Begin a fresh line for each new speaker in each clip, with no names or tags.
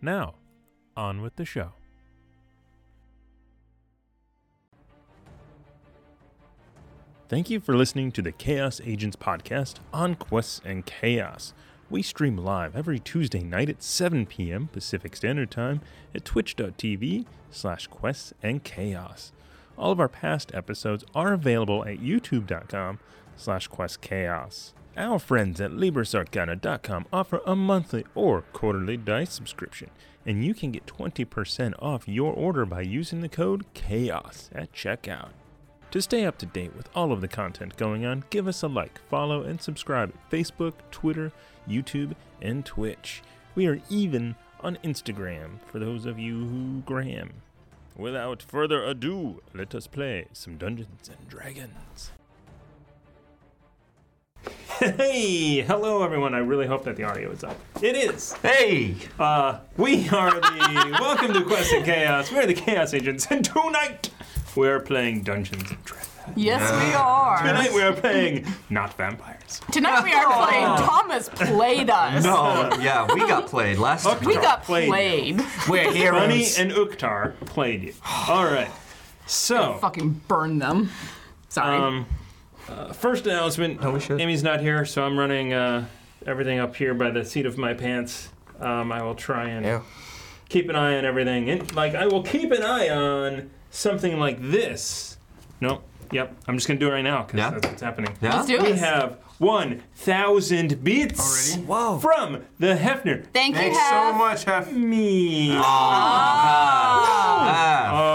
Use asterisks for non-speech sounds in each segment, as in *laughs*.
Now, on with the show. Thank you for listening to the Chaos Agents podcast on Quests and Chaos. We stream live every Tuesday night at 7 p.m. Pacific Standard Time at twitch.tv slash quests and chaos. All of our past episodes are available at youtube.com slash questchaos. Our friends at LibraSarcana.com offer a monthly or quarterly dice subscription, and you can get 20% off your order by using the code CHAOS at checkout. To stay up to date with all of the content going on, give us a like, follow, and subscribe at Facebook, Twitter, YouTube, and Twitch. We are even on Instagram for those of you who gram. Without further ado, let us play some Dungeons and Dragons. Hey, hello everyone. I really hope that the audio is up. It is.
Hey!
Uh, we are *laughs* the Welcome to Quest and Chaos. We're the Chaos Agents, and tonight we're playing Dungeons and Dragons.
Yes, we are.
Tonight we are playing *laughs* not vampires.
Tonight we are playing Thomas Played Us.
No, Oh, yeah, we got played last time.
We got
Played.
played.
We're
Bunny
heroes.
and Uktar played you. All right. So,
Fucking burn them. Sorry.
um, uh, first announcement.
Oh, we should.
Amy's not here, so I'm running uh, everything up here by the seat of my pants. Um, I will try and
Yeah.
keep an eye on everything, and like I will keep an eye on something like this. No. Yep. I'm just gonna do it right now because
Yeah.
that's what's happening.
Yeah?
Let's do
We
it.
have 1,000 bits
Already?
Whoa.
from the Hefner.
Thank you,
Thanks
Hef.
so much, Hef.
Me.
Ah,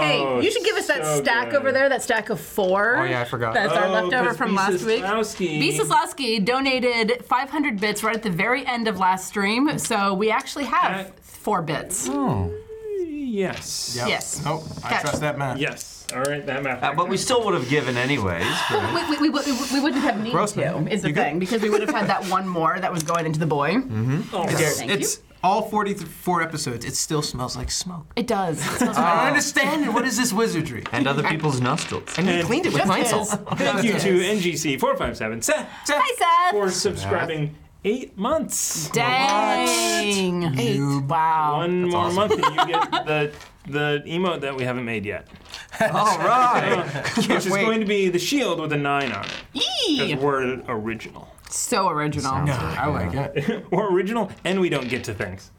Oh,
Hey, you should give us that
so
stack
good.
over there, that stack of four.
Oh, yeah, I forgot.
That's our
Oh,
leftover
'cause
from last week.
Wieseslawski-
Bieseslawski donated 500 bits right at the very end of last stream, so we actually have
That-
four bits.
Yes.
Yeah.
Yes.
Nope. I
Gotcha.
trust that man.
Yes. All right, that math.
uh, but we still would have given anyways. but-
We, we, we, we- we wouldn't have needed
Grossman,
to, is the
you good?
thing, because we would have had that one more that was going into the boy.
All right.
It's,
Thank
it's all 44 episodes. It still smells like smoke.
It does. It
*laughs*
smells
I don't
like-
understand it. What is this wizardry?
Ah. and other people's nostrils.
And you cleaned it with
Just
Lysol.
his.
Thank you to NGC four five seven Seth
Hi, Seth.
for subscribing eight months.
Dang.
Eight.
Wow.
One more
awesome.
month, and you get the the emote that we haven't made yet,
*laughs*
All right.
which is
wait.
going to be the shield with a nine on it.
Yee.
Because we're original.
So original.
I like it.
We're original, and we don't get to things.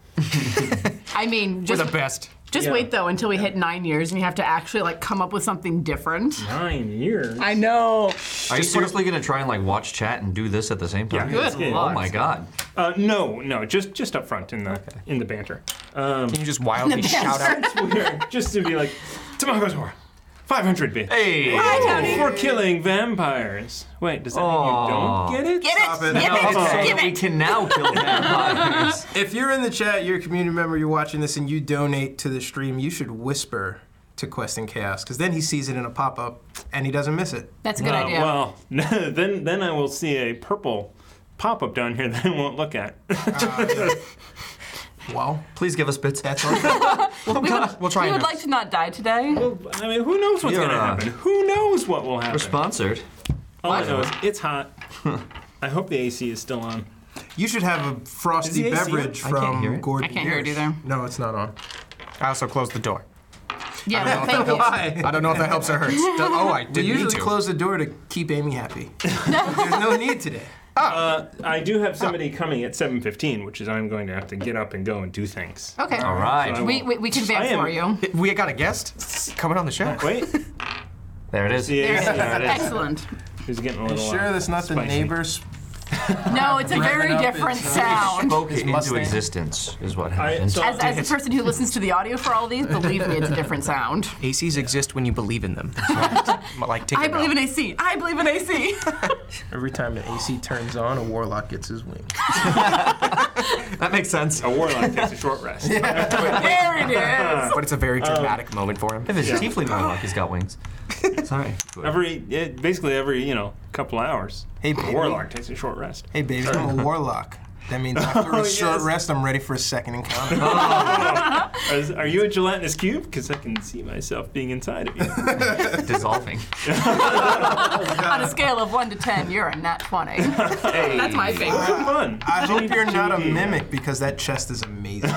I mean,
You're
just
the best.
just
yeah.
wait though until we hit nine years and you have to actually like come up with something different.
Nine years.
I know.
Are you seriously gonna try and like watch chat and do this at the same time?
Yeah.
Good
good.
Oh
lord.
my god.
Uh, no, no, just just up front in the in the banter.
Can you just
*laughs*
wildly shout out?
It's weird. just to be like, Tamago's War, five hundred bits.
Hey.
For killing vampires. Wait, does that
Aw.
mean you don't get it?
Get
Stop
it.
it.
Give
No,
it.
it's so
Give
We
it.
can now
*laughs*
kill vampires.
If you're in the chat, you're a community member, you're watching this, and you donate to the stream, you should whisper to Quest and Chaos, because then he sees it in a pop up and he doesn't miss
*laughs*
it.
That's a good
Uh,
idea.
Well, *laughs* then then I will see a purple pop up down here *laughs* that I won't look at.
Um, Well,
Please give us bits.
that's
*laughs*
all.
we would,
we'll try
we
and
would
not.
like to not die today.
I mean, who knows what's
You're,
going to
uh,
happen? Who knows what will happen?
We're sponsored.
All I know is it's hot. *laughs* I hope the AC is still on.
you should have a frosty
Is the AC
beverage
on? I can't hear
from
it.
Gordon.
I can't hear it
Biersch.
either.
No, it's not on. I also closed the door.
Yeah. Thank you.
Why?
I don't know if that helps or hurts. Don't- oh, I
We
didn't need
usually
to.
close the door to keep
*laughs*
Amy happy. There's no need today.
Uh, I do have somebody coming at 7:15, which is I'm going to have to get up and go and do things.
Okay.
All right.
We, we, we can
I
vamp
am-
for you.
We got a guest coming on the show.
Wait,
There it is.
the AC
There it is.
Excellent.
is getting a little.
Sure,
uh,
that's not the
spicy.
neighbor's
No, it's a very different
*laughs*
sound.
Spoke it into
Mustang.
existence is what happens.
As, as a person who listens to the audio for all these, believe me, it's a different sound.
ACs exist when you believe in them. like
I believe in AC. I believe in AC.
Every time an AC turns on, a warlock gets his wing.
That makes
*laughs*
sense.
A warlock takes a short
*laughs*
rest.
there it is.
But it's a very dramatic moment for him.
Um, If it's *laughs* Tiefling Warlock, he's got wings. Sorry.
Every yeah, basically every you know couple hours.
Hey,
a
baby.
warlock takes a short rest.
Hey, baby, I'm a warlock. That means
*laughs*
after
Oh,
a short
yes.
rest, I'm ready for a second encounter.
Is- are you a gelatinous cube? Because I can see myself being inside
*laughs*
of you.
*laughs* Dissolving.
On a scale of one to ten, you're a nat twenty. That's my favorite.
Come on.
I hope you're not a
Genie.
mimic because that chest
*laughs*
is amazing.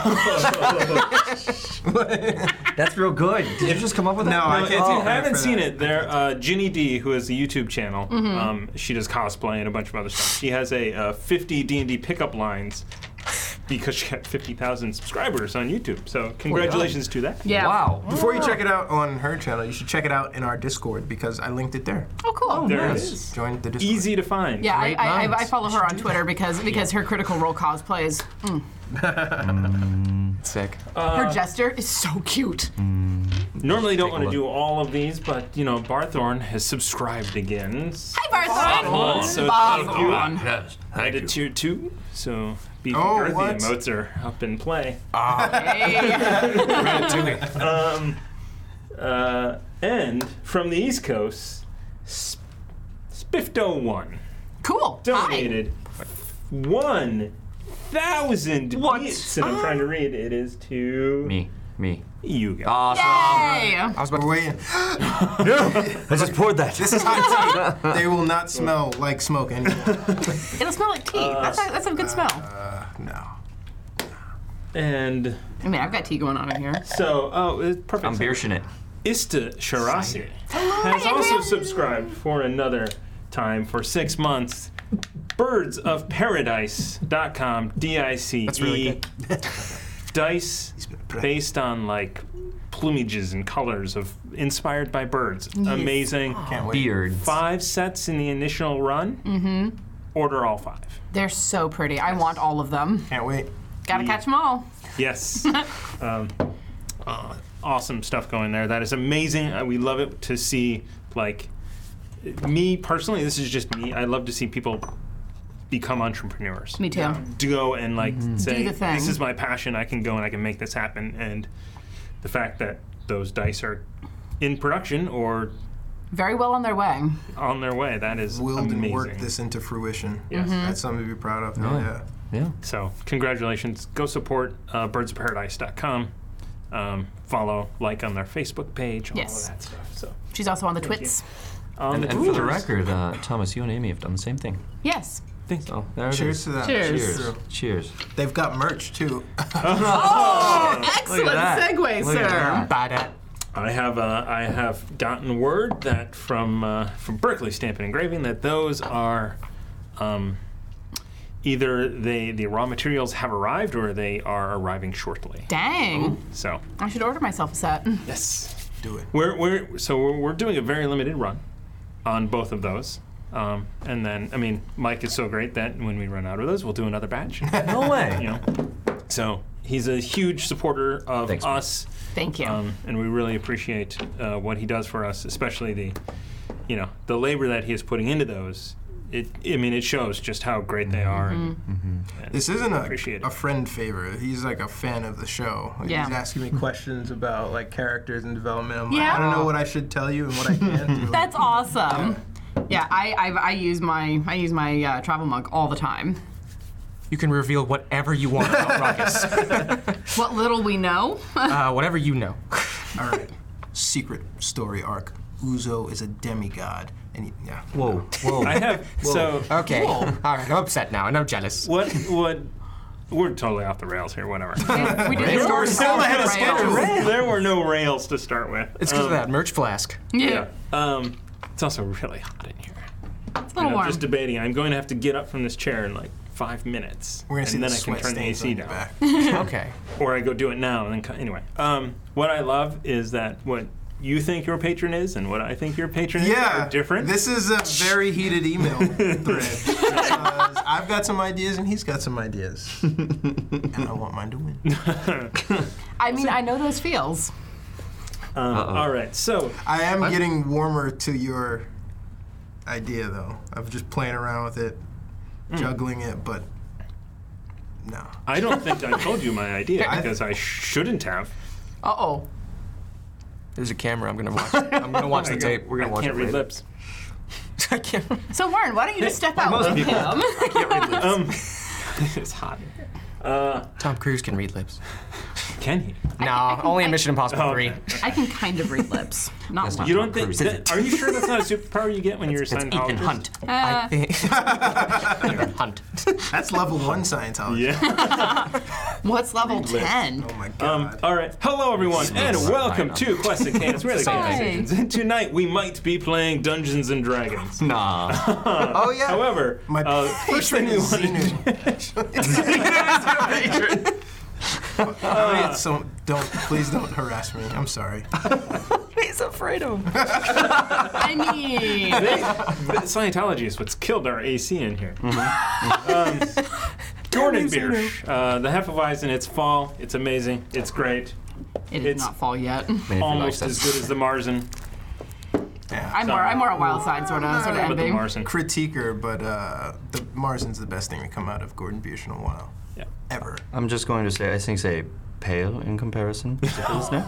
That's real good. Did you just come up with that?
No, I
If
can't
you
do that.
Oh, haven't
for
seen
that.
it, there, uh, Ginny D, who has a YouTube channel,
Mm-hmm.
um, she does cosplay and a bunch of other stuff. She has a uh, 50 D&D pickup lines because she got 50,000 subscribers on YouTube. So congratulations to that.
Yeah.
Wow.
Before you check it out on her channel, you should check it out in our Discord because I linked it there.
Oh, cool.
There it
Nice.
is.
Join the Discord.
Easy to find.
yeah, I,
Great
I, I, I
minds.
follow her on Twitter because because her Critical Role cosplay is mm.
Sick.
her gesture is so cute.
Normally don't want to
look.
do all of these, but you know Barthorn has subscribed again.
Hi, Barthorn.
Oh, So thank you.
Barthorn.
I did tier two, so Beefy
Oh,
Garthy
what?
emotes are up in play.
Hey.
Uh, and from the East Coast, Sp- Spifto1
Cool. Hi.
donated 1,000 bits. And I'm trying to read. It is to
Me. Me.
you guys.
Awesome.
Hey.
I was about
We're
to
waiting.
*laughs* I
*laughs*
just poured that.
This is hot
*laughs*
tea. They will not smell like
*laughs*
smoke anymore.
It'll smell like tea. that's, a, that's a good smell.
No.
And
I mean, I've got tea going on in here.
so, oh, it's perfect.
I'm beershing it.
Ista Sharasi has also subscribed for another time for six months. Birdsofparadise.com, D I C E. That's
really
*laughs* Dice based on like plumages and colors of inspired by birds. Amazing.
Can't wait.
Beard.
Five sets in the initial run. Mm-hmm. Order all five.
They're so pretty. I want all of them.
Can't wait.
Gotta catch them all. *laughs*
Yes. um, uh, awesome stuff going there. That is amazing. Uh, we love it to see, like, me personally, this is just me. I love to see people become entrepreneurs.
Me too.
To go and, like, say,
Do the thing.
this is my passion. I can go and I can make this happen. And the fact that those dice are in production or
Very well on their way.
on their way, that is
Willed
amazing.
and worked this into fruition.
Yes.
That's something to be proud of. Hell yeah.
Yeah.
So, congratulations. Go support uh, birdsofparadise.com. Um, follow, like on their Facebook page, all
Yes.
of that stuff. So,
She's also on the twits.
on
And,
the
and for the
tours.
record, uh, Thomas, you and Amy have done the same thing.
Yes.
Thank you.
So there it
Cheers
is.
to that.
Cheers.
Cheers. Cheers.
They've got merch too. *laughs*
Excellent
that.
segue,
Look at that.
bad at.
I have uh, I have gotten word that from uh, from Berkeley Stamp and Engraving that those are um, either they the raw materials have arrived or they are arriving shortly.
Dang.
So
I should order myself a set.
Mm. yes,
Do it.
we're we're so we're, we're doing a very limited run on both of those. Um, and then, I mean, Mike is so great that when we run out of those, we'll do another batch.
No way.
you
*laughs*
*laughs* know, so he's a huge supporter of
Thanks, man.
us.
Thank you.
um, and we really appreciate uh, what he does for us, especially the, you know, the labor that he is putting into those. It, I mean, it shows just how great they are. and-
Mm-hmm.
and
This isn't a,
Appreciate it.
a friend favor. He's like a fan of the show. Like,
Yeah.
He's asking me questions about like characters and development. I'm like,
Yeah.
I don't know what I should tell you and what I can't do.
That's awesome. Yeah, I, I I use my I use my uh, travel mug all the time.
You can reveal whatever you want about Ruckus.
What little we know. *laughs*
Uh, whatever you know.
All right. Secret story arc. Uzo is a demigod. And he, yeah.
Whoa. Whoa.
I have so
uh,
Okay. All right. I'm upset now, and I'm jealous.
what what we're totally off the rails here.
*laughs*
Whatever.
we did the
We're
story
still
off
ahead
the
of
rails.
schedule. There were no rails to start with.
It's because of that merch flask.
Yeah,
Um, it's also really hot in here.
it's a little
And I'm
warm.
just debating. I'm going to have to get up from this chair in like five minutes,
We're gonna
and
see
then
the
I can
sweat
turn the
stains
AC
on your
down.
back.
Okay.
or I go do it now and then co- anyway. Um, what I love is that what you think your patron is and what I think your patron is
Yeah,
are different.
This is a very
*laughs*
heated email thread. because I've got some ideas and he's got some ideas, and I want mine to win.
I mean, I know those feels.
um, all right, so
I am getting warmer to your idea though. I'm just playing around with it,
Hmm.
juggling it, but no.
I don't think I told you my idea
*laughs* I-
because I shouldn't have.
Uh oh.
There's a camera. I'm *laughs* gonna watch. I'm
*laughs*
gonna watch the tape.
We're gonna
I
watch
can't
it
read
later.
lips.
I can't.
So Warren, why don't you just step out
most
with
people-
*laughs*
him?
Um,
It's hot. *laughs* Tom Cruise can read lips.
can he?
No, only in
I-
Mission Impossible
Oh,
three.
okay.
I can kind of read
*laughs*
lips, not
That's not
one.
You don't
Tom
think?
Cruise.
That, are you sure that's not a superpower you get when you're a
It's Ethan
Scientologist?
Hunt. I think. Ethan Hunt.
That's level one Scientology. *laughs*
Yeah.
What's level
lips.
ten?
Oh my
Um,
god.
all right. Hello, everyone, and
Smells
welcome
like
to Quest and Chaos. We're the
Hi.
Chaos Agents, and tonight we might be playing Dungeons and Dragons.
Nah.
oh yeah.
However,
my *laughs*
uh, first
patron
thing we
is
want to
Xenu. *laughs*
*laughs*
I mean, so don't please don't harass me. I'm sorry.
Oh.
He's afraid
*laughs*
of. him.
I mean,
They- the Scientology is what's killed our AC in here. um, Jordan Biersch, uh, The Hefeweizen, it's fall. It's amazing. It's great.
it did
It's-
not fall yet.
Almost as good as the Marzen.
I'm more, I'm more a wild side sort of, sort of
But the
ending.
Marzen.
Critiquer, but uh, the Marzin's the best thing to come out of Gordon Bush in a while.
Yeah.
Ever.
I'm just going to say I think they pale in *laughs* comparison to Pilsner.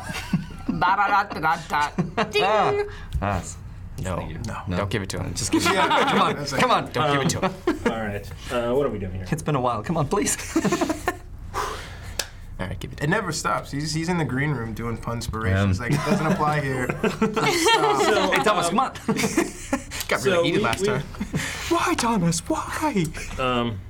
Ba da da da da da. *laughs* Ding.
That's
No.
No.
Don't give it to him. Just give
Yeah.
*laughs* Come on. Come on. Don't give it to him.
All right. Uh, what are we doing here?
It's been a while. Come on, please. *laughs*
All right. Give it. to
It never stops. He's, he's in the green room doing punspirations.
Um.
Like, it doesn't
*laughs*
apply here.
So,
hey, Thomas, come on.
him. Got
so
really heated
we-
last
we-
time. Why, Thomas? Why?
Um,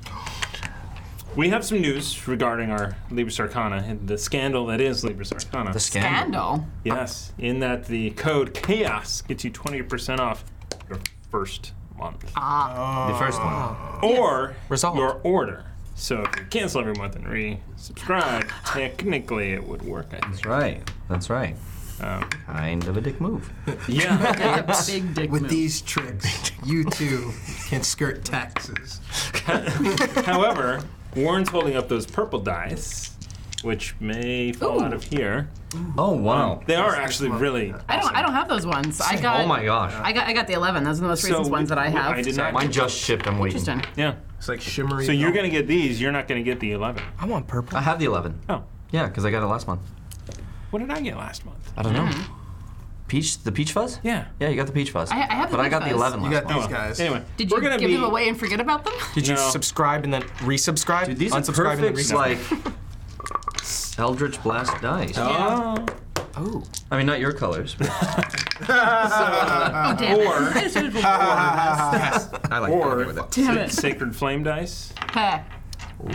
we have some news regarding our Libra Arcana and the scandal that is Libra Arcana.
*laughs* The scandal.
Scandal.
yes, in that the code chaos gets you 20% off your first month
The first one.
or
Resolved.
your order. So if you cancel every month and resubscribe, technically it would work. I think.
That's right. That's right. Um. kind of a dick move.
Yeah.
It's a big dick
With
move.
these tricks, you too can skirt taxes.
*laughs* However, Warren's holding up those purple dice, which may fall
Ooh.
out of here.
Oh wow.
They are actually really.
I don't I don't have those ones. I got
Oh my gosh.
I got I got the 11. Those are the most recent
So
ones that I
we-
have.
I did
So-
not.
Mine just shipped. I'm waiting.
Interesting.
Yeah.
It's like shimmery.
So you're
gold.
gonna get these. You're not gonna get the 11.
I want purple.
I have the 11.
Oh,
Yeah, because I got it last month.
what did I get last month?
I don't know. Peach, the peach fuzz?
Yeah.
Yeah, you got the peach fuzz.
Mm-hmm. I- I have the
But I
peach
got the
fuzz.
11
You
last
got
month.
these guys.
Oh, Anyway,
Did
we're
you
gonna
give
be,
them away and forget about them?
Did you
No.
subscribe and then resubscribe?
Dude, these are
Unsubscribe and then
perfect,
resubscribe.
like, Eldritch Blast dice.
Oh.
Oh.
I mean, not your colors. But
oh damn
or-
*laughs* it.
I like
Or
with it.
damn it.
sacred flame dice.
Huh.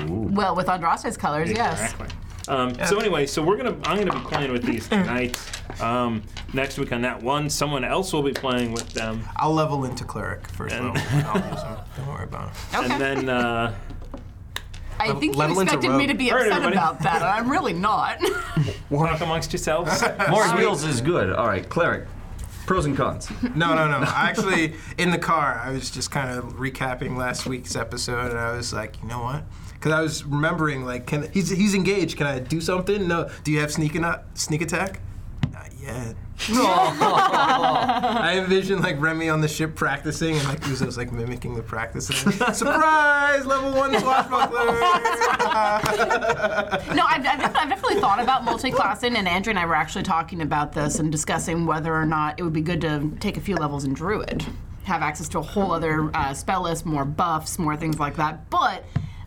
well, with Andraste's colors, yes.
Exactly. Um, So anyway, so we're gonna I'm gonna be playing with
*laughs*
these tonight. Um, next week on that one, someone else will be playing with them,
I'll level into cleric first level. I'll use them. Don't worry about it.
and then
*laughs*
uh,
I think you
level into
expected me
rogue.
to be
All right,
upset
everybody.
about that, and I'm
*laughs*
really not.
talk amongst
*laughs*
yourselves.
More wheels is good. All right, cleric. Pros and cons.
No, no, no. I actually, in the car, I was just kind of recapping last week's episode, and I was like, you know what? Because I was remembering, like, can he's he's engaged? Can I do something? No. Do you have sneak and sneak attack? Not
*laughs*
yet. I envisioned like Remy on the ship practicing, and like Uzo's like mimicking the practice. Surprise! Level one
*laughs*
swashbuckler.
No, I've, I've, def- I've definitely thought about multi-classing, and Andrew and I were actually talking about this and discussing whether or not it would be good to take a few levels in Druid, have access to a whole other uh, spell list, more buffs, more things like that. But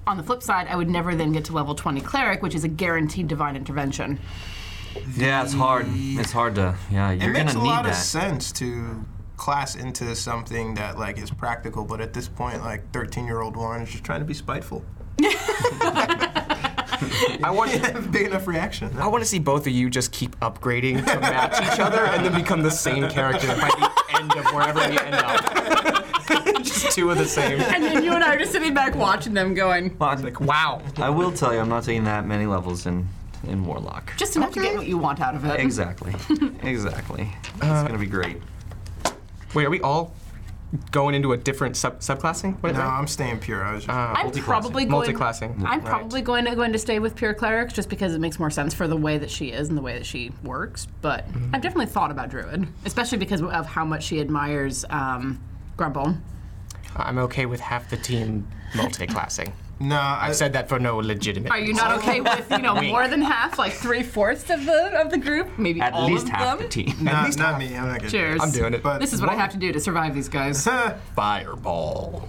on the flip side, I would never then get to level 20 Cleric, which is a guaranteed divine intervention.
*laughs* Yeah, it's hard. It's hard to. Yeah,
It
you're
makes
gonna
a
need
lot
that.
of sense to class into something that like is practical, but at this point, like 13-year-old Warren is just trying to be spiteful.
I want.
*laughs* Big enough reaction.
*laughs* I want to see both of you just keep upgrading to match each other and then become the same character by the end of wherever we end up. *laughs* just two of the same.
And then you and I are just sitting back watching them going,
But
Wow.
I will tell you, I'm not taking that many levels in in Warlock.
Just enough to get what you want out of it.
Exactly. exactly. it's gonna be great.
Wait, are we all going into a different sub subclassing? What
No,
right?
I'm staying pure. I was just,
I'm probably going.
Multiclassing.
I'm probably going to going to stay with pure cleric just because it makes more sense for the way that she is and the way that she works. But I've definitely thought about druid, especially because of how much she admires um, Grumble.
I'm okay with half the team multiclassing.
no, I,
I said that for no legitimate.
Are you not okay with you know more than half, like three fourths of the of the group, maybe
At
all
least
of
half
them?
the team. *laughs*
not, not me. I'm not gonna.
Cheers.
I'm doing it.
But
This is what I have to do to survive these
*laughs*
guys.
Fireball.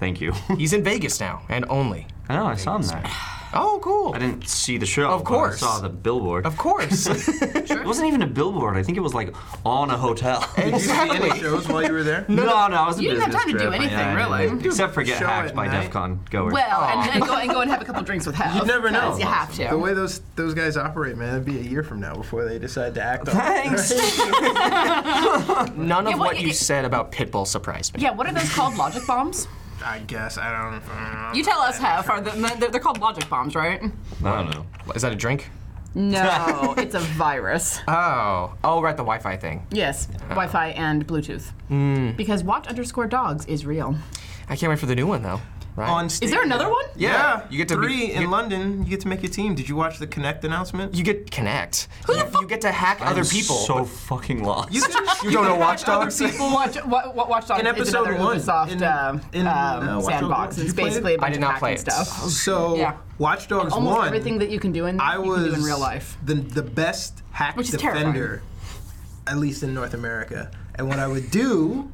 Thank you.
He's in Vegas now, and only.
I know. I saw him that.
Oh, cool.
I didn't see the show.
Of
but I
course.
saw the billboard.
Of *laughs* course.
It wasn't even a billboard. I think it was like on a hotel.
Did you see any shows while you were there?
*laughs* No, no, I was a
You didn't have
business
time to do
trip.
anything,
I- I-
really.
Except for get
Show
hacked
at
by
night.
DEF CON goers.
Well, and, and go and go and have a couple drinks with half.
You never know.
You have to.
*laughs* The way those those guys operate, man, it'd be a year from now before they decide to act on. it.
Thanks.
None of
Yeah, well,
what you
it-
said about Pitbull surprised me.
yeah, what are those called? Logic bombs?
I guess I don't. I don't
You tell us, Hef. Are the, they're- they're called logic bombs, right?
I don't know.
Is that a drink?
No, it's a virus.
Oh. Oh, right, the Wi Fi thing.
Yes, Wi-Fi and Bluetooth. Because watch underscore dogs is real.
I can't wait for the new one, though. Right?
on stage.
Is there another one?
Yeah,
Yeah, you get to be-
three
you
in
get-
London. You get to make your team. Did you watch the Connect announcement?
You get connect. Who you, you get to hack other people.
So fucking lost.
*laughs* You,
you don't know Watch Dogs?
Watch, wa- wa- watch dogs
In
is
episode
another
one,
Ubisoft
in-
uh,
in,
um,
uh, Watch Dogs,
sandbox.
did
It's
you play it?
basically a bunch
I did
of
not
hacking
play it. Oh,
stuff.
So
Yeah.
Watch Dogs
Almost
one.
everything that you can do in
I
you
was
can do in real life.
the the best hack
Which is
defender, at least in North America. And what I would do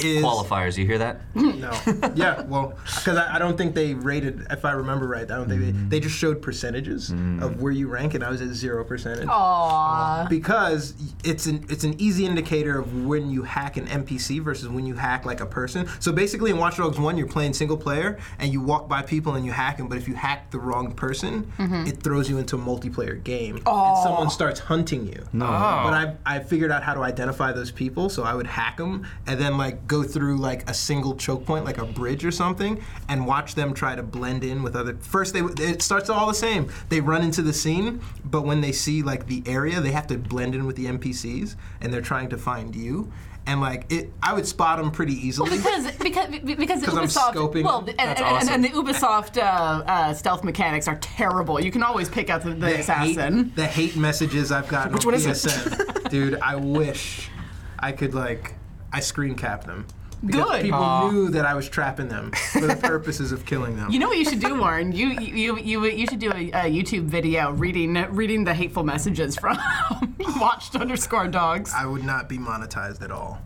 is
Qualifiers, you hear that?
*laughs* No. Yeah. Well, because I, I don't think they rated. If I remember right, I don't think they they just showed percentages of where you rank, and I was at zero
Oh,
percentage. Uh,
Aww.
because it's an it's an easy indicator of when you hack an NPC versus when you hack like a person. So basically, in Watch Dogs One, you're playing single player and you walk by people and you hack them. But if you hack the wrong person, it throws you into a multiplayer game and someone starts hunting you. No. But I I figured out how to identify those people, so I would hack them and then like go through like a single choke point, like a bridge or something, and watch them try to blend in with other. First, they it starts all the same. They run into the scene, but when they see like the area, they have to blend in with the NPCs, and they're trying to find you. And like it, I would spot them pretty easily.
Because because be- because the
'Cause I'm
Ubisoft
scoping.
well and, and,
That's
and,
awesome.
the Ubisoft uh, uh, stealth mechanics are terrible. You can always pick out the, the
the
assassin.
hate, the hate messages I've gotten Which
one
on
is it?
PSN, dude. I wish I could like I screen cap them. Because
Good.
People knew that I was trapping them for the purposes of killing them.
You know what you should do, Warren? You you you you should do a, a YouTube video reading reading the hateful messages from *laughs* watched underscore dogs.
I would not be monetized
*laughs*
at all.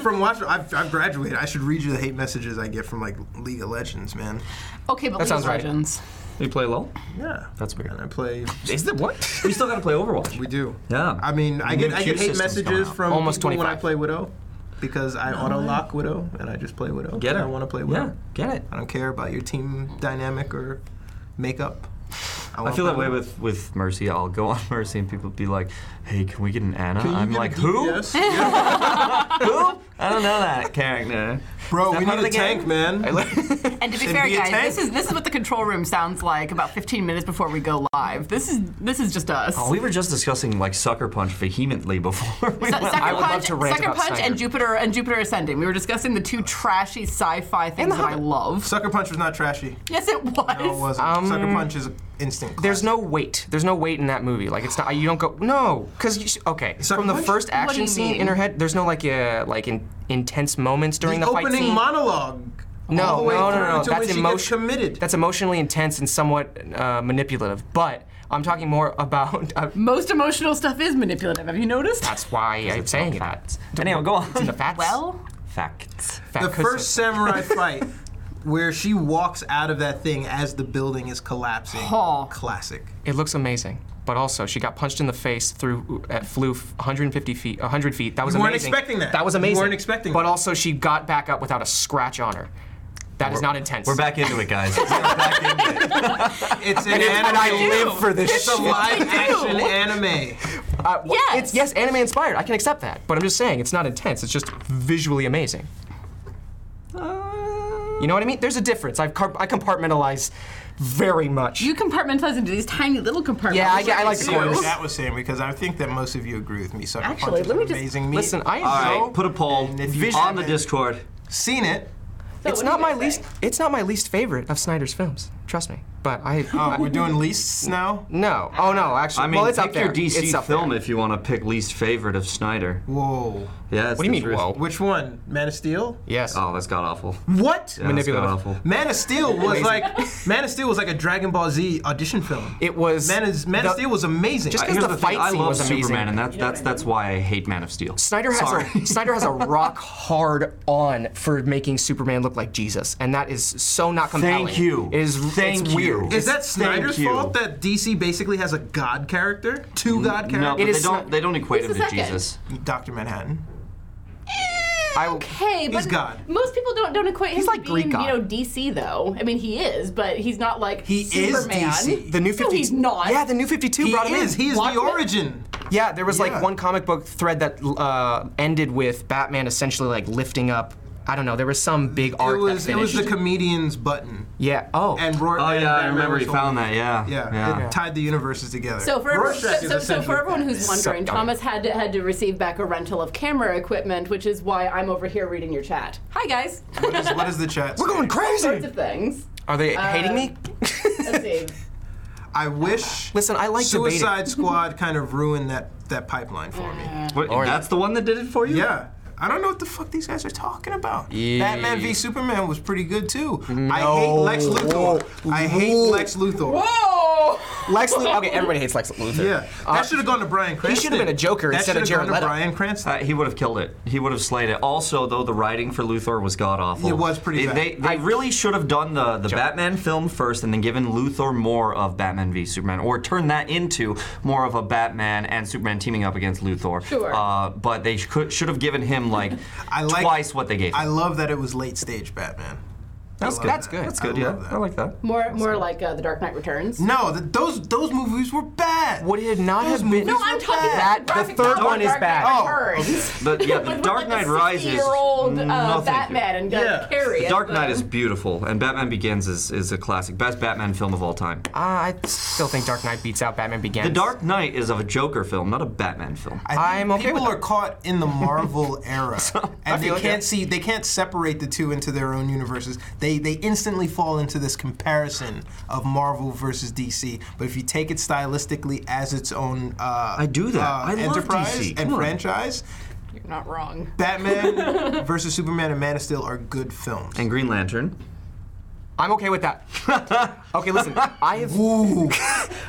from watch, I've, I've graduated. I should read you the hate messages I get from like League of Legends, man.
Okay, but League of
sounds right.
Legends.
You play LOL?
Yeah,
That's weird.
And I play.
Is it what?
We still gotta play Overwatch.
We do.
Yeah.
I mean, I get
New
I
queue
get hate
system's coming
messages
out.
from
Almost
people when I
25.
play Widow because I auto lock Widow and I just play Widow.
Get it.
I want to play Widow.
Yeah, get it.
I don't care about your team dynamic or makeup.
I
wanna
feel
play
that way
Widow.
with, with Mercy. I'll go on *laughs* Mercy and people be like, hey, can we get an Anna?
Can you
I'm
get a
like, who?
DPS? Yeah.
*laughs* Who? I don't know that character.
Bro,
Is that
we
part
need
of
a
the
tank,
game?
man.
And to be
Should
fair,
be a
guys,
tank.
this is this is what the control room sounds like about 15 minutes before we go live. This is this is just us.
Oh, *laughs* we were just discussing like Sucker Punch vehemently before *laughs* we
Se-
went
Sucker
I would love
Punch,
to rant
Sucker
about
Punch and
Snyder.
Jupiter and Jupiter Ascending. We were discussing the two trashy sci-fi things that I love.
Sucker Punch was not trashy.
Yes, it was.
No, it
uh,
wasn't.
Um,
Sucker Punch is an instant.
*laughs* There's no weight. There's no weight in that movie. Like it's not. You don't go. No, because you. sh- Okay.
Sucker
From the
punch?
first
do you
action scene
mean?
in her head, there's no like uh, like in, intense moments during the, fight
opening
scene.
monologue.
No,
all the way
no, no,
through
no,
to
that's
when she
emotion-
gets committed.
That's emotionally intense and somewhat uh, manipulative. But I'm talking more about. *laughs* Uh,
Most emotional stuff is manipulative. Have you noticed?
that's why I'm saying it.
facts. Anyway, go on.
It's in the facts.
Well,
Facts.
Fact
the
cushion.
first
*laughs*
samurai fight where she walks out of that thing as the building is collapsing.
Huh.
Classic.
It looks amazing. But also, she got punched in the face through uh, flew f- 150 feet. 100 feet. That was
You weren't
amazing.
expecting that.
That was
You
amazing.
weren't expecting
But
that.
also, she got back up without a scratch on her. That is not intense.
We're back into it, *laughs* guys. We're back into it.
*laughs*
It's an
And, it's- and I
anime.
live for this
It's a
shit.
live action anime.
Uh, wh-
Yes.
It's, yes, anime inspired. I can accept that. But I'm just saying, it's not intense. It's just visually amazing. You know what I mean? There's a difference. I've car- I compartmentalize very much.
You compartmentalize into these tiny little compartments.
Yeah, I get- I like the
See
corners.
what that was saying because I think that most of you agree with me. Sucker
Actually,
Punch is
let me
an
just-
amazing meat.
Listen, I am
All
so
right, put a poll
And if you
on the
haven't-
Discord.
seen it.
it's not my least. It's not my least favorite of Snyder's films. Trust me. But
*laughs*
I.
Oh, we're doing leasts now.
no. Oh no. Actually,
I mean,
well, it's
pick
up there.
your DC
it's up
film
There.
if you want to pick least favorite of Snyder.
Whoa.
Yeah,
What do you mean? Whoa.
Which one? Man of Steel.
Yes.
Oh, that's god
*laughs*
awful.
What?
Manipulative.
awful.
Man of Steel was like Man of Steel was like a Dragon Ball Z audition film.
It was.
Man, is, Man
the-
of Steel was amazing.
Just 'cause
Here's
the
the
fight
thing. I
scene
love
was amazing.
Superman, and that's that's that's why I hate Man of Steel.
Snyder has
Sorry.
a *laughs*
*laughs*
Snyder has a rock hard on for making Superman look like Jesus, and that is so not compelling.
Thank you.
It is
Thank
it's
you.
weird.
is that
Thank
Snyder's
you.
fault that DC basically has a god character, two
No, but
god characters?
they
is
don't
Sny-
they don't equate him
Who's
to
the second?
Jesus.
Doctor Manhattan.
I,
Eh, Okay, but
He's God.
most people don't don't equate him
He's
to
like
being,
Greek God.
you know, DC though. I mean, he is, but he's not like
He is
Superman.
DC.
the new
No,
50
he's not.
Yeah, the new 52
He
brought him
is.
in.
He is the
Watchmen?
origin.
Yeah, there was
Yeah.
like one comic book thread that uh, ended with Batman essentially like lifting up. I don't know. There was some big
It
arc
was
that
it was
finished.
the comedian's button.
yeah. Oh.
And Roy.
Oh
and
yeah, I
Batman
remember he
was
found
one.
that. Yeah,
Yeah,
yeah.
it tied the universes together.
So for, everyone, so,
Rorschach
so-
is
so
essentially
for everyone who's
Batman.
wondering,
Sucked on
Thomas had to, had to receive back a rental of camera equipment, which is why I'm over here reading your chat. Hi guys,
what, is, what is the chat?
We're going
saying?
sorts
crazy.
of things.
Are they
Uh,
hating me?
Let's see.
I wish.
Listen, I like debating.
Suicide Squad kind of ruined that that pipeline for me.
What, that's the one that did it for you.
Yeah. I don't know what the fuck these guys are talking about. Batman v Superman was pretty good too. I hate
No.
Lex Luthor. I hate
Whoa.
Lex Luthor.
*laughs* Oh,
Lex. Lu- okay, everybody hates Lex Luthor.
Yeah, that should have gone to Brian Cranston.
Uh, should've been a Joker
that
instead of
should've
Jared
gone to
Leto.
Brian Cranston.
Uh, he would have killed it. He would have slayed it. Also, though, the writing for Luthor was god awful.
It was
They,
pretty bad.
they, they really should have done the, the Batman film first, and then given Luthor more of Batman v Superman, or turn that into more of a Batman and Superman teaming up against Luthor.
Sure.
Uh, but they could, should have given him like
*laughs* I like-
twice what they gave.
I
Him.
love that it was late stage Batman. That's
good. That's good.
That's good.
I
yeah,
love that.
I like that.
more more like uh, the Dark Knight Returns.
No, th those those movies were bad.
Would it not have been?
No, I'm talking
That-
about
the
graphic
third
novel
one is
Dark
bad.
Knight
Oh,
Returns.
But yeah, the
With,
Dark
like
Knight
a
Rises.
Year old uh,
no, thank you.
Batman and
Yeah.
yeah. carry
The
it,
Dark Knight
but-
is beautiful, and Batman Begins is, is a classic, best Batman film of all time.
Uh, I still think Dark Knight beats out Batman Begins.
The Dark Knight is of a Joker film, not a Batman film.
I think
I'm okay
people
with
are caught in
*laughs*
the Marvel era, and they
feel it,
can't
yeah.
see, they can't separate the two into their own universes. They they instantly fall into this comparison of Marvel versus DC. But if you take it stylistically as its own, uh,
I do that.
uh,
I love
enterprise
DC.
and
Come on.
franchise.
You're not wrong.
*laughs*
Batman versus Superman and Man of Steel are good films.
and Green Lantern.
I'm okay
*laughs*
with that. okay, listen. I have.
Ooh,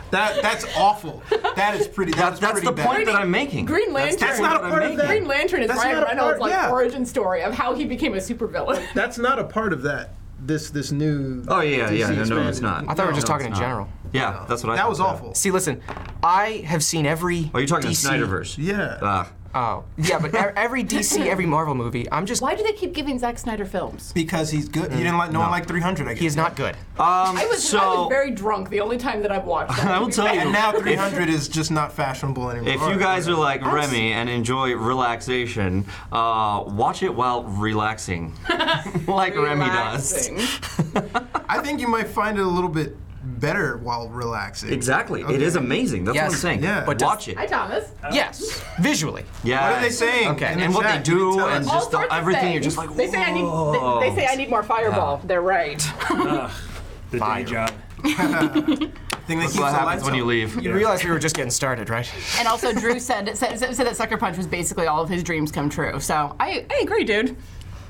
that that's awful. That is pretty. That
That-
is
that's
pretty
the
bad.
point that I'm making.
Green Lantern.
That's-
That's not a
what
part
I'm
of that.
Green Lantern is
That's
Ryan
not a
Reynolds'
part-
like
yeah.
origin story of how he became a supervillain.
That's not a part of that. This this new.
Oh yeah, yeah,
DC
no, no, it's
expanded-
not.
I thought we were just
No,
talking in
it's not.
general.
Yeah, that's what I.
That
thought,
was
yeah.
awful.
See, listen. I have seen every.
Oh, you're talking
DC.
the Snyderverse.
Yeah. Uh,
Ah.
Oh, yeah, but e- every DC, every Marvel movie, I'm
*laughs*
just.
Why do they keep giving Zack Snyder films?
Because he's good. You didn't like no, one like 300. I guess.
He is not good.
Um,
I was,
so
I was very drunk the only time that I've
*laughs*
watched that.
I will
*laughs*
tell you
And now 300 is just not fashionable anymore.
If you guys are like Remy and enjoy relaxation, uh, watch it while relaxing, *laughs* like Remy does.
Relaxing.
I think you might find it a little bit better while relaxing.
Exactly, it is amazing. That's
Yes.
what I'm saying.
Yeah.
But
But
watch it.
Hi, Thomas.
yes, visually.
Yeah.
What are they saying?
Okay.
in the
And what they
chat? You can
do,
tell
and
us.
All
just the,
sorts of
everything. You're
things.
just like,
They say I
whoa.
need. They, they say I need more fireball. They're right.
*laughs*
The day job.
Thing that
That's
keeps
what
the
happens
lights
when
on.
you leave.
You realize we were just getting started, right?
and also, Drew said, said said that Sucker Punch was basically all of his dreams come true. So I, I agree, dude.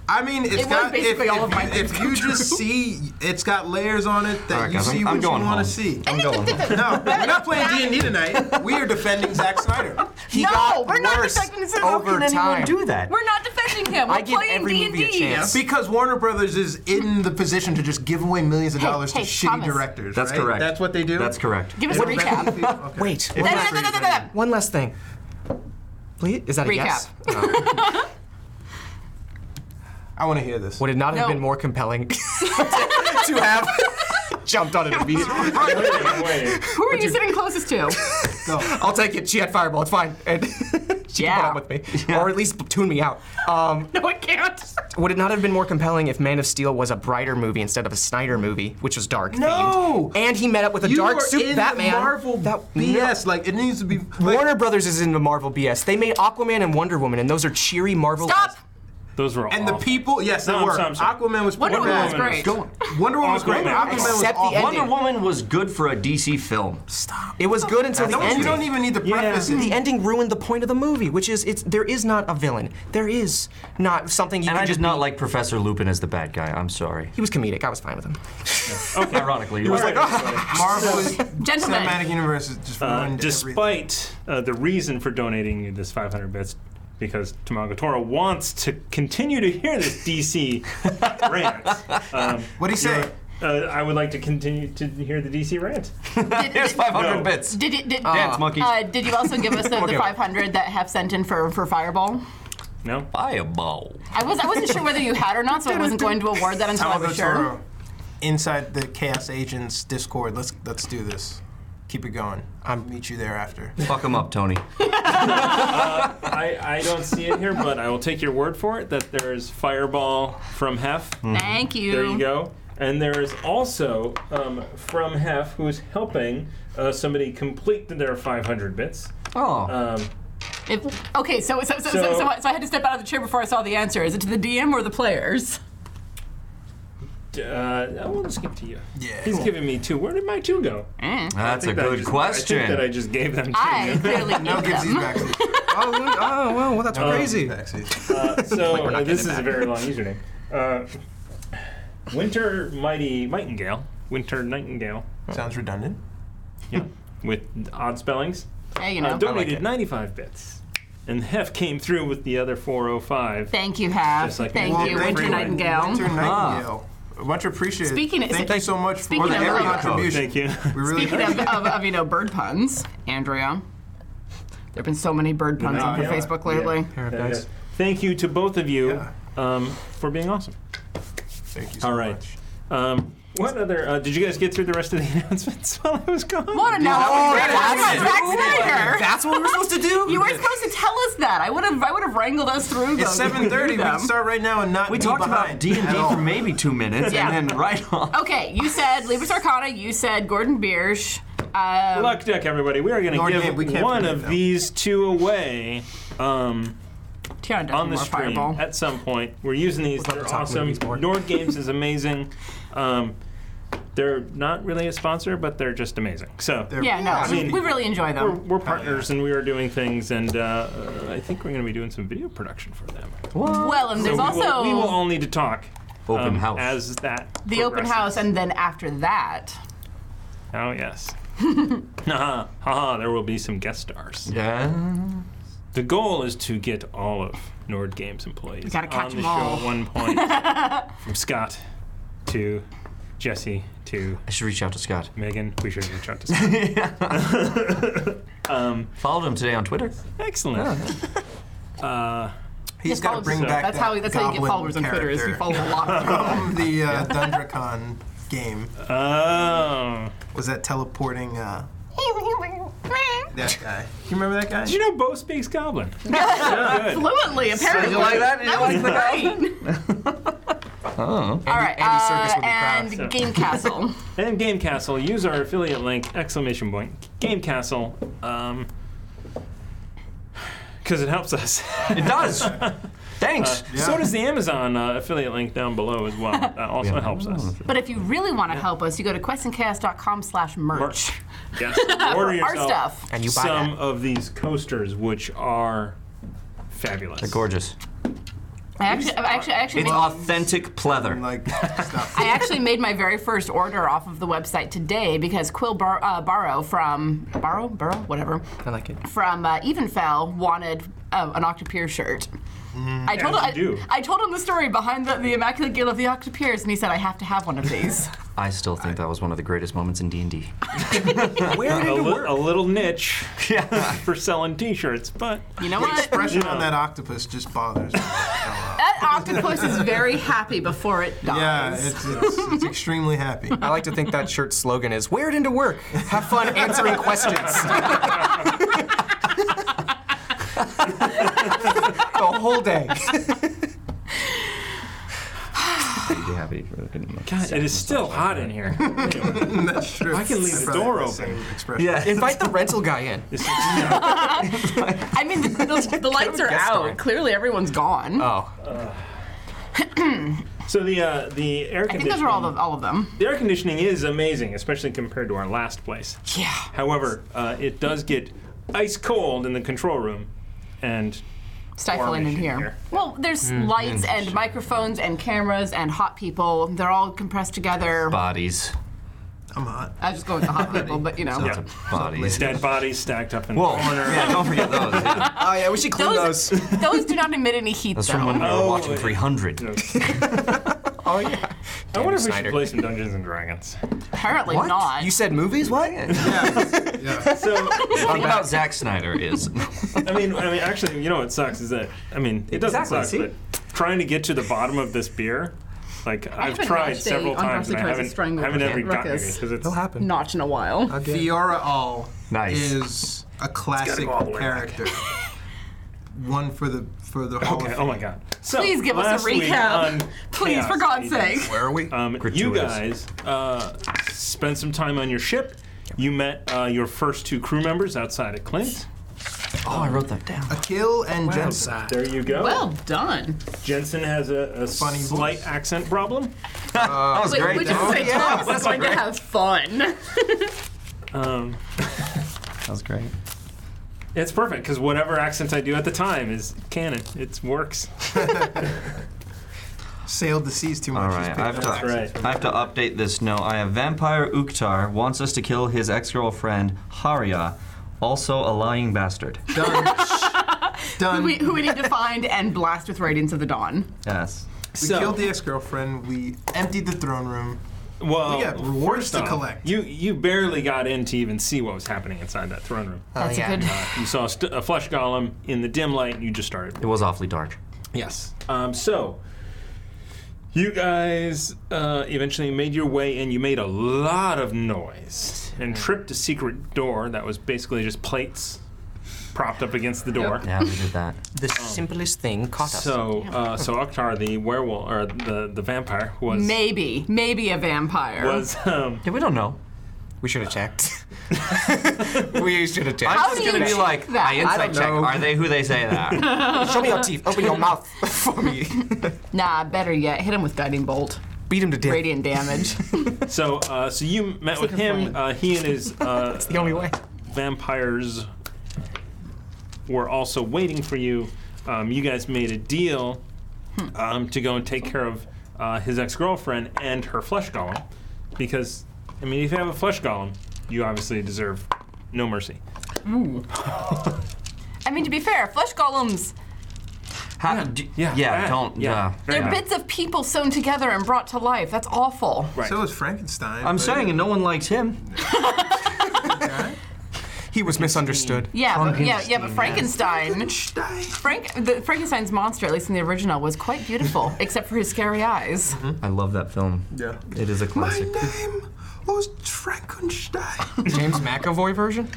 I mean, it's
was
got. If,
basically all
if-
of my
if
things come
you just see, it's got layers on it that
All right,
you
guys,
see
I'm, I'm
what you
going home.
want to see.
I'm going home.
No, we're
*laughs*
not playing D and D tonight. We are defending Zack Snyder.
He
no,
got
we're not
worse
defending him.
over
How can anyone
time.
do that?
We're not defending him. We're
I give
playing
every
D&D.
movie a chance.
Because Warner Brothers is in the position to just give away millions of
Hey,
dollars
hey,
to shitty
Thomas.
directors.
That's
right?
correct.
That's what they do.
That's correct.
Give us a recap. *laughs*
Okay.
Wait,
No,
one,
no, no, no, no, no.
one last thing. Please, is that a yes?
I want to hear this.
Would it not have
No.
been more compelling *laughs* to have *laughs* jumped on it immediately?
Who are you sitting closest to?
*laughs*
Go.
I'll take it. She had Fireball. It's fine. And *laughs* she
Yeah.
can put up with me, or at least tune me out. Um,
no, I can't.
Would it not have been more compelling if Man of Steel was a brighter movie instead of a Snyder movie, which was dark
*laughs* No!
themed? And he met up with a
You
dark
are
suit
in
Batman.
The Marvel
That-
BS. Like it needs to be. like,
Warner Brothers is in the Marvel BS. They made Aquaman and Wonder Woman, and those are cheery Marvel.
Stop!
Those were
And the
awful.
people, yes, they
No, I'm
were.
sorry, I'm sorry.
Aquaman was
Wonder
pretty
Woman was
bad.
great.
Go on.
Wonder Woman was great. but
Aquaman.
Aquaman was
Except the
awful.
end-
Wonder Woman was good for a DC film.
Stop.
It was good until the
Don't-
ending.
you don't even need to
Yeah.
preface it.
the ending ruined the point of the movie, which is it's there is not a villain. There is not something you
And
can
I did
just
not
be-
like Professor Lupin as the bad guy. I'm sorry.
He was comedic. I was fine with him.
*laughs*
*laughs*
Ironically, you was
All right, everybody.
Marvel is
*laughs* Gentlemen.
cinematic universe is just
Uh,
ruined
*laughs*
everything.
despite uh, the reason for donating this 500 bits because Tamago Toro wants to continue to hear this DC
*laughs*
rant. Um,
What'd he say?
uh, I would like to continue to hear the DC rant.
Here's 500
No.
bits.
Did, it- did,
Dance, monkeys.
uh, did you also give us the, the
Okay.
500 that Hef sent in for, for Fireball?
No?
Fireball.
I, was, I wasn't sure whether you had or not, so I wasn't going to award that until I
Alvaro
was sure.
Toro, Inside the Chaos Agents Discord. Let's let's do this. Keep it going. I'll meet you
*laughs*
there after.
Fuck him up, Tony.
I, I don't see it here, but I will take your word for it that there's Fireball from Hef.
Thank you.
There you go. And there is also um, from Hef who's helping uh, somebody complete their 500 bits.
Oh.
Um,
If- okay, so so, so, so,
So-
so, I, so I had to step out of the chair before I saw the answer. Is it to the DM or the players?
d- uh, I will just give to you.
Yeah.
He's giving me two. Where did my two go?
That's a
think that I
good
just-
question.
I think that I just gave them to
*laughs* I clearly
No
need
gives these
them.
back.
*laughs*
oh, oh, well, well, that's crazy.
you. So
we're not
uh, this
getting
is
it
a
back.
very long username. Uh, Winter Mighty Nightingale. Winter Nightingale.
Sounds redundant.
Yeah. With odd spellings.
Hey, you
Uh,
know.
donated 95 bits. And Hef came through with the other 405.
Thank you, Hef.
Just like
Thank
Well,
you,
thank
Winter
you.
Nightingale.
Winter Nightingale. Much appreciated.
Speaking of-
thank you so much for
speaking
the
of-
every
Area code.
contribution.
Thank you.
We really
Speaking
appreciate
of, of, of you know bird puns, Andrea, there have been so many bird puns on her
yeah.
Facebook lately.
Uh, *laughs* Thank you to both of you um, for being awesome.
it. Thank you so
All right.
much.
Um, what other? Uh, did you guys get through the rest of the *laughs* announcements while I was gone?
What a no!
that's
Zack Snyder.
That's what we're supposed to do.
You were supposed to tell us that. I would have. I would have wrangled us through.
It's
those if we
7:30. We
knew
can
them.
start right now and not
we
be
talked about
behind
D and
at
D
all.
for maybe two minutes,
Yeah.
and then right *laughs* on.
Okay, you said Libra Arcana. You said Gordon Biersch. Um,
Luck Duck, everybody. We are going
Lord,
to
yeah, we
give
can't
one
forget
of
them.
these two away. Um,
Tiana
on the
more
stream
fireball.
at some point. We're using these.
love
They're
to talk
awesome.
movies more.
Nord Games is amazing. Um, they're not really a sponsor, but they're just amazing. So
Yeah, no,
I
we,
mean,
we really enjoy
we're,
them.
we're partners, and we are doing things, and uh, uh, I think we're going to be doing some video production for them.
Well, and there's
So we will-
also
we will all need to talk.
Open
um,
house.
as that
the open
progresses.
house, and then after that,
Oh
*laughs*
yes. Haha, haha, there will be some guest stars.
yeah.
The goal is to get all of Nord Games employees
gotta catch
on the
'em
show
all.
at
*laughs*
one point. From Scott to Jesse to
I should reach out to Scott.
Megan. We should reach out to Scott.
Followed him today on Twitter.
Excellent. Uh,
He's got to bring
So-
back
that's
that
how we, that's how you get
goblin
followers on Twitter. Is you
character
follow a lot of people.
from *laughs* the
*laughs*
uh, Dundrakon game.
oh.
Was that teleporting? Uh, *laughs* that guy. You remember that guy?
Did you know Bo speaks Goblin?
fluently, apparently.
you like that? You
*laughs* That
like *laughs*
was great.
Oh.
All right,
Andy Serkis
uh,
would be proud.
and Game Castle.
And Game Castle. Use our affiliate link, exclamation point. Game Castle. Um, because it helps us. *laughs*
It does. Thanks.
So does the Amazon uh, affiliate link down below as well. That also helps us.
But if you really want to help us, you go to questandchaos.com slash merch.
Yes. Order
*laughs* Our
yourself
stuff.
and you buy
some
that.
of these coasters, which are fabulous.
They're gorgeous.
I actually, I actually, I actually,
It's
made,
authentic
*laughs*
pleather.
*laughs* Like stuff.
I actually made my very first order off of the website today because Quill Bar- uh, Barrow from Barrow, Burrow, whatever,
I like it.
from uh, Evenfell wanted uh, an Octopier shirt. I told
As
him, I,
you do.
I told him the story behind the, the Immaculate Guild of the Octopiers, and he said, "I have to have one of these."
I still think that was one of the greatest moments in D and D.
Where did
A, li-
it work?
a little niche *laughs* for selling T-shirts, but
You know what?
Expression on that octopus just bothers *laughs* me.
That octopus is very happy before it
Yeah,
dies.
it's, it's, it's extremely happy.
I like to think that shirt's slogan is "Wear it into work. Have fun answering questions." the whole day.
coffee for the
God, it is still hot in here. *laughs* Anyway,
That's true.
I can leave the door open.
Probably same expression.
Yeah.
Invite the rental guy in.
This is-
I mean, the, the, the lights are
guest
out.
on.
Clearly, everyone's gone.
Oh,
so the uh, the air
I
conditioning.
think those are all of all of them.
the air conditioning is amazing, especially compared to our last place.
Yeah.
However, uh, it does get ice cold in the control room, and
stifling in
Formation
here.
here.
Well, there's lights and microphones and cameras and hot people. They're all compressed together.
Bodies.
I'm *laughs* hot.
I just go with the hot people, but you know.
*laughs* Yeah.
Bodies.
dead bodies stacked up in
Whoa.
the
*laughs*
corner.
Yeah, don't forget those. Yeah.
oh yeah, we should clean
Those,
those.
those do not emit any heat,
That's from
though.
when we were
Oh,
watching
it-
300.
Oh yeah.
I wonder if we
Snyder.
should play some Dungeons and Dragons.
Apparently
What?
not.
You said movies? What?
So,
The thing about Zack Snyder *laughs* is
I mean, I mean, actually, you know what sucks is that I mean, it doesn't
Exactly,
suck,
see?
but trying to get to the bottom of this beer, like I've
haven't
tried
watched
several
a
times, and I
Unfrosted Toys
haven't,
Strangle
haven't ever
Ruckus.
gotten it because it's
happen.
not in a while.
Fiora All
Nice.
is a classic
go all the way back.
character. *laughs* One for the for the Hall
Okay,
of
oh my god. So,
Please give us a
last week
recap.
on
*laughs* Please,
Chaos
for God's
Agents,
sake.
Where are we?
Um, you
Gratuitous.
guys uh, spent some time on your ship. You met uh, your first two crew members outside of Clint.
Oh, I wrote that down.
Kill and Genocide.
There you go.
Well done.
Jensen has a, a
Funny
slight
voice.
accent problem.
That was
Wait,
great.
which is
though.
say Thomas is going to have fun.
Um,
That was great.
It's perfect because whatever accents I do at the time is canon. It works.
Sailed the seas too much.
All
He's
right,
picked
I have to.
up.
right.
I have to update this note. I have vampire Uktar wants us to kill his ex-girlfriend Haria, also a lying bastard.
Done.
we,
We,
who we need to find and blast with Radiance of the Dawn.
Yes.
So-
killed the ex-girlfriend. We emptied the throne room.
Oh, Well,
We got rewards
first
to
off,
collect.
You you barely got in to even see what was happening inside that throne room. Uh,
That's a good.
You saw a, st- a flesh golem in the dim light, and you just started.
It was awfully dark.
Yes. Um, so you guys uh, eventually made your way in. You made a lot of noise and tripped a secret door that was basically just plates propped up against the door.
Yeah, we did that.
The simplest thing caught us.
So, uh, so Oktar, the werewolf or the the vampire, was
Maybe, maybe a vampire.
was um,
Yeah, we don't know.
we should
*laughs*
have checked. we should have checked.
I'm
How
just
do
gonna
you
be
check
like,
that?
I
I
insight
don't
check.
know.
Are they who they say they are?
*laughs*
Show me your teeth. Open your mouth *laughs* for me.
nah, better yet, hit him with guiding bolt.
Beat him to death.
Radiant damage.
So, uh, so you met with
Second
him.
point.
Uh, he and his uh,
The only way.
vampires were also waiting for you. Um, you guys made a deal um, to go and take care of uh, his ex-girlfriend and her flesh golem, because I mean, if you have a flesh golem, you obviously deserve no mercy.
I mean, to be fair, flesh golems,
How, do,
Yeah,
yeah,
bad.
don't.
Yeah.
Yeah.
Very
they're
bad.
bits of people sewn together and brought to life. That's awful.
Right.
So was Frankenstein.
I'm
but-
saying, and no one likes *laughs* him.
He was misunderstood.
Yeah, but, yeah, yeah, but Frankenstein. Frank, the, Frankenstein's monster, at least in the original, was quite beautiful, except for his scary eyes.
I love that film.
Yeah.
It is a
My
classic.
name was
*laughs*
Frankenstein.
James McAvoy version?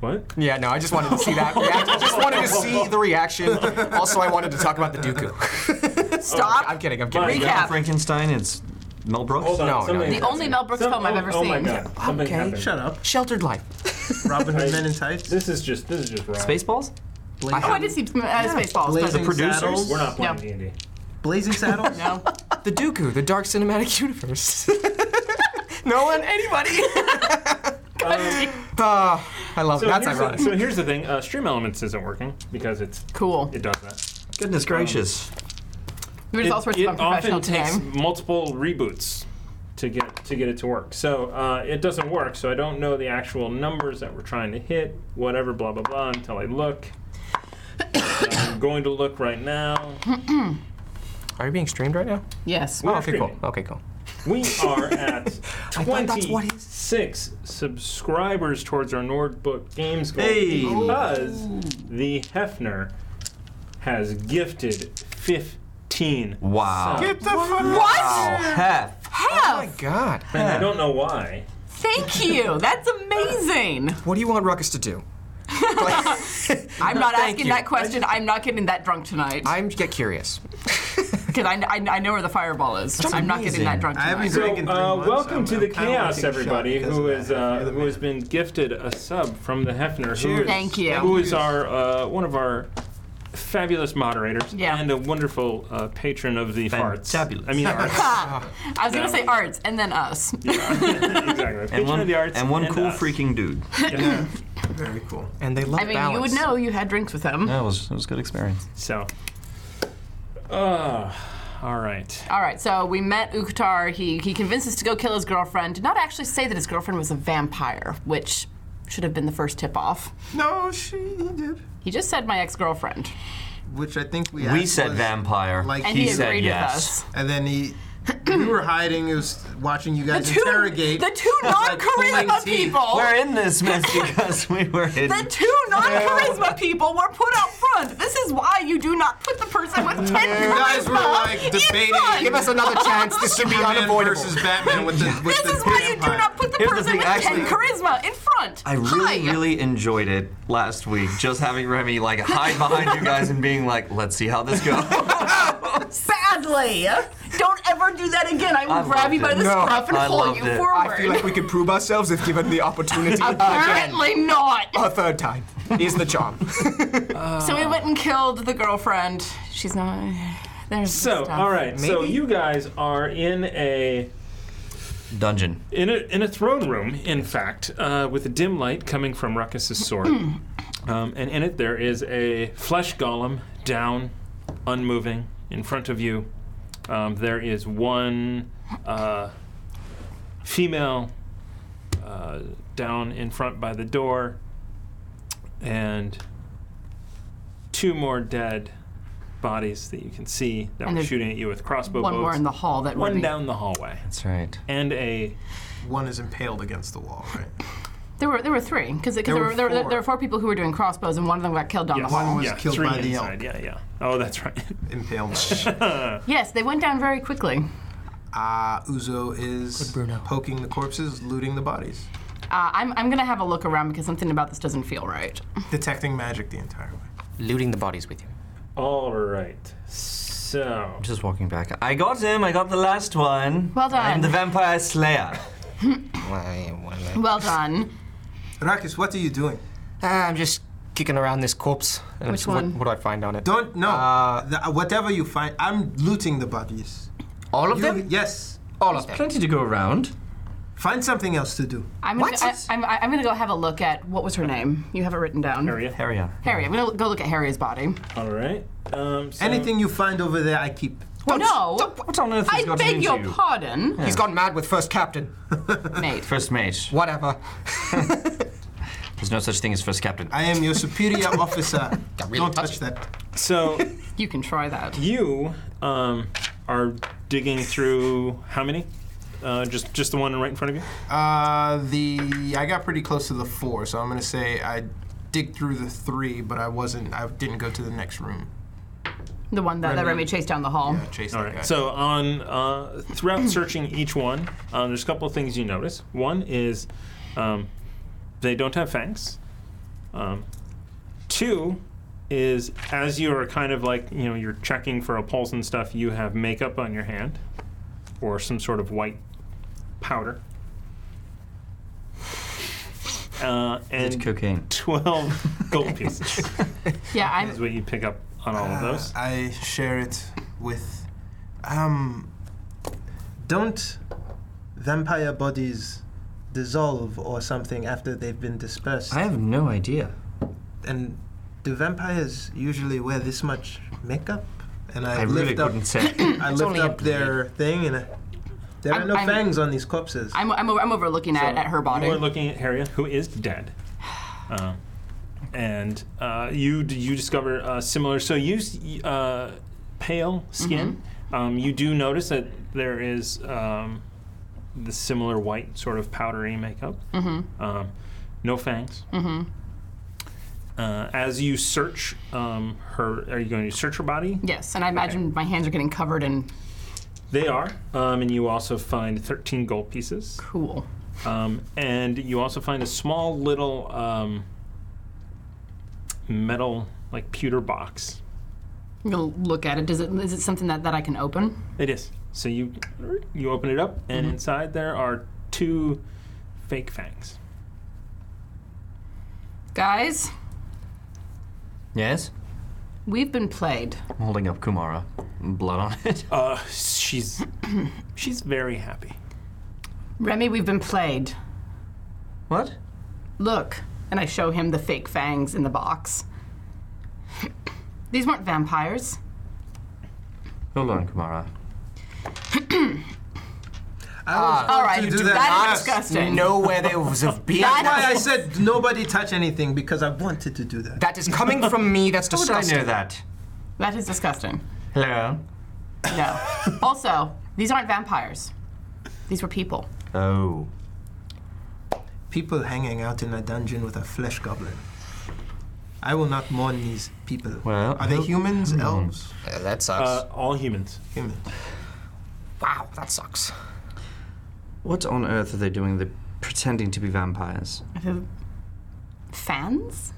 What?
Yeah, no, I just wanted to see that reaction. I just wanted to see the reaction. Also, I wanted to talk about the Dooku.
*laughs*
Oh,
Stop.
I'm kidding, I'm kidding.
Recap. Yeah.
Frankenstein. It's Mel Brooks.
No, no.
something-
The
only Mel Brooks
Some-
film I've
oh-
ever
Oh my
seen.
god! Something
Okay,
happened.
Shut up.
Sheltered life.
Robin Hood Men in Tights.
This is just this is just wrong.
Spaceballs.
Oh, I did see uh, Spaceballs.
Blazing
but-
producers?
Saddles.
We're not playing
No.
D and D.
Blazing Saddles.
No.
The Dooku, the dark cinematic *laughs* universe. no one, anybody. Uh, I love
So,
that's
here's
ironic.
the, so here's the thing: uh, Stream Elements isn't working because it's
Cool.
it does that.
Goodness gracious.
There's all sorts of unprofessional
often
today.
takes multiple reboots to get to get it to work. So uh, it doesn't work. So I don't know the actual numbers that we're trying to hit. Whatever, blah blah blah. Until I look, *coughs* I'm going to look right now.
Are you being streamed right now?
Yes.
Oh, okay, cool.
streaming.
Okay, cool.
We are at
thought that's what he-
26 subscribers towards our Nordbook Games goal
Hey.
because the Hefner has gifted 15.
Wow.
subs.
the fuck
Wow. Hef.
Oh my god.
I don't know why.
Thank you. That's amazing.
What do you want Ruckus to do? Like,
I'm not asking
you.
that question. I'm not getting that drunk tonight.
I'm get curious.
because I, I, I know where the fireball is. I'm not getting that drunk
I haven't
tonight.
So,
drank in three
uh,
months.
welcome
I'm-
to
I'm
the
kinda wanna
chaos,
take a shot
everybody,
because
who
of
is
that.
uh,
You're the
who has
man.
been gifted a sub from the Hefner. Who is,
Cheers.
Thank you.
Who is our uh, one of our fabulous moderators
Yeah.
and a wonderful uh, patron of the farts.
Fantabulous.
I mean,
*laughs*
arts.
I was gonna say arts and then us.
exactly. A patron
one,
of the arts
and one cool
us.
freaking dude.
Very cool.
And they love
I mean,
balance.
you would know you had drinks with
*laughs*
them.
That was, that was a good experience.
So, uh, all right.
All right, so we met Uktar. He he convinced us to go kill his girlfriend. Did not actually say that his girlfriend was a vampire, which should have been the first tip off.
No, she he did.
He just said my ex-girlfriend,
Which I think we
We
asked
said
was-
vampire.
like-
and
He
he,
said
agreed
yes.
with us.
And then he, we were hiding. It was watching you guys interrogate.
the two
like pulling
non-charisma
teeth.
people,
We're in this
*laughs*
mess because we were hidden.
Oh. the two non-charisma people were put out front. This is why you do not put the person with ten charisma.
You guys were like
in
debating.
front.
Give us another chance. This should be
Superman
unavoidable.
versus Batman with the with
This
the
is why you do
vampire.
not put the
Here's the
person
thing,
with
actually-
ten charisma in front.
I really,
Hi.
really enjoyed it last week. Just having Remy like hide behind you guys and being like, "Let's see how this
*laughs*
goes."
badly. Don't ever do that again. I will
I
grab you by
loved
the
it.
No,
scruff and
I
pull
loved
you
it.
forward.
I feel like we could prove ourselves if given the opportunity again.
Apparently not.
A third time is the charm.
So we went and killed the girlfriend. She's not. There's
So,
stuff.
all right. So you guys are in a
Dungeon.
in a in a throne room, in fact, uh, with a dim light coming from Ruckus's
*clears throat*
sword, um, and in it there is a flesh golem down, unmoving in front of you. Um, there is one uh, female uh, down in front by the door, and two more dead bodies that you can see that were
there's
shooting at you with crossbow
One
bows.
more in the hall that would
one
be-
down the hallway,
That's right.
and a
One is impaled against the wall, right?
There were there were three because there,
were
were there, were-
four.
there were four people who were doing crossbows and one of them got killed down
Yes.
the hall.
One was killed
three
by the
inside. Yeah, yeah. Oh, that's right. *laughs*
*laughs*
Impalement.
Yes, they went down very quickly.
Uh, Uzo is
Bruno.
poking the corpses, looting the bodies,
Uh, I'm I'm gonna have a look around because something about this doesn't feel right.
detecting magic the entire way.
Looting the bodies with you.
All right. So,
Just walking back. I got him. I got the last one.
Well done.
I'm the vampire slayer.
Well done.
Rakis, what are you doing?
Ah, I'm just kicking around this corpse. And
Which
it's what-
one?
What, do I find on it?
Don't know.
Uh,
whatever you find, I'm looting the bodies.
all of
You-
them?
yes.
All of them.
Plenty to go around.
Find something else to do.
I'm gonna, I, I'm, I'm gonna go have a look at what was her name. You have it written down.
Harriet.
Harry on.
Harry. I'm gonna go look at Harry's body.
All right. Um, so
Anything you find over there, I keep.
Oh, no.
What on earth has
I
gotten
beg
into
your
you?
pardon,
He's gone mad with first captain.
mate.
First mate.
Whatever.
There's no such thing as first captain.
I am your
*laughs*
superior officer.
really
Don't
touched
touch that. *laughs*
so
You can try that.
you um, are digging through how many? Uh, just just the one right in front of you.
Uh, the I got pretty close to the four, so I'm gonna say I dig through the three, but I wasn't. I didn't go to the next room.
The one that, that
Remy.
Remy chased down the hall.
I chased
All
that guy.
right. So on uh,
*clears throat*
throughout searching each one, um, there's a couple of things you notice. One is um, they don't have fangs. Um, two is as you are kind of like you know you're checking for a pulse and stuff, you have makeup on your hand or some sort of white powder. Uh,
It's
and
cocaine.
twelve gold pieces
Yeah,
is
I'm.
what you pick up on all
Ah.
of those.
Uh, I share it with. Um. Don't vampire bodies dissolve or something after they've been dispersed?
I have no idea.
and do vampires usually wear this much makeup? And I,
I really
lift up,
couldn't say.
*clears throat* I lift
only a
up their thing, and I, there are
I'm-
no
I'm-
fangs on these corpses.
I'm, I'm, over, I'm overlooking at, at her body.
You are looking at Harriet, who is dead, *sighs* um, and uh, you d- you discover uh, similar. So you s- y- uh, pale skin.
Mm-hmm.
Um, you do notice that there is um, the similar white sort of powdery makeup.
Mm-hmm.
Um, no fangs. Uh, as you search um, her, are you going to search her body?
yes, and I imagine my hands are getting covered in
They are, um, and you also find thirteen gold pieces.
cool.
Um, and you also find a small little um, metal, like pewter box
I'm gonna look at it. Does it is it something that, that I can open?
It is. So you you open it up, and inside there are two fake fangs.
Guys,
Yes?
we've been played.
I'm holding up Kumara. Blood on it.
Uh, she's *coughs* she's very happy.
Remy, we've been played.
What?
Look, and I show him the fake fangs in the box. These weren't vampires.
Hold on, Kumara.
Ah. All right,
to
that
do
is
that last.
disgusting.
Know where there
*laughs*
was a being.
That-
Why I said nobody touch anything because I wanted to do *laughs* that.
that is coming from me. That's
How would I
disgusting.
know that?
That is disgusting.
Hello?
No. also, these aren't vampires. These were people.
Oh.
People hanging out in a dungeon with a flesh goblin. I will not mourn these people.
Well,
are they
who-
humans, elves?
Uh, that sucks.
Uh, all humans.
Humans.
wow, that sucks.
What on earth are they doing? They're pretending to be vampires.
Fans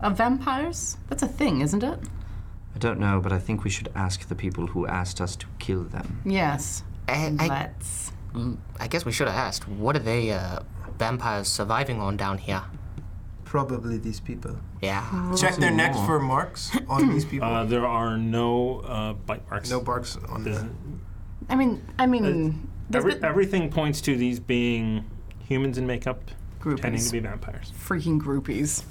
of vampires? That's a thing, isn't it?
I don't know, but I think we should ask the people who asked us to kill them.
Yes.
I, I,
Let's.
I guess we should have asked, what are they uh, vampires surviving on down here?
Probably these people.
Yeah.
Check their necks for marks on *coughs* these people.
Uh, there are no uh, bite marks.
no barks on
There's-
them.
I mean, I mean, there's
every,
been
everything points to these being humans in makeup, pretending to
groupies.
be vampires.
Freaking groupies.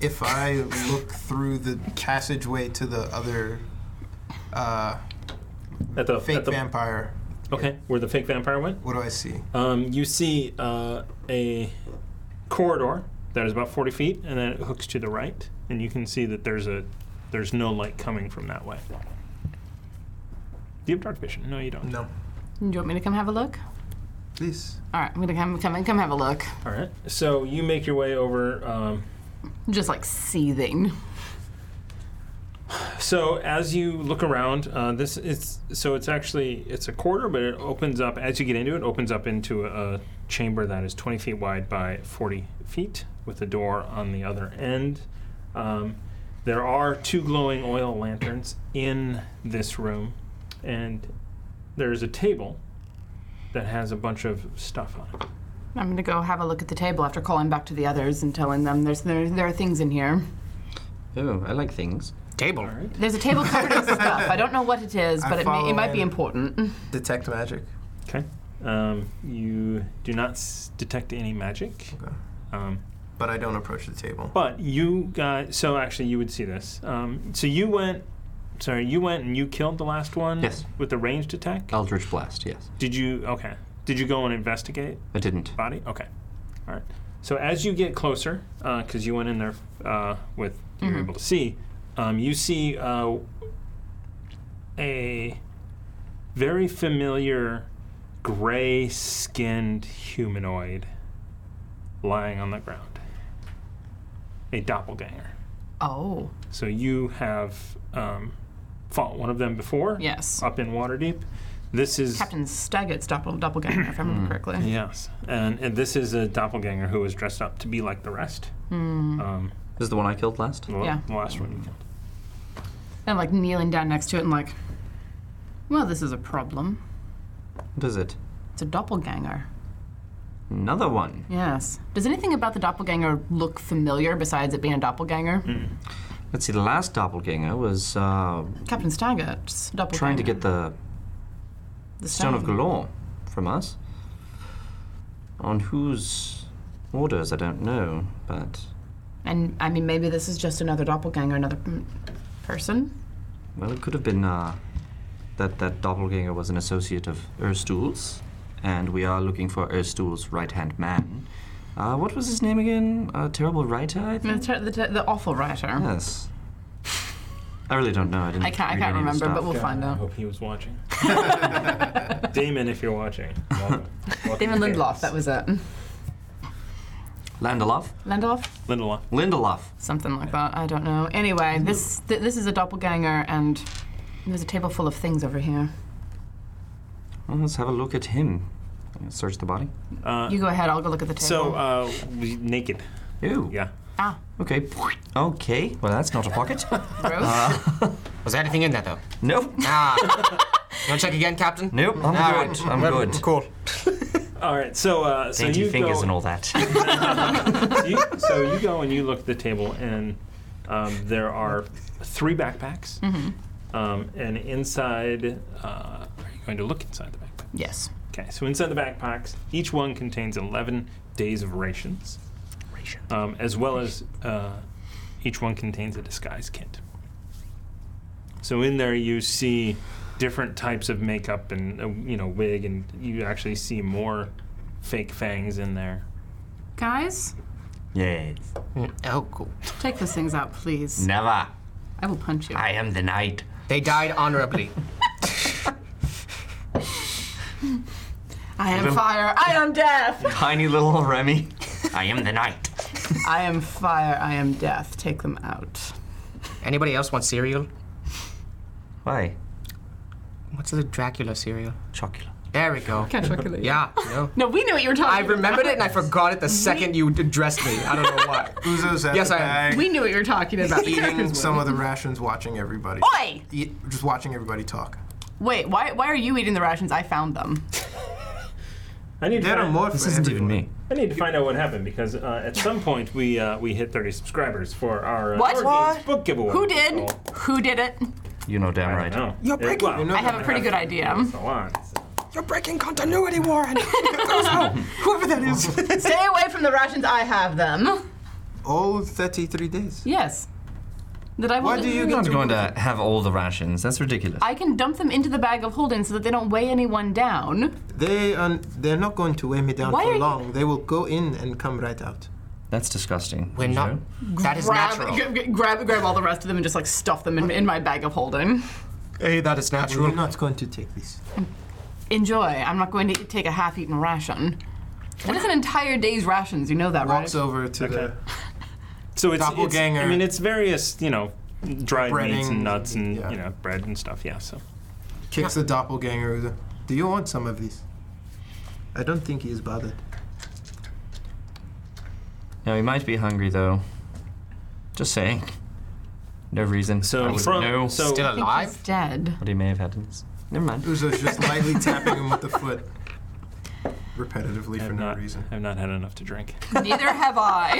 If I look through the passageway to the other uh,
At the
fake
at the,
vampire,
Okay, where the fake vampire went.
what do I see?
Um, you see uh, a corridor that is about 40 feet, and then it hooks to the right, and you can see that there's a there's no light coming from that way. Do you have dark vision? No, you don't.
No.
Do you want me to come have a look?
Please.
All right, I'm gonna come come come have a look.
All right. So you make your way over. Um,
I'm just like seething.
so as you look around, uh, this it's so it's actually it's a corridor, but it opens up as you get into it. Opens up into a, a chamber that is 20 feet wide by 40 feet, with a door on the other end. Um, there are two glowing oil lanterns in this room, and there is a table that has a bunch of stuff on it.
I'm gonna go have a look at the table after calling back to the others and telling them there's there, there are things in here.
Oh, I like things.
Table.
There's a table covered in stuff. I don't know what it is,
I
but it, may,
follow
it might be
in.
important.
Detect magic.
Okay. Um, you do not s- detect any magic.
Okay.
Um,
But I don't approach the table.
But you got so actually you would see this. Um, so you went, sorry, you went and you killed the last one.
Yes.
With the ranged attack.
Eldritch Blast, yes.
Did you? Okay. Did you go and investigate
I didn't.
body? Okay. All right. So as you get closer, because you went in there uh, with you
Mm-hmm.
were able to see, um, you see uh, a very familiar gray-skinned humanoid lying on the ground. A doppelganger.
Oh,
So you have um, fought one of them before.
yes.
Up in Waterdeep. This is
Captain Staggett's doppel, doppelganger, if I remember correctly.
Yes, and, and this is a doppelganger who is dressed up to be like the rest. Um,
This is the one I killed last?
the,
Hmm. Yeah.
the last one you killed.
And like kneeling down next to it and like, well, this is a problem.
What is it?
It's a doppelganger.
Another one.
Yes. Does anything about the doppelganger look familiar besides it being a doppelganger?
Hmm. Let's see, the last doppelganger was uh,
Captain Staggett's doppelganger.
trying to get the
the
Stone of Galore from us. On whose orders, I don't know, but,
And I mean, maybe this is just another doppelganger, another mm, person.
well, it could have been uh, that that doppelganger was an associate of Erstul's, and we are looking for Erstul's right hand man. Uh, what was his name again? A terrible writer, I
The,
think?
ter- the, ter- the awful writer.
Yes. I really don't know. I didn't
I can't, I
read
can't
any of the
remember, but
stuff.
we'll find
I
out.
hope he was watching. *laughs*
*laughs*
Damon, if you're watching.
*laughs*
welcome. Welcome
Damon
to
Lindelof,
chaos.
that was it.
Lindelof?
Lindelof?
Lindelof.
Lindelof.
Something like that. I don't know.
Hmm.
Anyway, this th- this is a doppelganger, and there's a table full of things over here.
Well, let's have a look at him. Search the body.
Uh,
You go ahead. I'll go look at the table.
so uh, we- naked.
Ew.
Yeah.
Ah,
Okay. Okay. Well, that's not a pocket. *laughs*
gross.
Was there anything in there, though?
*laughs*
nope.
Ah. you want to check again, Captain?
Nope. I'm
All
good.
right.
I'm
Well,
good.
Cool.
All right, so uh, so
Dainty
you
fingers
go,
and
*laughs*
all that.
So you, so you go and you look at the table, and um, there are three backpacks,
Mm-hmm.
um, and inside. Uh, are you going to look inside the backpack?
yes.
Okay, so inside the backpacks, each one contains 11 days of rations, um, as well as uh, each one contains a disguise kit. So in there, you see different types of makeup and uh, you know wig, and you actually see more fake fangs in there.
Guys,
yes.
Oh, cool.
take those things out, please.
Never.
I will punch you.
I am the knight.
They died honorably.
I am fire. I am death.
Tiny little Remy. *laughs* I am the knight.
I am fire. I am death. Take them out.
Anybody else want cereal?
Why?
What's the Dracula cereal?
Chocula.
There we go.
Can't chocolate
*laughs*
it.
Yeah, no.
No, we knew what you were talking
I
about.
Remembered it and I forgot it the second you addressed me. I don't know why.
Uzo's at
Yes,
the
I am.
bag,
We knew what you were talking about.
*laughs* eating some of the rations, watching everybody.
Oi!
Eat, just watching everybody talk.
Wait, why, why are you eating the rations? I found them.
I need to
Dead or
find-
more
This isn't even me.
I need to find out what happened because uh, at some point we uh, we hit 30 subscribers for our uh,
What?
board
What?
games book giveaway.
Who did?
Oh,
Who did it?
You know damn
I
right.
don't know.
You're
It-
breaking-
well,
You know
I have a pretty good idea.
it's a lot, so.
You're breaking continuity, Warren. Whoever that is.
Stay away from the rations. I have them.
All 33 Oh, days.
*gasps* Yes. Did I?
Why
hold
do
it-
you
You're
get
not going to have all the rations. That's ridiculous.
*laughs* I can dump them into the bag of holding so that they don't weigh anyone down.
They are, they're not going to weigh me down
Why are
for
you-
long. They will go in and come right out.
That's disgusting.
We're not.
Joe.
That is natural.
g- g- grab, grab all the rest of them and just like stuff them in, in my bag of holding.
hey, that is
We're
natural.
not going to take this.
Enjoy. I'm not going to take a half-eaten ration. That is an entire day's rations. You know that, right?
Walks over to the.
*laughs* So it's, it's I
Doppelganger.
mean, it's various you know dried meats and
Breading,
nuts and
yeah.
you know bread and stuff. Yeah. So
Kicks the doppelganger. with a, Do you want some of these? I don't think he is bothered.
No, he might be hungry though. Just saying. No reason.
so
I would
from
know
so
Still
I think
alive?
he's dead.
what he may have had. in his- Never mind.
Uzo's *laughs* just lightly tapping him with the foot. Repetitively
I
for
have
no
not
reason.
I have not had enough to drink.
*laughs* Neither have I.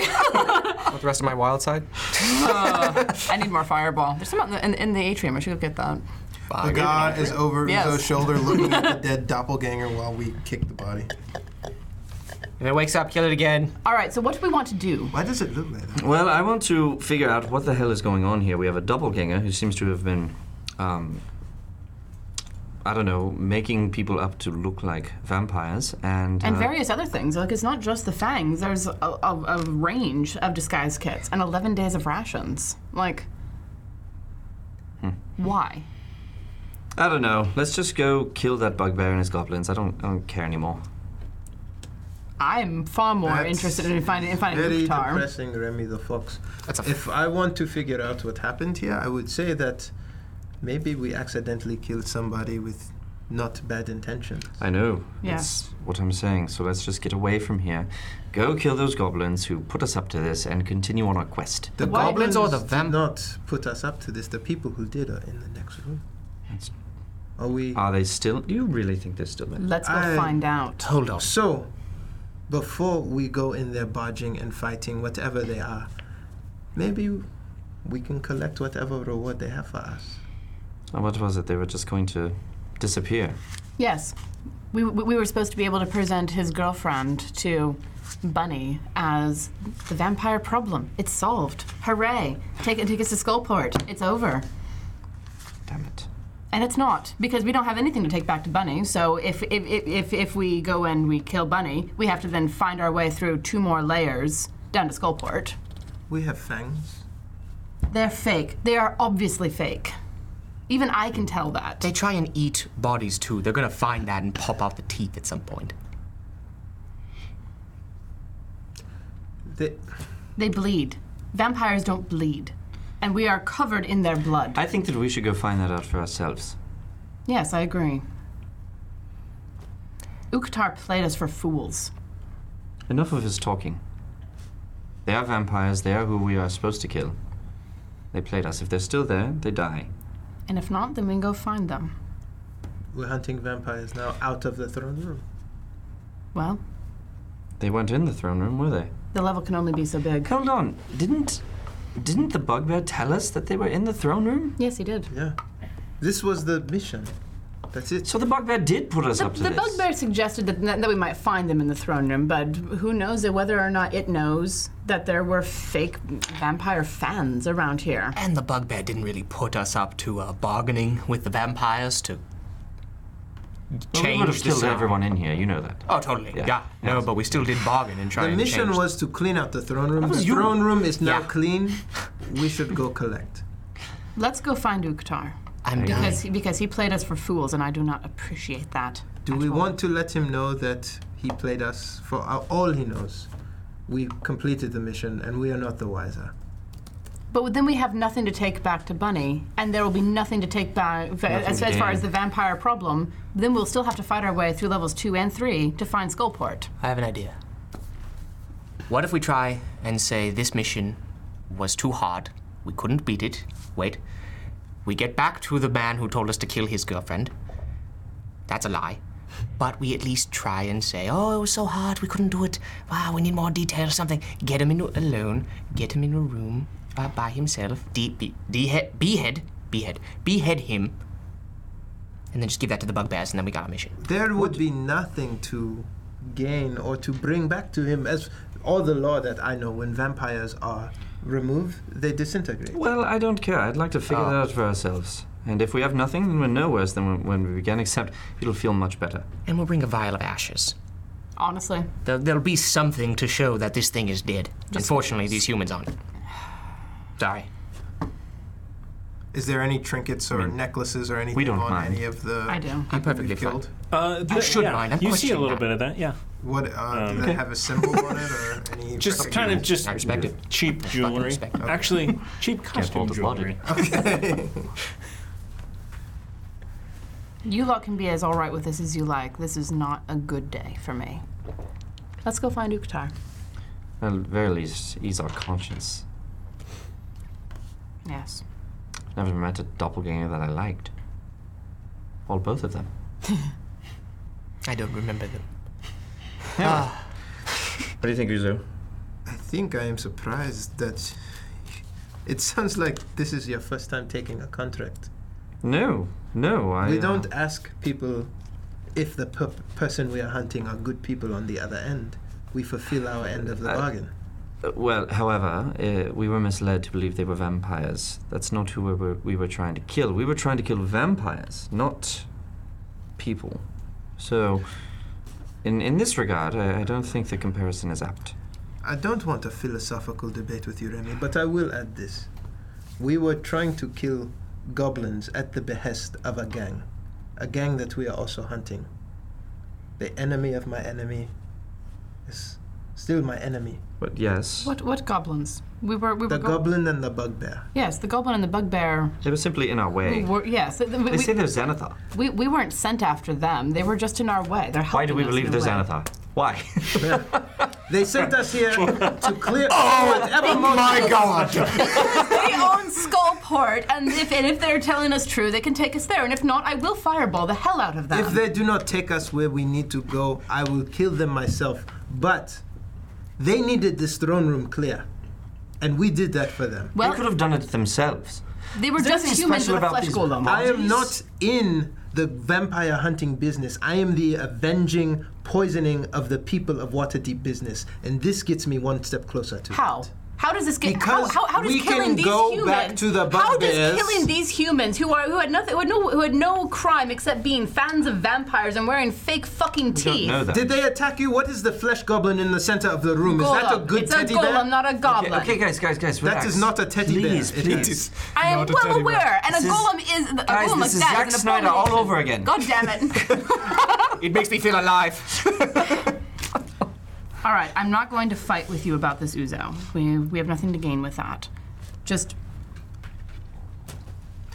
With the rest of my wild side.
*laughs* I need more fireball. There's some out in the, in, in the atrium. I should go get that.
The god is over
Yes.
Uzo's shoulder looking at the dead doppelganger while we kick the body.
If it wakes up, kill it again.
All right. So what do we want to do?
Why does it look like that?
Well, I want to figure out what the hell is going on here. We have a doppelganger who seems to have been, um, I don't know, making people up to look like vampires, and,
And
uh,
various other things. Like it's not just the fangs. There's a, a, a range of disguise kits and 11 days of rations. Like, why?
I don't know. Let's just go kill that bugbear and his goblins. I don't, I don't care anymore.
I'm far more
That's
interested in finding in finding
Very
Mukhtar.
depressing, Remy the Fox.
That's a f-
If I want to figure out what happened here, I would say that maybe we accidentally killed somebody with not bad intentions.
I know.
Yeah.
That's what I'm saying. So let's just get away from here. Go kill those goblins who put us up to this and continue on our quest.
The
Why-
goblins
or the
did
vamp-
not put us up to this. The people who did are in the next room.
That's- Mm.
Are we?
Ah.
Are they still? Do you really think they're still there?
Let's go
I-
find out.
Hold on.
So, before we go in there barging and fighting, whatever they are, maybe we can collect whatever reward they have for us.
Oh, what was it? They were just going to disappear.
Yes, we, we we were supposed to be able to present his girlfriend to Bunny as the vampire problem. It's solved. Hooray! Take take us to Skullport. It's over.
Damn it.
And it's not because we don't have anything to take back to Bunny. So if if, if, if if we go and we kill Bunny, we have to then find our way through two more layers down to Skullport.
We have fangs.
They're fake. They are obviously fake. Even I can tell that.
They try and eat bodies too. They're gonna find that and pop out the teeth at some point.
They,
They bleed. Vampires don't bleed. And we are covered in their blood.
I think that we should go find that out for ourselves.
Yes, I agree. Uktar played us for fools.
Enough of his talking. They are vampires. They are who we are supposed to kill. They played us. If they're still there, they die.
And if not, then we can go find them.
We're hunting vampires now out of the throne room.
Well,
They weren't in the throne room, were they?
the level can only be so big.
Hold on. Didn't didn't the bugbear tell us that they were in the throne room?
Yes, he did.
Yeah. This was the mission. That's it.
So the bugbear did put us
The,
up to
the
this.
bugbear suggested that, that we might find them in the throne room, but who knows whether or not it knows that there were fake vampire fans around here.
And the bugbear didn't really put us up to uh, bargaining with the vampires to
Well, we
change
would have
the
killed
sound.
everyone in here. You know that.
Oh, totally. Yeah. No, but we still did bargain and try
The
and
mission
change.
was to clean out the throne room.
was
The
you.
throne room is now
Yeah.
clean. We should go collect.
Let's go find Uktar.
I'm done.
Because he, because he played us for fools, and I do not appreciate that.
Do
at
we
all.
want to let him know that he played us for our- all he knows? We completed the mission and we are not the wiser.
But then we have nothing to take back to Bunny, and there will be nothing to take back as, as
to
far
gain.
as the vampire problem. Then we'll still have to fight our way through levels two and three to find Skullport.
I have an idea. What if we try and say this mission was too hard? We couldn't beat it. Wait. We get back to the man who told us to kill his girlfriend. That's a lie. But we at least try and say, oh, it was so hard, we couldn't do it. Wow, we need more detail, something. Get him into alone, get him in a room uh, by himself, de- be- de- behead, behead, behead him, and then just give that to the bugbears, and then we got our mission.
There would be nothing to gain or to bring back to him as all the law that I know when vampires are removed, they disintegrate.
Well, I don't care. I'd like to figure that out for ourselves. And if we have nothing, then we're no worse than when, when we began, except it'll feel much better.
And we'll bring a vial of ashes.
Honestly,
There, there'll be something to show that this thing is dead. Unfortunately, these humans aren't. Sorry.
Is there any trinkets or necklaces or anything
don't
on
mind.
any of the
I do.
I'm perfectly
we've
fine.
killed?
Uh, th-
should
yeah,
mind. I'm
you see a
questioning
little
that.
bit of that, yeah.
What uh, do they have a symbol on
*laughs*
it or any?
Um, Just kind
*laughs*
of just
I respect it.
cheap jewelry.
respect it.
Actually, *laughs* cheap costume
fault his logic.
jewelry.
You lot can be as all right with this as you like. This is not a good day for me. Let's go find Uktar.
At the very least, ease our conscience.
Yes.
Never met a doppelganger that I liked. Or both of them.
I don't remember them.
What do you think, Uzo?
I think I am surprised that it sounds like this is your first time taking a contract.
No, no, I.
we
uh,
don't ask people if the per- person we are hunting are good people on the other end. We fulfill our end of the
I-
bargain.
Uh, Well, however, uh, we were misled to believe they were vampires. That's not who we were, we were trying to kill. We were trying to kill vampires, not people. So, in, in this regard, I, I don't think the comparison is apt.
I don't want a philosophical debate with you, Remy, but I will add this. We were trying to kill goblins at the behest of a gang, a gang that we are also hunting. The enemy of my enemy is still my enemy.
But yes,
What what goblins? We were we were
The
go-
goblin and the bugbear.
Yes, the goblin and the bugbear.
they were simply in our
We
way.
were, yes, th- th- we,
They say they're Xanathar.
we, we weren't sent after them. They were just in our way. They're
Why do
helping
we
us
believe
in
they're
a way.
Xanathar?
*laughs*
Why?
They sent us here to clear whatever
Oh
motive.
God!
We own Skullport, and if and if they're telling us true, they can take us there. And if not, I will fireball the hell out of them.
If they do not take us where we need to go, I will kill them myself. But they needed this throne room clear, and we did that for them.
they
well,
could have done it themselves.
they were
there
just
anything
humans
special
with a
about
flesh
these
golem.
I am not in the vampire hunting business. I am the avenging, poisoning of the people of Waterdeep business, and this gets me one step closer to
How?
it.
How does this get?
Because
how, how, how does
we
killing
can
these
go
humans,
back to the
How does
bugbears.
killing these humans who are who had nothing who had no who had no crime except being fans of vampires and wearing fake fucking
We don't
teeth?
know that.
Did they attack you? What is the flesh goblin in the center of the room? Is that a
Golem.
good
it's
teddy
a golem,
bear?
not a goblin.
Okay, okay, guys, guys, guys,
That
relax.
is not a teddy
please,
bear. It
Please,
is.
I am
Not a
well
teddy bear.
aware, and a
This is-
golem is a
Guys,
golem
this
like
is
that
Zack
is an
Snyder all
abomination.
over again.
God damn
*laughs*
it!
it makes me feel alive.
all right, I'm not going to fight with you about this Uzo. We we have nothing to gain with that. Just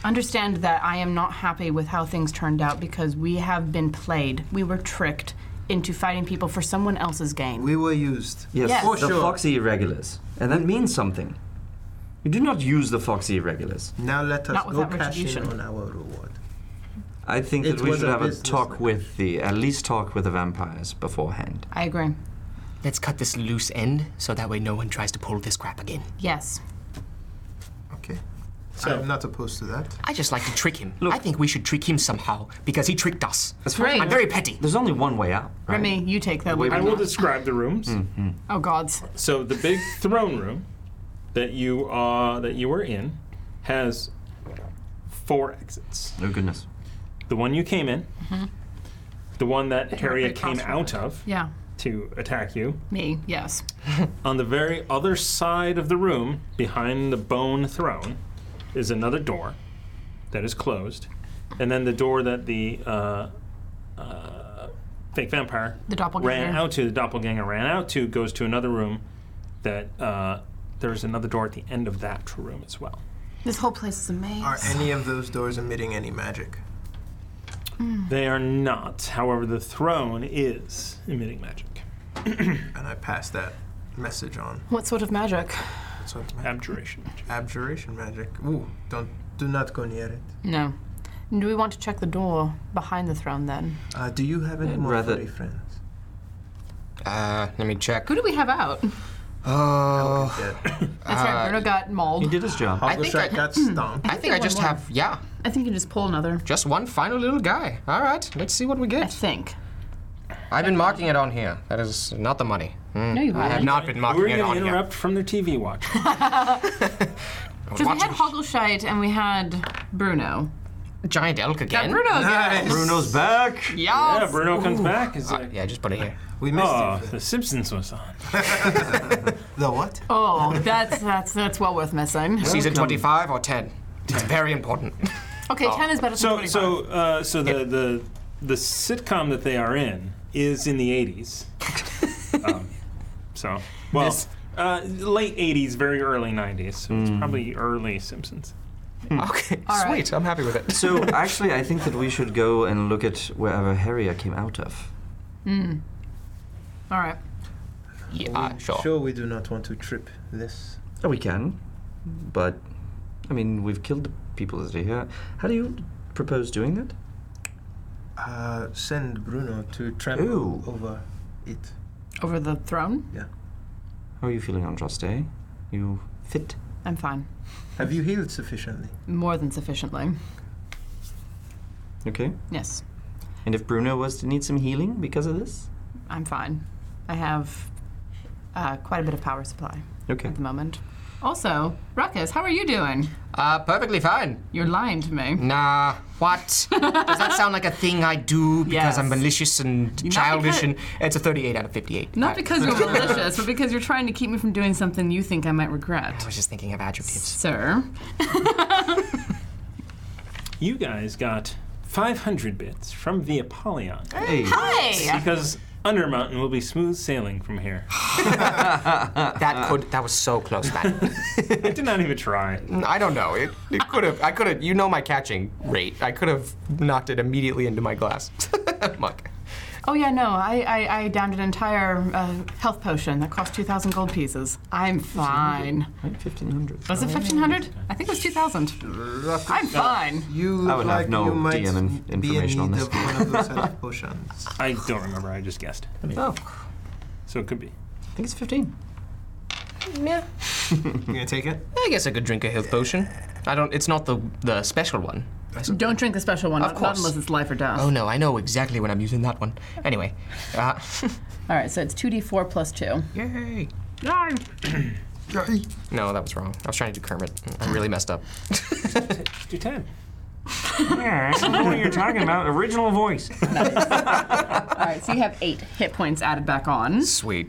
understand that I am not happy with how things turned out because we have been played. We were tricked into fighting people for someone else's gain.
We were used.
Yes,
Yes.
for
the
sure.
foxy irregulars. and that means something. You do not use the Foxy Irregulars.
Now let us
Not with
go
that
cash in
retribution.
on our reward.
I think that
It
we
was
should
a
have a
business
talk
thing.
with the, at least talk with the vampires beforehand.
I agree.
Let's cut this loose end so that way no one tries to pull this crap again.
Yes.
Okay. I'm not opposed to that.
I just like to trick him. I think we should trick him somehow because he tricked us.
As far as
Great.
I'm very petty.
There's only one way out. Right?
Remy, you take that.
Wait,
I will
lead.
describe the rooms.
Hmm.
Oh, gods.
So the big throne room that you uh, that you were in has four exits.
Oh goodness.
The one you came in, the one that Harriet came
across from
out of
Yeah.
to attack you.
Me. Yes.
On the very other side of the room, behind the bone throne, is another door that is closed, and then the door that the uh, uh, fake vampire
The doppelganger.
ran out to, the doppelganger ran out to, goes to another room. That uh, there's another door at the end of that room as well.
This whole place is amazing.
Are any of those doors emitting any magic?
They are not. However, the throne is emitting magic.
And I pass that message on.
What sort of magic?
So it's ma-
Abjuration. magic.
abjuration magic. Ooh, don't do not go near it.
No. Do we want to check the door behind the throne then?
Uh, do you have any
I'd
more
rather-
furry friends?
Uh, let me check.
Who do we have out?
Oh,
Yeah.
That's right. Bruno got
He
mauled.
did his job.
I think I,
Shot got
*laughs*
stomped.
I think I
one
just
more.
have yeah,
I think you just pull another.
just one final little guy. All right, let's see what we
I
get.
think.
I've been marking it on here. That is not the money. Mm.
No, you
I have
haven't.
not been
We're
marking it
going to
on here.
interrupt from their TV watch.
Because we had Hoggleshite and we had Bruno.
Giant elk
Got
again.
Bruno again.
Bruno's back.
Yeah.
yeah, Bruno comes back. Is like,
Yeah, just put it here.
We missed
Ah.
oh,
you.
The Simpsons was on.
The what?
Oh, that's that's that's well worth missing.
Season 25 or 10. *laughs* It's very important.
Okay,
Oh.
ten is better
So,
than
so, uh, so the,
Yeah.
the the sitcom that they are in is in the *laughs* '80s. um, so, well,
This-
uh, late '80s, very early '90s. So it's probably early Simpsons.
okay,
All right.
sweet. I'm happy with it.
So actually, I think that we should go and look at wherever Harrier came out of.
All right.
Yeah, uh, sure.
Sure, we do not want to trip this.
Oh, we can, but I mean, we've killed the people that are here. How do you propose doing that?
Uh, send Bruno to trample
Ooh.
over it.
Over the throne,
How are you feeling on Droste? You fit?
I'm fine.
Have you healed sufficiently?
More than sufficiently.
Okay.
Yes,
And if Bruno was to need some healing because of this?
I'm fine. I have uh, quite a bit of power supply
Okay.
at the moment. Also, Ruckus, how are you doing?
Uh, perfectly fine.
You're lying to me.
Nah, what? Does that sound like a thing I do because
Yes.
I'm malicious and childish
because-
and it's a 38 out of 58.
Not
I,
because
*laughs*
you're malicious, but because you're trying to keep me from doing something you think I might
I
regret.
was just thinking of adjectives.
Sir,
You guys got 500 bits from the Apollyon
Hey.
hey,
because Undermountain will be smooth sailing from here.
That could that was so close man.
I did not even try.
*laughs* I don't know. It, it could have I could have you know my catching rate. I could have knocked it immediately into my glass. *laughs* Muck.
Oh yeah, no, I I, I downed an entire uh, health potion that cost two thousand gold pieces. I'm fine.
Right, 1500.
Was it fifteen hundred? I think it was two thousand. I'm fine.
You look
I would have
like
no
you might
DM in-
be in need
information on this.
of one of
*laughs*
those health potions.
I don't remember. I just guessed.
Oh,
So it could be.
I think it's 15.
Yeah.
You gonna take it?
I guess I could drink a health potion. I don't it's not the the special one.
Don't drink the special one, not, not
course.
unless it's life or death.
Oh no, I know exactly when I'm using that one. Anyway, uh,
All right, so it's two d four plus two.
yay! No, that was wrong. I was trying to do Kermit. I really messed up.
Just do 10.
I don't know what you're talking about. Original
*laughs*
voice.
All right, so you have eight hit points added back on.
*laughs* Sweet.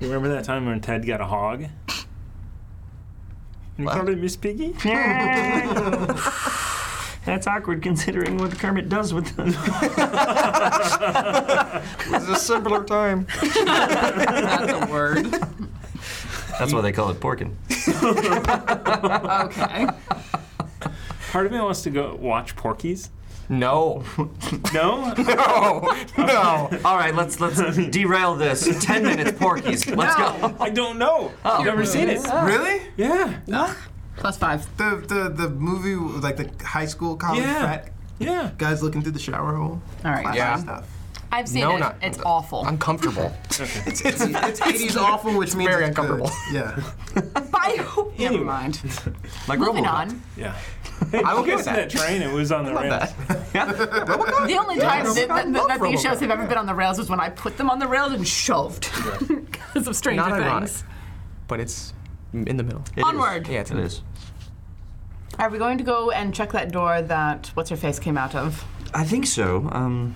You remember that time when Ted got a hog? And he
What?
called it Miss Piggy?
That's awkward considering what Kermit does with
*laughs*
them.
It's a simpler time.
That's a word.
That's why they call it Porkin.
Okay.
Part of me wants to go watch Porky's
No.
No?
No, no.
All right, let's
*laughs*
let's derail this. Ten minutes, Porkies. Let's go.
I don't know.
Oh.
I've never seen it.
Really?
Yeah.
Plus five.
The the the movie like the high school college
Yeah.
frat
Yeah.
guys looking through the shower hole. Ah,
All right.
Classic
Yeah.
Stuff.
I've seen
No,
it.
not-
it's awful.
Uncomfortable.
It's it's it's 80s awful, which means
very
it's good.
uncomfortable.
*laughs* Yeah.
By who? Never mind.
Like
Moving
Robocop.
on.
Yeah.
I'm
Look
okay
at
with
that
that.
train. It was on the rails.
The only time that, that,
love
that these
Robocop.
shows have ever been on the rails was when I put them on the rails and shoved *laughs* because of Stranger
Not
Things.
ironic. But it's in the middle.
It is.
Onward.
Yeah, it's
It is.
Are we going to go and check that door that what's her face came out of?
I think so. Um,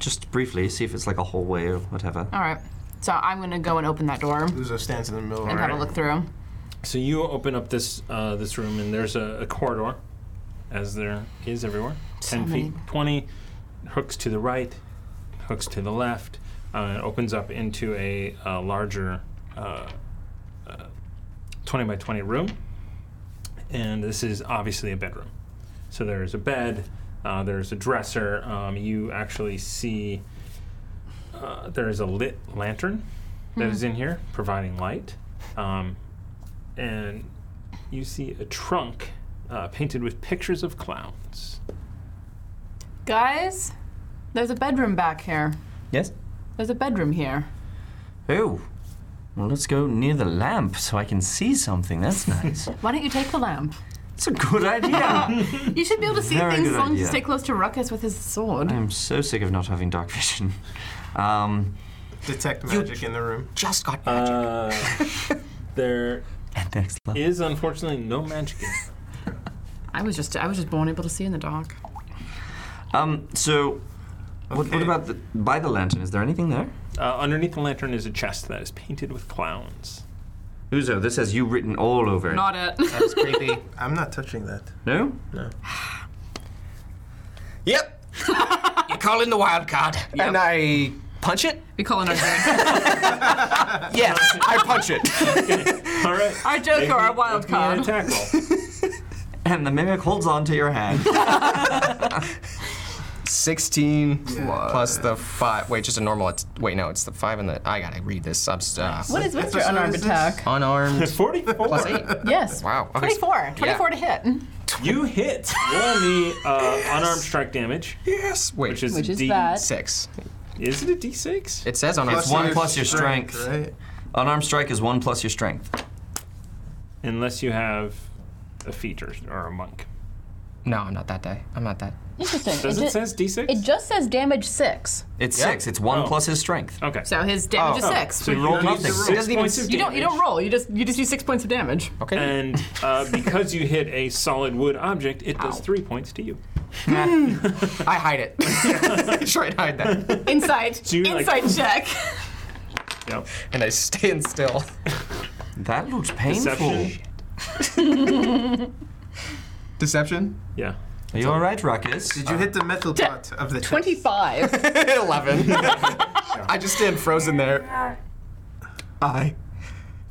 just briefly, see if it's like a hallway or whatever.
All right. So I'm going to go and open that door and
Uzo stands in the middle.
have a look through.
So you open up this uh, this room, and there's a, a corridor, as there is everywhere. Ten feet,
many.
twenty hooks to the right, hooks to the left. Uh, it opens up into a, uh larger uh, uh, twenty by twenty room, and this is obviously a bedroom. So there's a bed, uh, there's a dresser. Um, you actually see uh, there is a lit lantern that is in here providing light. Um, and you see a trunk uh, painted with pictures of clowns.
Guys, there's a bedroom back here.
Yes.
There's a bedroom here.
Oh. Well, let's go near the lamp so I can see something. That's *laughs* nice.
Why don't you take the lamp?
It's a good idea. *laughs*
You should be able to see
Very
things as
good
long as you
idea.
stay close to Ruckus with his sword.
I'm so sick of not having dark vision. Um,
Detect magic in the room.
Just got magic.
Uh, *laughs* there
and next level.
is unfortunately no magic. in it.
I was just I was just born able to see in the dark.
Um, so, what, what
Okay.
about the, by the lantern? Is there anything there?
Uh, underneath the lantern is a chest that is painted with clowns.
Uzo, this has you written all over it.
Not it.
That's creepy.
I'm not touching that.
no?
Yep.
You call in the wild card.
And I punch it.
*laughs* we call it our
*laughs*
joke.
Yes, I punch it.
All
*laughs*
right.
our joke or our wild
An
card.
attack roll.
And the mimic holds on to
*laughs*
your hand.
16 plus the five. Wait, just a normal. It's, wait, no, it's the five and the. I gotta read this. I'm s- uh,
What is what's your
Episode
unarmed
is
attack?
*laughs*
unarmed.
Forty-four.
*laughs*
Plus eight.
Yes.
Wow. Okay.
24. 24 to hit.
you hit. Roll me uh, unarmed strike damage,
Yes. Wait.
which is
Which is
D.
bad.
six.
Is it a D six?
It says unarmed.
one plus your strength.
Right?
Unarmed strike is one plus your strength.
Unless you have a feature or a monk.
No, I'm not that day. I'm not that.
Interesting.
Does it, says D six?
just says damage 6.
It's six. It's one
Oh.
plus his strength.
Okay.
So his damage is
Oh,
6.
So you
roll
roll
nothing.
six
It
doesn't even-
points of
you don't you don't
damage.
roll. You just you just use 6 points of damage.
Okay.
And
*laughs*
uh, because you hit a solid wood object, it does
Ow.
three points to you. Hmm.
I hide it.
*laughs*
Try and hide that.
Insight.
you, like-
Insight check.
Yep.
And I stand still.
That looks painful.
Deception.
*laughs* Deception?
Yeah.
Are you all right, Ruckus?
Did you hit the metal part of the
25.
*laughs* 11. I just stand frozen there. I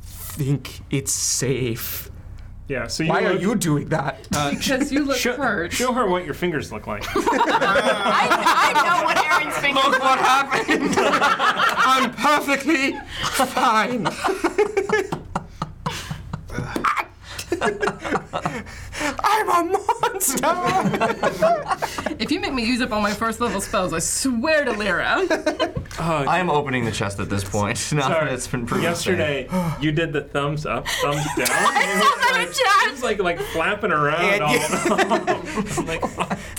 think it's safe.
Yeah. So you
Why are
look-
you doing that?
*laughs* Because you look
Show, show her what your fingers look *laughs* like. Uh,
I, I know what Aaron's fingers look
what happened? *laughs* I'm perfectly *laughs* fine. I'm a monster.
If you make me use up all my first level spells, I swear to Lyra.
I am opening the chest at this point. *laughs* Now that
Sorry.
it's been proven. safe.
Yesterday,
*gasps*
you did the thumbs up,
*laughs*
thumbs down. and
Stop it,
it was like like flapping around. All,
And-
*laughs* I'm like,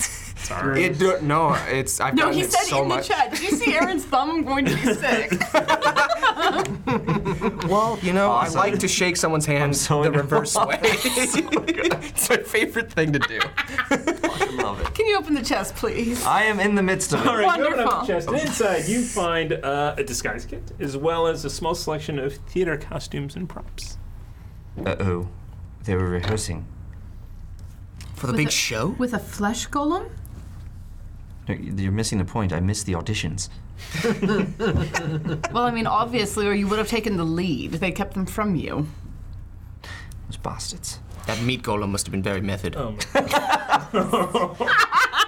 *laughs*
sorry.
It do, no, it's I've
No,
gotten
he
it
said
so
in
much.
the chat, did you see Aaron's thumb going to be
*laughs*
sick?
Well, you know,
Awesome.
I like to shake someone's hand
so
the
annoyed.
reverse way. *laughs* it's my favorite thing to do.
Love it.
Can you open the chest, please?
I am in the midst of
All
it.
right, you open up
Wonderful.
the chest. and Inside, you find uh, a disguise kit, as well as a small selection of theater costumes and props.
Uh oh. They were rehearsing.
For the
With
big
a-
show?
With a flesh golem?
No, You're missing the point. I missed the auditions.
Well, I mean, obviously, or you would have taken the lead. They kept them from you.
Those bastards.
That meat golem must have been very method.
Um,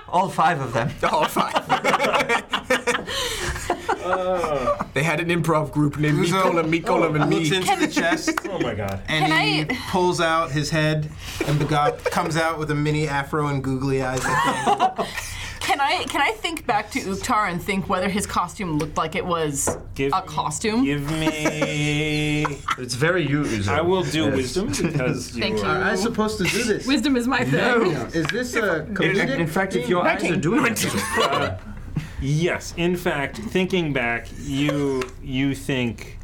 All five of them.
All
*laughs*
five. they had an improv group named
Uzo
Mikola, Mikola, and
looks
me.
into the chest
Oh my god.
and
Can
he
I-
pulls out his head and begot, comes out with a mini afro and googly eyes. I think.
Can I can I think back to Uktar and think whether his costume looked like it was
Give
a
me-
costume?
Give me.
It's very you, Uzo.
I will do wisdom because you
Thank you.
are.
Am I supposed to do this?
Wisdom is my thing.
Is this a
In, in fact, if your eyes are doing it,
Yes, in fact, thinking back, you you think,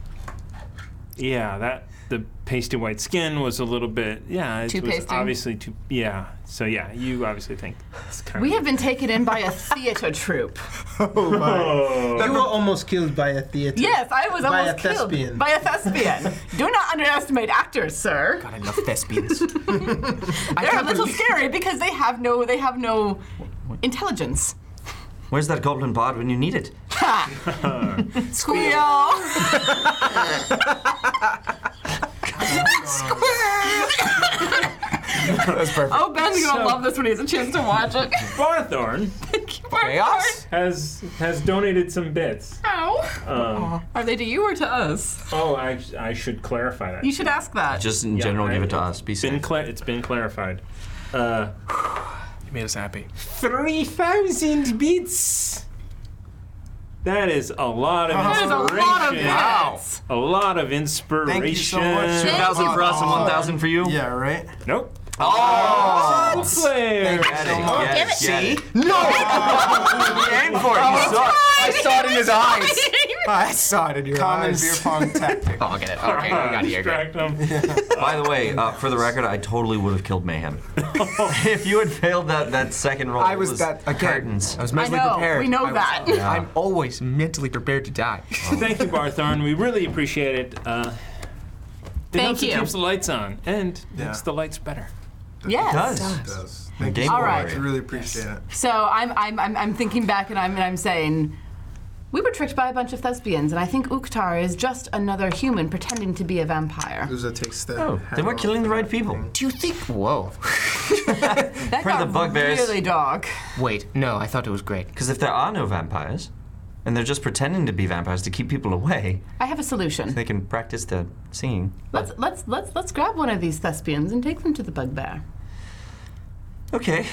yeah, that the pasty white skin was a little bit, yeah, it
Too
was
pasty?
obviously too, yeah. So yeah, you obviously think it's kind
We
of.
have been taken in by a theater *laughs* troupe.
You were almost killed by a theater.
Yes, I was
By a
almost killed
thespian.
by a thespian. Do not underestimate actors, sir.
God, I love *laughs* thespians.
They're a little scary because they have no they have no intelligence.
where's that goblin bard when you need it?
Squeal. *laughs*
That's perfect.
Oh, Ben's gonna love this when he has a chance to watch it. *laughs*
Barthorn
Chaos?
has has donated some bits.
Ow.
Uh,
Um,
Are they to you or to us?
oh, I, I should clarify that.
You should ask that.
Just in general,
I-
give it to us. Be
Been
safe.
cla- it's been clarified. Uh,
You made us happy.
Three thousand bits. That is a lot of
There's a lot of
inspiration.
bits.
A lot of inspiration.
Thank you so much.
Thank
1,000 for us and 1,000 for you?
Yeah, right?
Nope.
Oh!
Double Claire.
Thank you so much.
Yes,
Give it.
yes. No! He aimed for it. He saw it.
I
*laughs*
saw it in *laughs* his eyes. I saw it in your
Common
eyes.
beer
*laughs*
pong tactic.
Oh, I'll get it. Okay, I got it. I got it.
Distract
*laughs*
them.
By the way, uh, for the record, I totally would have killed
*laughs*
Mayhem. if you had failed that, that second roll,
I
it
was, that again.
curtains.
I was
I
mentally
know.
prepared.
We know
I was-
that.
I'm always mentally prepared to die.
Oh.
Thank you, Barthorn. We really appreciate it. Uh, it
Thank
helps
you.
It keeps the lights on and makes
Yeah.
the lights
*laughs*
better.
Yes.
Does. Thank
Game
you.
All
over.
right.
I really appreciate it.
So I'm, I'm, I'm, I'm thinking back and I'm, and I'm saying, we were tricked by a bunch of thespians, and I think Uktar is just another human pretending to be a vampire.
Uzo takes the.
Oh, they were killing the right people.
Do you think? Whoa.
That
Pray
got
the bugbears.
really dark.
Wait, no, I thought it was great.
Because if there are no vampires, and they're just pretending to be vampires to keep people away,
I have a solution.
they can practice their singing.
Let's, let's, let's, let's grab one of these thespians and take them to the bugbear.
Okay.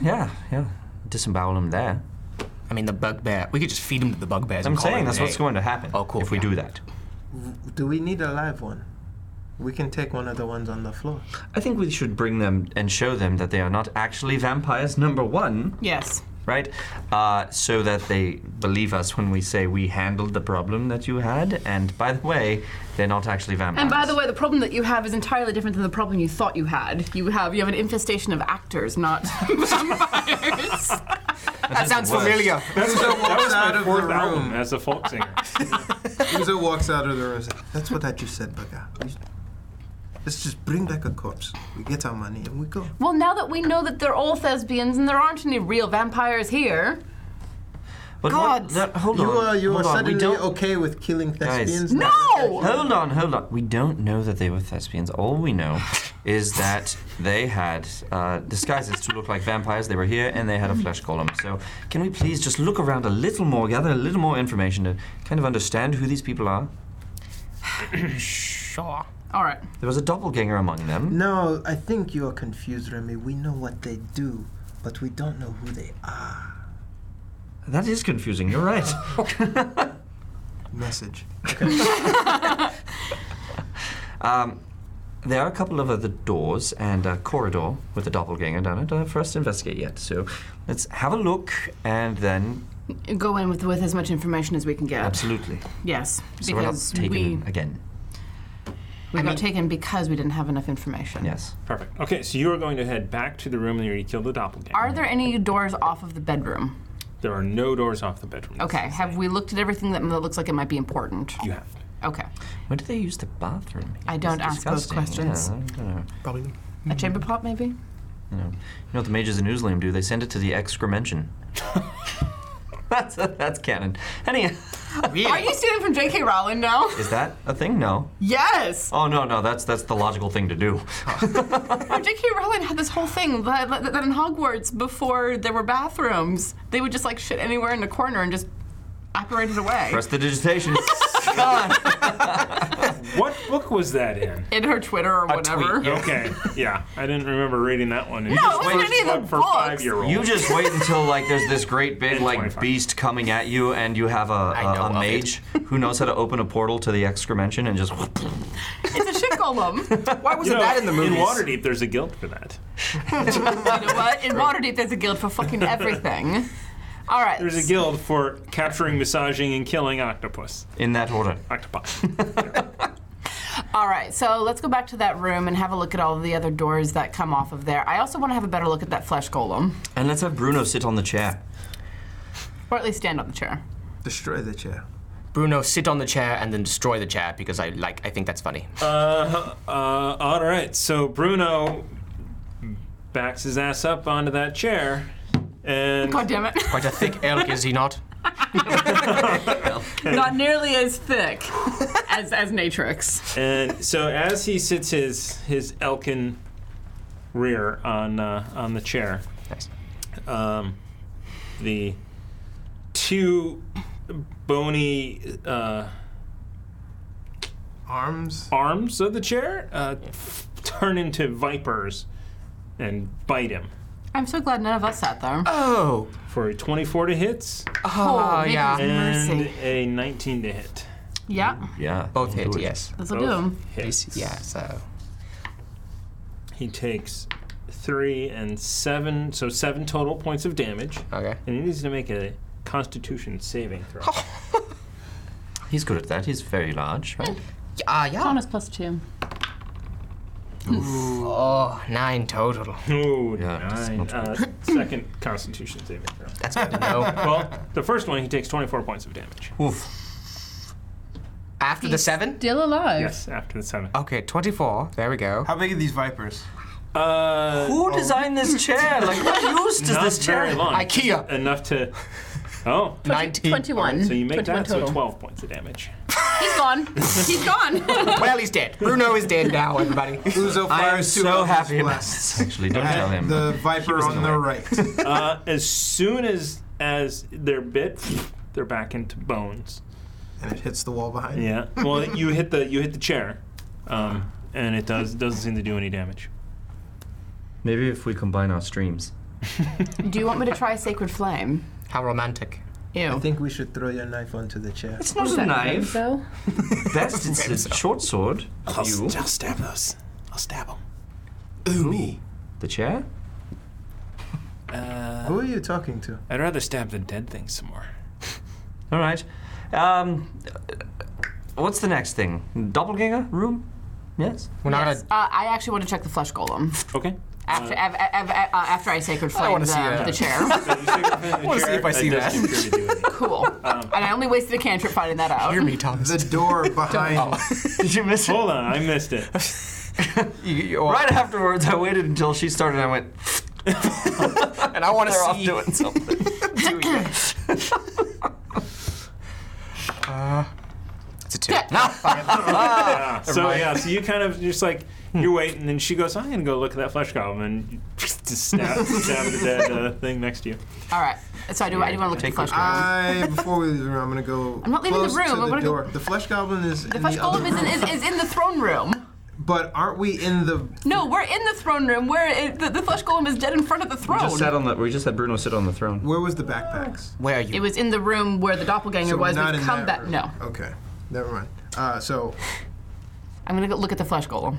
Yeah, yeah. Disembowel them there.
I mean, the bugbear. We could just feed him to the bugbears.
I'm
and call it
saying that's
an
what's
egg.
going to happen
Oh, cool,
if we
yeah.
do that.
Do we need a live one? We can take one of the ones on the floor.
I think we should bring them and show them that they are not actually vampires, number one,
Yes.
right? Uh, so that they believe us when we say we handled the problem that you had. And by the way, they're not actually vampires.
And by the way, the problem that you have is entirely different than the problem you thought you had. You have you have an infestation of actors, not *laughs* vampires.
That sounds
worse.
familiar.
Uzo walks out of the
Fourth album
room.
as a folk
*laughs*
singer.
Uzo walks out of the room. and says, That's what I just said, Bugger. Let's just bring back a corpse. We get our money and we go.
well, now that we know that they're all thespians and there aren't any real vampires here,
But what-
Gods.
that- hold
You
on.
are you are
hold on. We
suddenly
don't,
okay with killing
Guys.
thespians?
No!
Hold on, hold on. We don't know that they were thespians. All we
*laughs*
know is that they had uh, disguises to look like vampires. They were here and they had a flesh column. So, can we please just look around a little more, gather a little more information to kind of understand who these people are?
Sure.
All right.
There was a doppelganger among them.
No, I think you are confused, Remy. We know what they do, but we don't know who they are.
That is confusing. You're right.
Message.
Um, there are a couple of other doors and a corridor with a doppelganger down it uh, for us to investigate yet. So, let's have a look and then
Go in with with as much information as we can get.
absolutely.
Yes,
So we're not
because
taken
we
again.
we got taken because we didn't have enough information.
Yes.
Perfect. Okay, so you are going to head back to the room where you killed the doppelganger.
Are there any doors off of the bedroom?
there are no doors off the bedroom.
Okay. Have we looked at everything that, that looks like it might be important?
You have.
Okay.
When do they use the bathroom? here?
I don't
It's
ask those
disgusting.
questions.
Yeah, I don't know.
Probably.
A chamber pot, maybe. *laughs*
You know what the mages in Uslium do? They send it to the excremention. that's, that's canon.
*laughs*
Any,
Are you stealing from J.K. Rowling now?
is that a thing? No.
*laughs* Yes.
Oh no, no, that's that's the logical thing to
*laughs*
do.
Oh, J.K. Rowling had this whole thing that, that, that in Hogwarts before there were bathrooms, they would just like shit anywhere in the corner and just operate it away.
Press the
*laughs*
digitation. Gone.
What book was that
*laughs*
in?
In her Twitter or whatever.
tweet, yeah.
Okay, yeah, I didn't remember reading that one. No,
it wasn't any of the
for
books.
five year olds.
You just wait until like there's this great big
And
like
25.
beast coming at you, and you have a,
know
a, a
of
mage *laughs* who knows how to open a portal to the excrementation and just. *laughs*
It's a shit golem.
Why wasn't that in the movies?
In Waterdeep, there's a guild for that.
you know what? In Waterdeep, there's a guild for fucking everything. All right.
There's a guild for capturing, massaging, and killing octopus.
in that order.
Octopi.
All right, so let's go back to that room and have a look at all the other doors that come off of there. I also want to have a better look at that flesh golem,
And let's have Bruno sit on the chair.
or at least stand on the chair.
Destroy the chair.
Bruno, sit on the chair and then destroy the chair because I like I think that's funny.
Uh, uh, all right. So Bruno backs his ass up onto that chair, and
God damn it!
Quite a thick elk, is he not?
*laughs* Not nearly as thick as as Natrix.
and so as he sits his his elkin rear on uh, on the chair,
Nice.
um, the two bony uh,
Arms.
arms of the chair uh, turn into vipers and bite him
I'm so glad none of us sat there.
*laughs* Oh,
for a 24 to hits
Oh,
oh, yeah.
Mercy.
and a 19 to hit.
Yeah,
Yeah.
both
do
hit,
it.
yes.
this will
Both
do.
hits.
Yeah, so
He takes three and seven, so seven total points of damage,
okay.
and he needs to make a Constitution saving throw.
He's good at that. He's very large, right?
Ah, yeah.
Bonus plus two.
Oh, nine total. *laughs*
Ooh,
Yeah, that's
nine.
much
Uh, second Constitution saving throw.
That's good to know.
Well, the first one he takes 24 points of damage.
Oof.
After the seven?
Still alive.
Yes, after the seven.
Okay, 24. There we go.
How big are these vipers?
Uh,
Who designed this chair? Like, *laughs* what use does
not
this chair?
very long.
IKEA.
Enough to. Oh.
19.
All right,
Twenty-one.
so you make
Twenty-one
that, so
total.
12 points of damage.
He's gone. He's gone. *laughs*
Well, he's dead. Bruno is dead now, everybody. *laughs*
Uzo
I am
fires two
so
arrows
happy about *laughs*
blessed.
this. *laughs* Actually, don't tell
At
him.
the viper on the right.
*laughs*
Uh, as soon as as they're bit, *sniffs* they're back into bones.
and it hits the wall behind.
Yeah. Well, you hit the you hit the chair, um, and it does doesn't seem to do any damage.
Maybe if we combine our streams.
do you want me to try sacred flame?
How romantic.
Ew.
I think we should throw your knife onto the chair.
It's not a knife. Best it's a short sword. You.
stab those. I'll stab them.
The chair?
Who are you talking to?
I'd rather stab the dead thing some more.
All right. Um, what's the next thing? Doppelganger room? Yes.
We're not
Yes.
a.
Uh, I actually want to check the flesh golem
Okay.
after av- av- av- uh, after I sacred flame
wanna
the,
see that.
the
*laughs*
chair.
*laughs*
I
wanna see if I see that.
*laughs* Cool. and I only wasted a cantrip finding that out. *laughs*
Hear me, Thomas.
The
*laughs*
door behind.
Did you miss it?
Hold on, I missed it.
You- you-
Right
*laughs*
afterwards, I waited until she started and I went, *laughs*
And I want to
they're off
see.
doing something.
doing it. Uh, it's a two.
Yeah, Ah, so yeah, so you kind of just like you're waiting, and she goes, "I'm gonna go look at that flesh goblin," and you *laughs* just stab, stab the dead uh, thing next to you.
All right. So I do. I do want to look at the flesh golem.
I before we leave the room, I'm gonna go.
I'm not leaving the
close
room,
To
I'm
the
gonna go-
door. The flesh goblin is
The
in
flesh
the other
golem is in,
room.
is, is in the throne room.
But aren't we in the?
No, we're in the throne room where it, the, the flesh golem is dead in front of the throne.
on the. We just had Bruno sit on the throne.
Where was the backpacks?
Where are
it
you?
was in the room where the doppelganger
So
was.
not
We've
in
come
that
back.
room.
No,
Okay, never mind. Uh, so
I'm gonna go look at the flesh golem.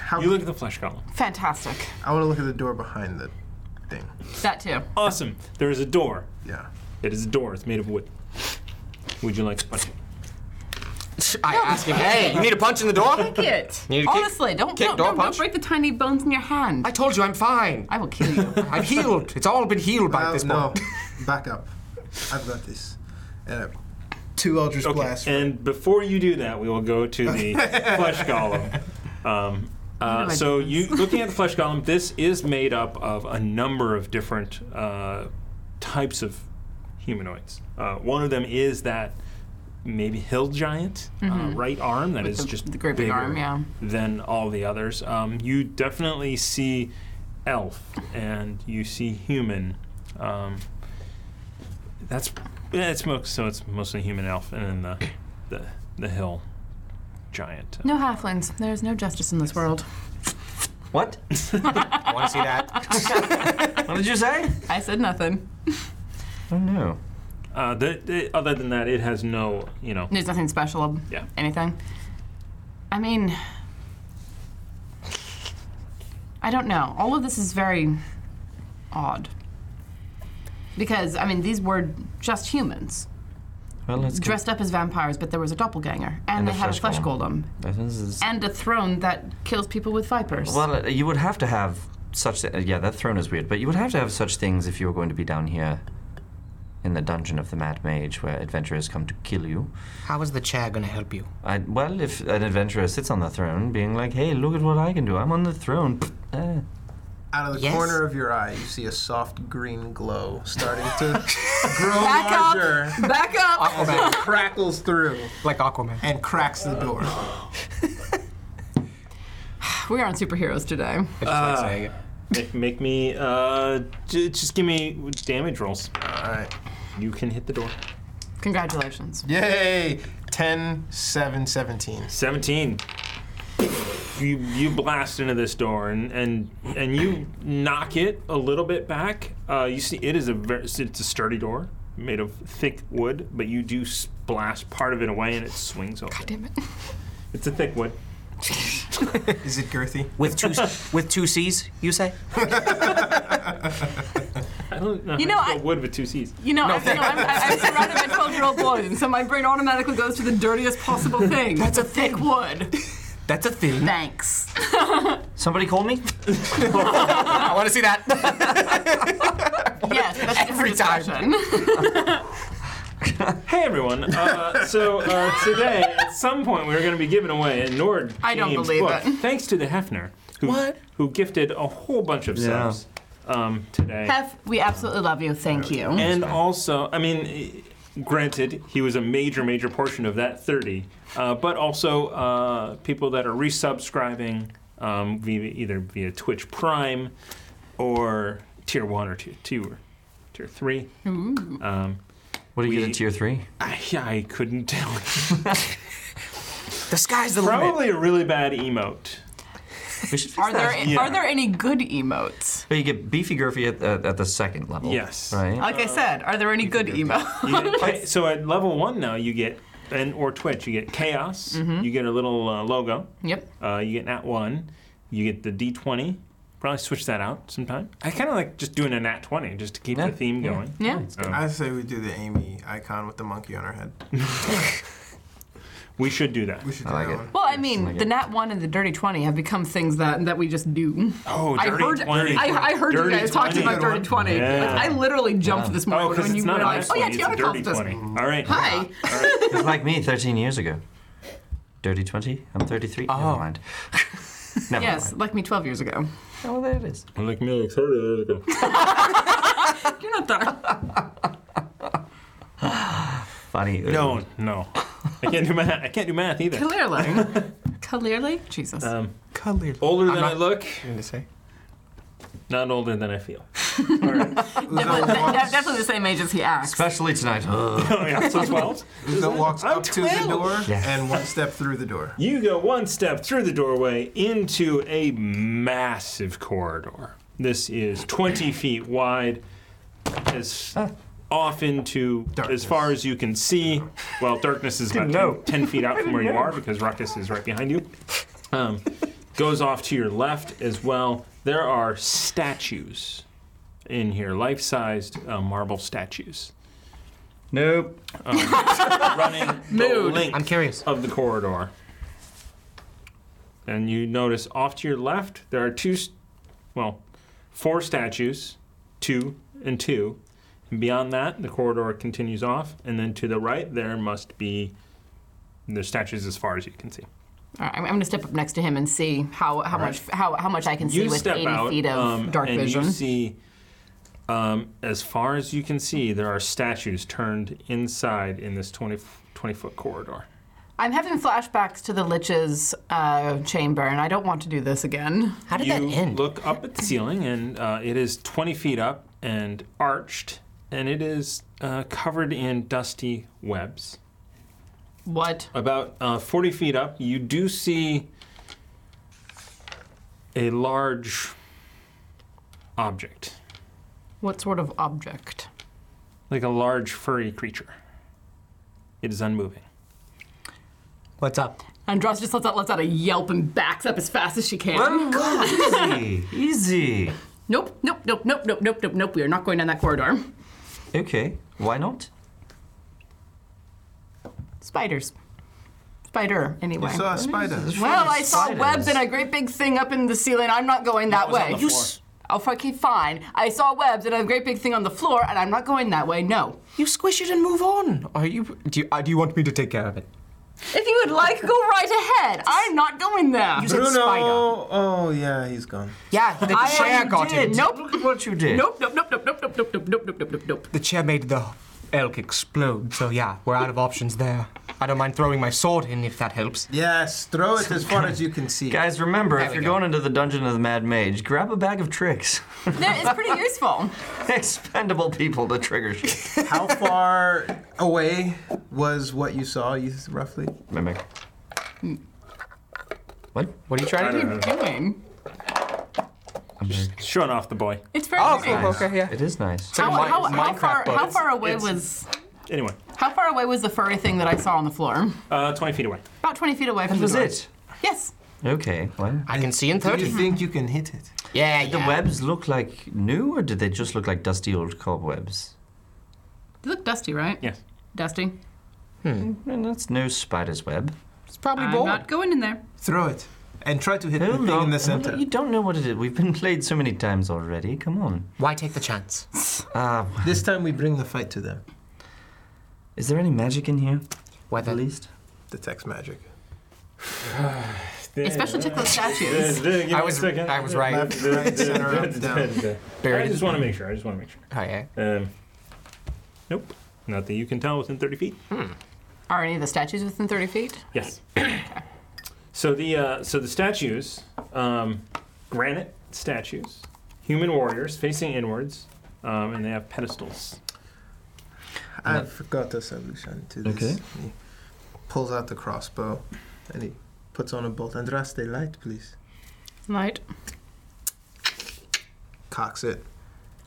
how?
You look at the flesh goblin.
Fantastic.
I want to look at the door behind the thing.
That too.
Awesome. There is a door.
Yeah.
It is a door. It's made of wood. Would you like to punch it?
I asked him, hey, you need a punch in the door?
Kick it.
You need to kick-
Honestly, don't
kick
don't,
door
don't, don't
punch?
break the tiny bones in your hand.
I
I,
told you I'm fine.
will kill you.
*laughs* I've healed. It's all been healed by
Uh,
this
no,
point.
back up. I've got this. Uh, two Eldritch Blasts.
And before you do that, we will go to the flesh golem. Um, uh,
do I
so
do
you
*laughs*
looking at the flesh golem, this is made up of a number of different uh, types of humanoids. Uh, one of them is that maybe hill giant uh, right arm that is
Mm-hmm. the-
just
the great big
bigger
arm, yeah.
than all the others. Um, you definitely see elf and you see human. Um, that's yeah, it's mo- so it's mostly human elf and then the the, the hill giant.
No halflings. There's no justice in this world.
What?
*laughs* Want to see that? *laughs*
What did you say?
I said nothing.
Oh no.
Uh, the, the, other than that, it has no you know
There's nothing special. ab-
Yeah.
Anything. I mean, I don't know. All of this is very odd. Because I mean, these were just humans
Well, let's go.
dressed up as vampires, but there was a doppelganger, and,
And
they
a
had a
flesh
flesh golem,
This is-
and a throne that kills people with vipers.
Well, uh, you would have to have such. Th- uh, yeah, that throne is weird, but you would have to have such things if you were going to be down here in the dungeon of the Mad Mage, where adventurers come to kill you.
How is the chair going to help *laughs* you?
I, well, if an adventurer sits on the throne, being like, "Hey, look at what I can do! I'm on the throne." Pfft, eh.
Out of the
Yes.
corner of your eye, you see a soft green glow starting to grow
Back up.
larger
Back up.
as it crackles through
Like Aquaman.
and cracks the door.
We aren't superheroes today.
I just like saying it.
make, make me uh, j- just give me damage rolls.
All right.
You can hit the door.
Congratulations.
Yay! 10, 7, 17.
17 you you blast into this door and and and you knock it a little bit back uh, you see it is a very it's a sturdy door made of thick wood but you do splash part of it away and it swings open
Damn it.
it's a thick wood
Is it girthy?
With two
*laughs*
with two C's, you say?
i don't know
You
how
know,
spell
I-
wood with two c's
You know, I, you know I'm, I- I'm surrounded by 12 year old boys, and so my brain automatically goes to the dirtiest possible thing. That's a thick wood.
That's a thing.
Thanks.
Somebody call
*laughs*
me.
I want to see that.
Yes, that's every
time.
discussion.
hey everyone
*laughs*
uh, so uh, today at some point we were going to be giving away a nord
I don't
Games
believe
book,
it.
thanks to the hefner who,
What?
who gifted a whole bunch of
Yeah.
subs um, today
Hef, we absolutely love you. Thank you.
And also, I mean, eh, granted, he was a major, major portion of that 30, uh, but also uh, people that are resubscribing um, via, either via Twitch Prime or tier one or tier two or tier three. Um,
What do you get
We-
in tier three?
I, I couldn't tell. *laughs*
The sky's the limit.
Probably a really bad emote.
We should fix
Are there
that.
Yeah.
are there any good emotes?
But you get beefy Gurfy at, at, at the second level.
Yes.
Right.
Like I said, are there any good emotes?
You get cha- so at level one now, you get, and or Twitch, you get chaos, you get a little uh, logo.
*laughs* Yep.
Uh, you get nat one. You get the d20. Probably switch that out sometime. I kind of like just doing a nat 20 just to keep
Yeah,
the theme going.
Yeah.
Um,
I say we do the Amy icon with the monkey on her head.
we should do that. Oh,
We should do
I like
that
it.
one.
Well, I mean, the Nat One and the Dirty Twenty have become things that that we just do.
Oh,
I
dirty
heard,
20.
I, I heard
Dirty
you guys talking
20.
about Dirty Twenty.
Yeah.
Like, I literally jumped this morning
Oh, because
when
it's
you
not a nice
realized. Oh yeah,
20, it's a
Tiana
dirty
called us.
20. All right.
Hi.
*laughs* It's like me 13 years ago. Dirty 20? I'm 33. Never
*laughs*
mind. Never
Oh. Yes,
mind.
like me 12 years ago.
Oh, there it is.
Like me, like 30 years ago.
You're not that.
Funny.
No, no. I can't do math. I can't do math either. *laughs*
Clearly. Clearly? Jesus.
Uh,
Clearly.
Older than
not-
I look,
to say.
not older than I feel.
Uzo
*laughs*
walks,
Definitely the same age as he acts.
Especially
*laughs*
tonight. Ugh.
Oh, yeah, *laughs* so 12.
Uzo walks
I'm
up to the
12.
door
Yeah.
and one step through the door.
You go one step through the doorway into a massive corridor. This is 20 feet wide, as off into as
Darkness.
far as you can see. Well, darkness is about
know.
10, 10 feet out from where you are because Ruckus is right behind you. Um, goes off to your left as well. There are statues in here, life sized uh, marble statues Um,
Nope.
running the
Mood.
length
I'm curious.
of the corridor. And you notice off to your left, there are two, s- well, four statues, two and two. And beyond that, the corridor continues off. And then to the right, there must be the statues as far as you can see.
All right, I'm, I'm going to step up next to him and see how, how much how, how much I can see
you
with
step
80
out
feet of
um,
dark
and
vision.
you see Um, as far as you can see, there are statues turned inside in this 20, 20 foot corridor.
I'm having flashbacks to the Lich's uh, chamber, and I don't want to do this again.
How did
you
*laughs* that end?
look up at the ceiling, and uh, it is 20 feet up and arched, and it is uh, covered in dusty webs.
What?
About uh, 40 feet up, you do see a large object,
What sort of object?
like a large furry creature. It is unmoving.
What's up?
Andros just lets out, lets out a yelp and backs up as fast as she can.
easy, easy.
Nope, nope, nope, nope, nope, nope, nope, nope. We are not going down that corridor.
Okay, why not?
Spiders. Spider, anyway.
I saw a spider.
Well, I saw
Spiders.
webs and a great big thing up in the ceiling. I'm not going that way.
the You floor. s-
Oh, okay, fine. I saw webs and a great big thing on the floor, and I'm not going that way. No.
You squish it and move on.
Are you? Do you, uh, do you want me to take care of it?
If you would like, go right ahead. I'm not going there.
said spider.
Oh yeah, he's gone.
Yeah, the
Oh, I
chair
already
got
did.
it.
Nope.
Look at what you did.
Nope, nope, nope, nope, nope, nope, nope, nope, nope, nope, nope, nope.
The chair made the elk explode. So yeah, we're out of options there. I don't mind throwing my sword in if that helps.
Yes, throw it as far as you can see.
Guys, remember, if
we
you're
go.
going into the dungeon of the Mad Mage, grab a bag of tricks. *laughs*
There, it's *laughs* pretty useful.
Expendable people to trigger shit.
How far away was what you saw? You roughly.
Mimic.
Hmm.
What?
What are you trying to do?
Doing.
Showing off the boy.
It's very
Okay,
useful.
okay, yeah.
It is nice.
How,
Mine-
how, how,
Minecraft
far, how
bugs.
far away
It's-
was
Anyway,
how far away was the furry thing that I saw on the floor?
uh, 20 feet away.
About 20 feet away from
That was
the door.
it.
Yes.
Okay, well.
I can see in
Do you
30.
think you can hit it?
Yeah,
The
yeah.
webs look like new, or did they just look like dusty old cobwebs?
They look dusty, right?
Yes.
Dusty.
And that's no spider's web.
It's probably
I'm
bored.
not going in there.
Throw it, and try to hit the thing in the center.
You don't know what it is. We've been played so many times already. Come on.
Why take the chance?
Uh,
This time we bring the fight to them.
is there any magic in here,
Whether
at least?
Detects magic.
Especially took those statues.
I was I was right.
Left, right, center, up, down.
I
Buried.
just want to make sure. I just want to make sure.
Oh yeah.
Um, nope. Not that you can tell within 30 feet.
Are any of the statues within 30 feet?
Yes. *clears throat* so the uh, so the statues, um, granite statues, human warriors facing inwards, um, and they have pedestals.
I've got a solution to this.
Okay.
He pulls out the crossbow, and he puts on a bolt. And rest a light, please.
Right.
Cocks it.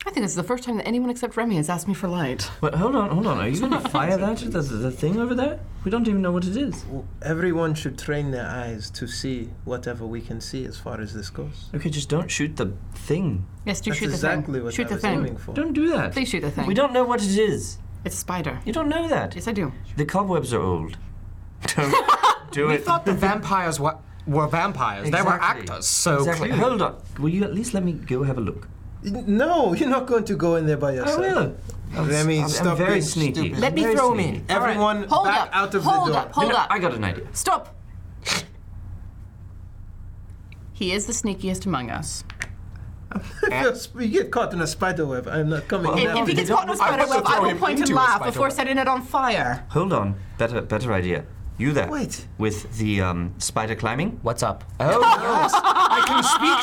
I think this is the first time that anyone except Remy has asked me for light.
Wait, hold on, hold on. Are you going to fire that at the, the thing over there? We don't even know what it is.
Well, Everyone should train their eyes to see whatever we can see as far as this goes.
Okay, just don't shoot the thing.
Yes, do
That's
shoot
exactly
the thing.
what
shoot
I
the
was
thing.
aiming for.
Don't do that.
Please shoot the thing.
We don't know what it is.
It's a spider.
You don't know that.
Yes, I do.
The cobwebs are old. Don't do
We
it.
thought the vampires were were vampires. They were
Exactly.
actors. So
Exactly.
clearly-
Hold on. Will you at least let me go have a look?
No, you're not going to go in there by
I
yourself.
will.
Let me
I'm,
stop
I'm very
being
sneaky.
stupid.
Let me
Very
throw him
sneaky.
in.
Everyone
Hold
back
up.
out of
hold
the door.
up. Hold
No, no,
up.
I got an idea.
Stop. He is the sneakiest among us.
If you're sp- you get caught in a spider web, I'm not coming.
Well,
If
in that
no.
he
way.
gets caught in a spider
I will
web, I
throw
will
him
point and
into a
laugh
spider
before
web.
setting it on fire.
Hold on. Better, better idea. You there?
Wait.
With the um, spider climbing?
What's up?
Oh yes, I can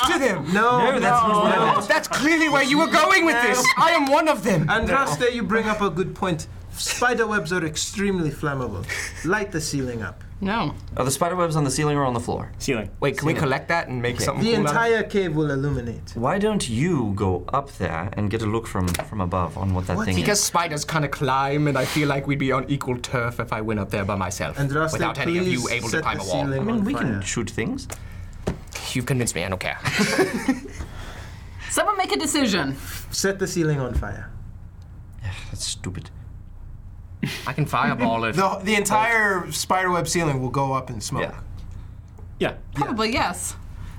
speak to them.
No,
No, that's not what I meant.
That's clearly where you were going with this. I am one of them.
Andraste, you bring up a good point. Spider webs are extremely flammable. Light the ceiling up.
No.
Are the spider webs on the ceiling or on the floor?
Ceiling.
Wait, can we collect that and make something
The
cool out of it?
entire cave will illuminate.
Why don't you go up there and get a look from from above on what that
What?
thing
Because spiders kind of climb, and I feel like we'd be on equal turf if I went up there by myself
Andraste,
without any of you
please
able to
set
climb
the
a wall.
is?
ceiling
I mean,
on
we can
fire.
shoot things.
You've convinced me. I don't care.
Someone make a decision.
set the ceiling on fire.
That's stupid.
I can fireball it.
The, the entire spider web ceiling will go up in smoke.
Yeah.
Yeah.
Probably yes.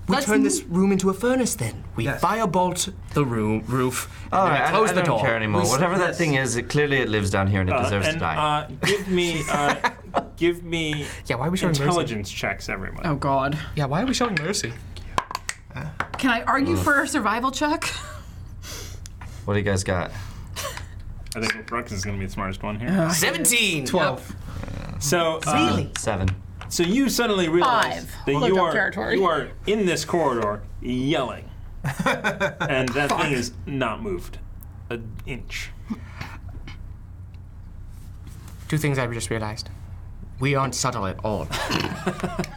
We
Let's
turn this room into a furnace. Then we
Yes.
firebolt the room roof. And
All
then
right,
we
I,
close
I
the
don't
door.
care anymore.
We s-
Whatever that
yes.
thing is, it clearly it lives down here and it
Uh,
deserves
and
to die.
uh, give
*laughs*
me uh, give me
Yeah, why are we showing mercy?
intelligence checks, everyone.
Oh God.
Yeah, why are we showing mercy?
Can I argue for a survival check?
What do you guys got?
I think Brooks is going to be the smartest one here.
Oh.
17!
Twelve.
So, uh,
Seven.
so you suddenly realize
Five.
that
Low
you
jump
are
territory.
you are in this corridor
*laughs*
yelling, and that thing is not moved an inch.
Two things I just realized. We aren't subtle at *laughs* all.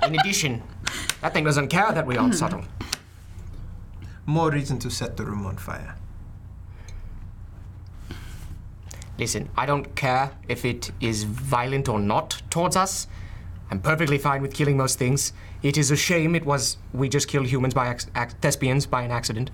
In addition, that thing doesn't care that we aren't subtle.
More reason to set the room on fire.
Listen, I don't care if it is violent or not towards us. I'm perfectly fine with killing most things. It is a shame it was we just killed humans by ac- ac- thespians by an accident.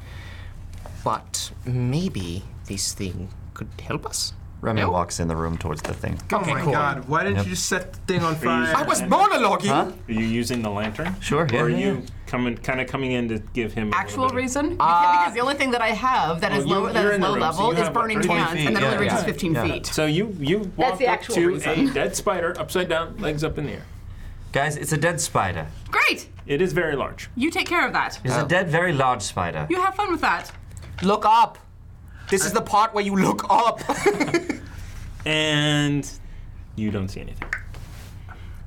But maybe this thing could help us.
Remy walks in the room towards the thing.
Okay,
oh my
cool.
God! Why didn't
Yep.
you just set the thing on
Freeze.
fire?
I was monologuing.
Are you using the lantern?
Sure, yeah,
Or are
yeah,
you coming, kind of coming in to give him a little
Actual
bit of-
reason? because the only thing that I have that is
Well,
low,
you're-
that
you're
is
in the
low
room, so
level
you
is
have about
burning
20
hands,
feet,
and that
yeah,
only reaches
yeah.
15
Yeah.
feet.
So you you
the
walked up
actual
to
reason.
a dead spider upside down, legs up in the air.
Guys, it's a dead spider.
Great!
It is very large.
You take care of that.
It's a dead, very large spider.
You have fun with that.
Look up. This is the part where you look up.
And you don't see anything.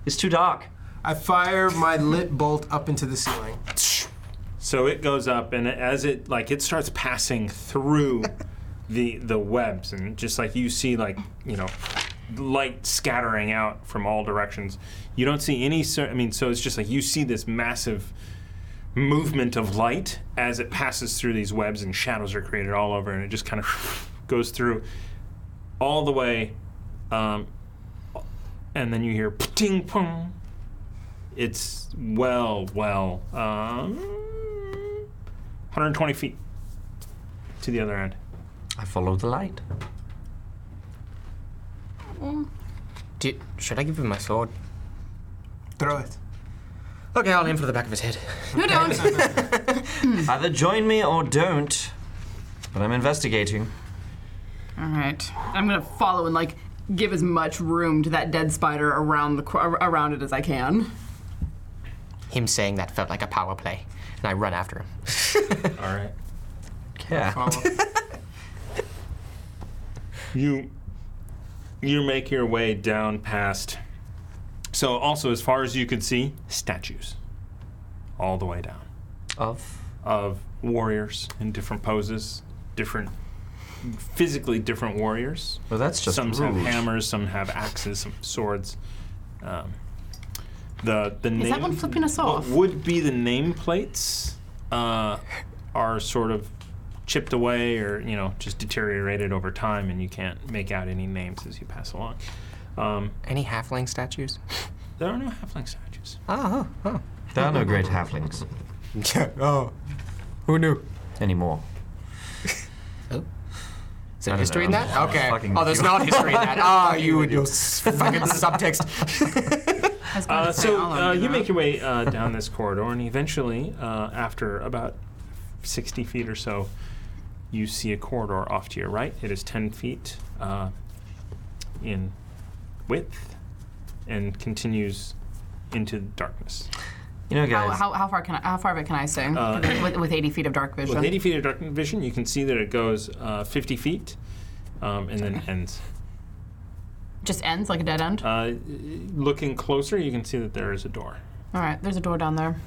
It's too dark.
I fire my lit bolt up into the ceiling.
So it goes up, and as it like it starts passing through the the webs, and just like you see, like you know, light scattering out from all directions. You don't see any. Cer- I mean, so it's just like you see this massive movement of light as it passes through these webs, and shadows are created all over, and it just kind of goes through all the way, um, and then you hear ting pong. It's well, well, um, 120 feet to the other end.
I follow the light.
*laughs* Did, should I give him my sword?
Throw it.
Okay, I'll aim for the back of his head.
No, don't.
Either join me or don't. But I'm investigating.
All right. I'm going to follow and, like, give as much room to that dead spider around the qu- around it as I can.
Him saying that felt like a power play, and I run after him.
All right.
Yeah.
You you make your way down past. So also, as far as you could see, statues all the way down
Of.
of warriors in different poses, different physically different warriors.
Well, that's just
some have
rude.
hammers, some have axes, some swords. Um, the the
Is that one flipping us off?
would be the nameplates uh, are sort of chipped away or you know just deteriorated over time, and you can't make out any names as you pass along. Um,
Any halfling statues?
there are no halfling statues.
Oh, oh,
There are no great halflings
oh. *laughs* oh. Who knew?
anymore.
Is there
don't
history
know.
in that? Okay.
Fucking
Oh, there's
you.
not history in that. Ah, you and your s- fucking subtext.
I was gonna
Uh,
say,
so
I'll
uh,
own
you
that.
make your way uh, down this corridor, and eventually, uh, after about 60 feet or so, you see a corridor off to your right. It is 10 feet uh, in width and continues into darkness.
You know,
How,
guys.
how, how far can I, how far back can I see with, with 80 feet of dark vision?
Uh, With 80 feet of dark vision, you can see that it goes uh, 50 feet um, and then ends.
Just ends like a dead end.
Uh, looking closer, you can see that there is a door.
All right, there's a door down there.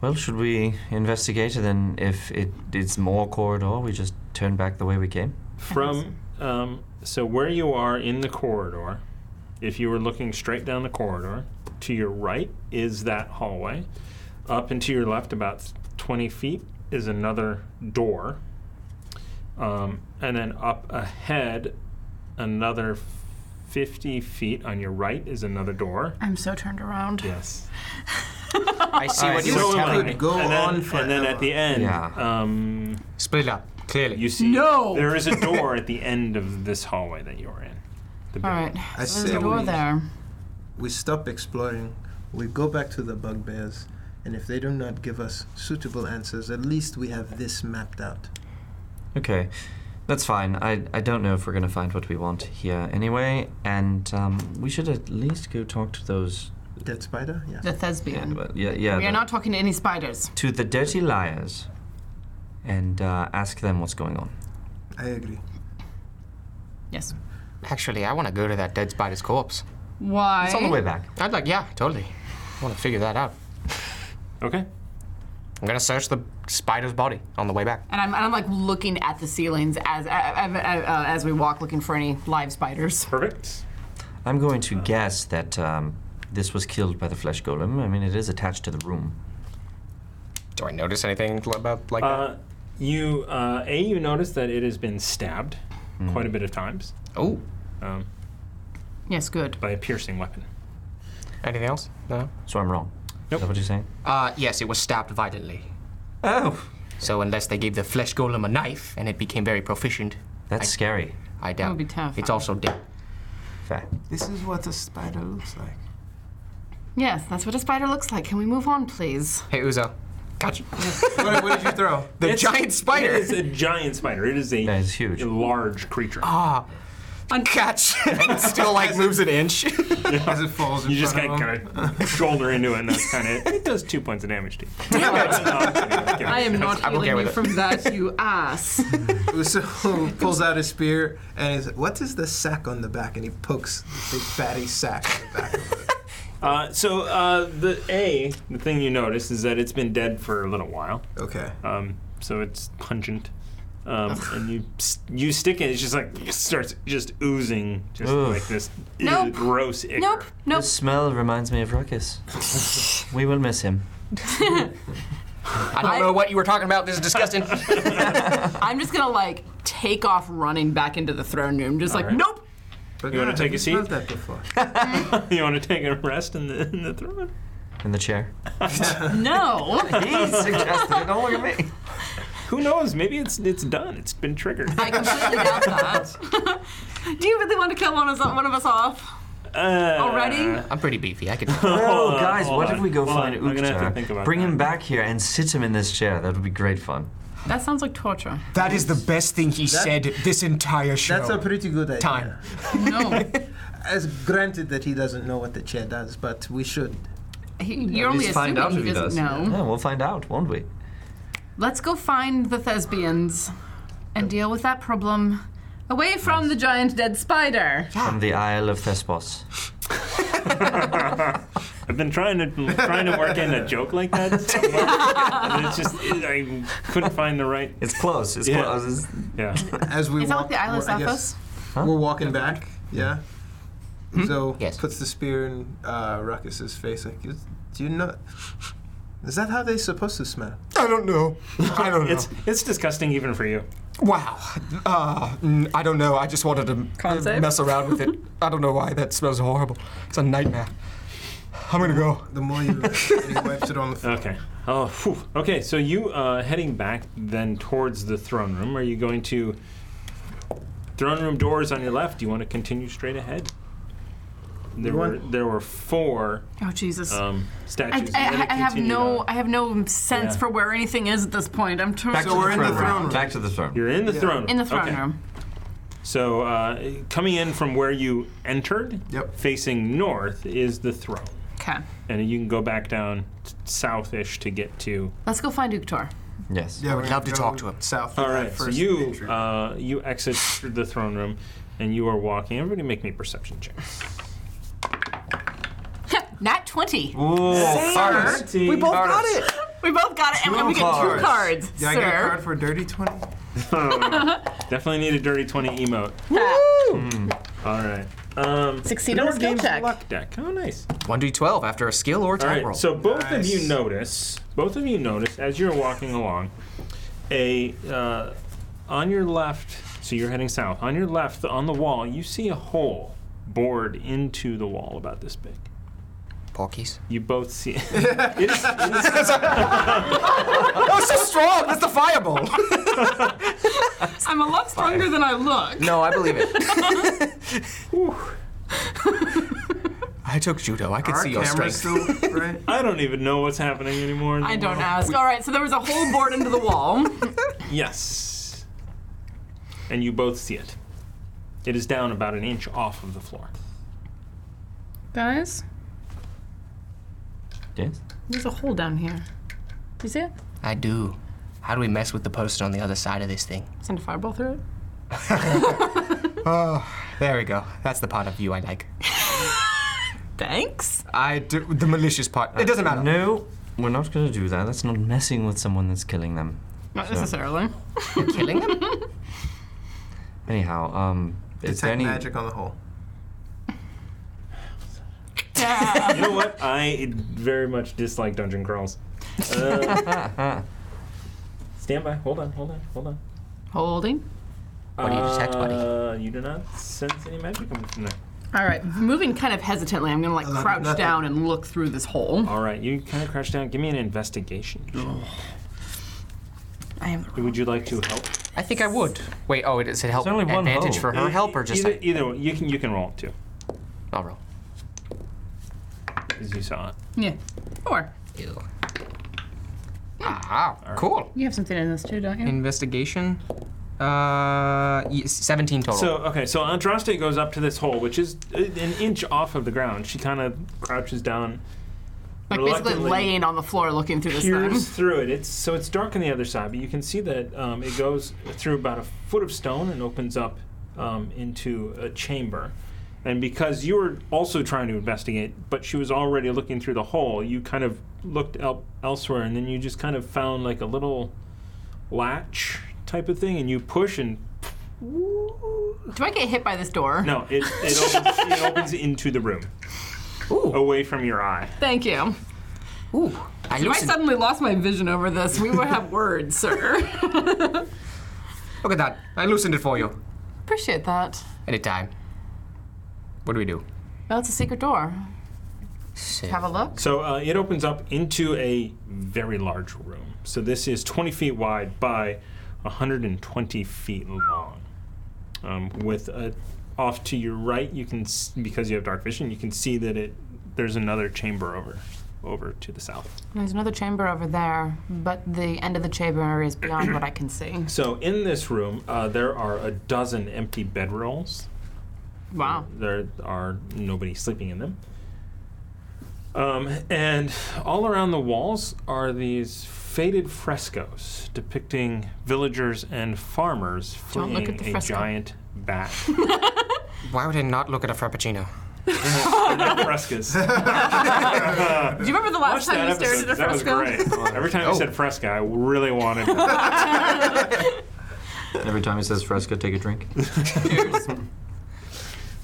Well, should we investigate and then if it, it's more corridor, we just turn back the way we came?
From um, so where you are in the corridor, if you were looking straight down the corridor, to your right is that hallway. Up and to your left, about 20 feet, is another door. Um, and then up ahead, another 50 feet on your right is another door.
I'm so turned around.
Yes.
I see what you
So
were
am
telling
I.
me.
Go
and then,
on
And then at the end,
Yeah.
um,
Split it up, clearly.
you see
No!
there is a door at the end of this hallway that you're in. The big
All right,
I
so there's
say
a door
we-
there.
We stop exploring. We go back to the bugbears, and if they do not give us suitable answers, at least we have this mapped out.
Okay, that's fine. I, I don't know if we're going to find what we want here anyway, and um, we should at least go talk to those.
Dead spider? Yeah.
The thespian.
Well, yeah, yeah.
we are
the-
not talking to any spiders.
to the dirty liars and uh, ask them what's going on.
I agree.
Yes.
Actually, I want to go to that dead spider's corpse.
Why?
It's on the way back.
I'd like, yeah, totally. I want to figure that out.
Okay.
I'm gonna search the spider's body on the way back.
And I'm, and I'm like looking at the ceilings as uh, uh, uh, as we walk, looking for any live spiders.
Perfect.
I'm going to guess that um, this was killed by the flesh golem. I mean, it is attached to the room.
Do I notice anything l- about like
Uh, you uh, a you notice that it has been stabbed
Hmm.
quite a bit of times
that? Oh,
um,
Yes, good.
by a piercing weapon.
anything else? No.
So I'm wrong.
Nope.
Is that what you're saying?
Uh, yes, it was stabbed violently.
Oh,
So unless they gave the flesh golem a knife and it became very proficient,
that's scary.
I doubt.
would be tough.
It's also dead.
Fair.
This is what a spider looks like.
Yes, that's what a spider looks like. Can we move on, please?
Hey, Uzo. Gotcha.
What, what did you throw?
The giant spider.
It is a giant spider. It is a,
That is huge.
a large creature.
Ah,
*laughs* Catch. and still like moves an
*laughs*
inch.
As it falls in
you just
front
got
of him.
kind
*laughs*
of shoulder into it, and that's kind of it. Does two points of damage to you. *laughs* Uh,
I am not
I'm okay
healing you
with it.
from that, *laughs* you ass.
Uso *laughs* pulls out his spear and he's like, what is the sack on the back? And he pokes the big fatty sack on the back of it.
Uh, so uh, the a the thing you notice is that it's been dead for a little while.
Okay.
um, so it's pungent. Um, and you s- you stick it, it's just like it starts just oozing, just
Ugh.
like this ew,
Nope.
gross ichor.
nope, nope.
The smell reminds me
*laughs*
of Ruckus. we will miss him.
I don't know what you were talking about. This is disgusting.
I'm just gonna like take off running back into the throne room, just like
right.
nope.
But
You wanna
God,
take a
I've
seat?
smelled that before.
*laughs* You want to take a rest in the in the throne?
In
*laughs*
the chair.
*laughs* No.
He suggested it. Don't look at me.
Who knows? Maybe it's it's done. It's been triggered.
I completely doubt that. Do you really want to kill one of us, one of us off
Uh,
already?
I'm pretty beefy. I could.
Oh,
on,
guys,
hold
what if
on,
we go
hold
find
on. I'm gonna have to think
Uktar?
about
Bring
that.
him back here and sit him in this chair. That would be great fun.
that sounds like torture.
That is the best thing he said this entire
*laughs*
show.
That's a pretty good idea.
Time.
*laughs*
No,
As granted that he doesn't know what the chair does, but we should.
he, you're only
Let's
assuming
find out
he
if he
doesn't
does.
know.
Yeah, we'll find out, won't we?
Let's go find the thespians and deal with that problem. Away from the giant dead spider.
From the Isle of Thespos.
I've been trying to trying to work in a joke like that. somewhere, and it's just I couldn't find the right.
It's close. It's
Yeah.
close. It's-
*laughs*
Yeah.
As we
Is that
walk,
like the Isle of
we're- I guess-
Sapphos?
We're walking back. Yeah. So
Yes.
puts the spear in uh, Ruckus's face. Like, "Is- do you know? Is that how they're supposed to smell?
I don't know. I don't know.
It's it's disgusting even for you.
Wow. Uh, mm, I don't know. I just wanted to uh,
save?
mess around with it. I don't know why. That smells horrible. It's a nightmare. I'm gonna go.
The more you, and he wipes it on the floor.
Okay. Oh, phew. okay. So you uh, heading back then towards the throne room? Are you going to throne room doors on your left? Do you want to continue straight ahead? There were
want-
there were four
Oh Jesus.
um,
I,
statues.
I,
and then it
I have
continued
no
on.
I have no sense
Yeah.
for where anything is at this point. I'm too
*laughs* Back
So
to
we're in the throne room.
Back to the throne.
You're in the throne. room.
in the throne
Okay.
room.
So uh, coming in from where you entered,
Yep.
facing north is the throne,
Okay.
and you can go back down t- southish to get to
Let's go find Uktor.
Yes.
Yeah, we're
would love
gonna
to
go
talk to him.
South.
All
of that
right, so
first
you
entry.
uh, you exit the throne room, and you are walking. Everybody, make me perception checks.
Nat 20.
Oh,
We both
got it.
We both got it, and we get two
cards.
cards,
Did I
sir.
get a card for a dirty twenty?
definitely need a dirty twenty emote. All right, um,
Succeed on a
board
skill
game's
check.
Luck deck. Oh, nice.
One d twelve after a skill or a
All
attack
right,
roll.
so both of you
Nice.
notice, both of you notice as you're walking along, a uh, on your left. So you're heading south. On your left, on the wall, you see a hole bored into the wall about this big.
Porkies.
You both see *laughs* it is- it is
*laughs* That was so strong. That's the fireball.
I'm a lot stronger than I look.
No, I believe it. *laughs* I took judo. I could
Our
see your
camera's
strength.
still right.
I don't even know what's happening anymore. in the
I
world.
don't ask. All right, so there was a whole board into the wall.
Yes. And you both see it. It is down about an inch off of the floor.
*laughs* Guys,
Yes.
there's a hole down here. You see it?
I do. How do we mess with the person on the other side of this thing?
*laughs*
Send a fireball through it.
Oh, There we go. That's the part of you I like.
*laughs* Thanks.
I do, the malicious part. It doesn't matter.
No, we're not going to do that. That's not messing with someone that's killing them.
Not necessarily.
Killing him?
Anyhow, um, is
Detect
there any?
magic on the hole.
Yeah.
You know what? I very much dislike dungeon crawls. Uh, *laughs* stand by. Hold on. Hold on. Hold on.
Holding.
What
do you detect, buddy?
You do not sense any magic coming from there.
All right, moving kind of hesitantly, I'm gonna like
Nothing,
crouch
nothing.
down and look through this hole.
All right, you kind of crouch down. Give me an investigation.
I am.
Would you like to help?
I think I would. Wait, oh, it is it help
There's only one
advantage
vote.
for her help or just
either,
like,
either way, you can you can roll it too,
I'll roll.
because you saw it.
Yeah. Four.
Ew. Ah, cool.
You have something in this too, don't you?
Investigation. Uh, ye- 17 total.
So okay, so Andraste goes up to this hole, which is uh, an inch off of the ground. She kind of crouches down,
like basically
reluctantly
laying on the floor, looking through *laughs* this
peers
thing.
through it. It's so it's dark on the other side, but you can see that um, it goes through about a foot of stone and opens up um, into a chamber. And because you were also trying to investigate, but she was already looking through the hole, you kind of looked el- elsewhere, and then you just kind of found like a little latch type of thing, and you push and
Do I get hit by this door?
no, it it opens, it opens into the room, away from your eye.
Thank you.
Ooh, I
If I
loosened.
suddenly lost my vision over this, we would have *laughs* words, sir.
Look at that. I loosened it for you.
Appreciate that.
At a time. What do we do?
Well, it's a secret door. Have a look.
So uh, it opens up into a very large room. So this is 20 feet wide by 120 feet long. Um, with a, off to your right, you can s- because you have dark vision, you can see that it there's another chamber over over to the south.
There's another chamber over there, but the end of the chamber is beyond what I can see.
So in this room, uh, there are a dozen empty bedrolls.
*laughs*
Wow.
There are nobody sleeping in them. Um, and all around the walls are these faded frescoes depicting villagers and farmers
Don't
fleeing
look at the
a
fresco.
giant bat.
*laughs*
*laughs*
Why would I not look at a frappuccino?
Frescas.
Do you remember the
Watch
last
that
time you stared
episode.
at a
That was
fresco?
great. Every time you said fresca, I really wanted.
*laughs*
Every time he says fresca, take a drink.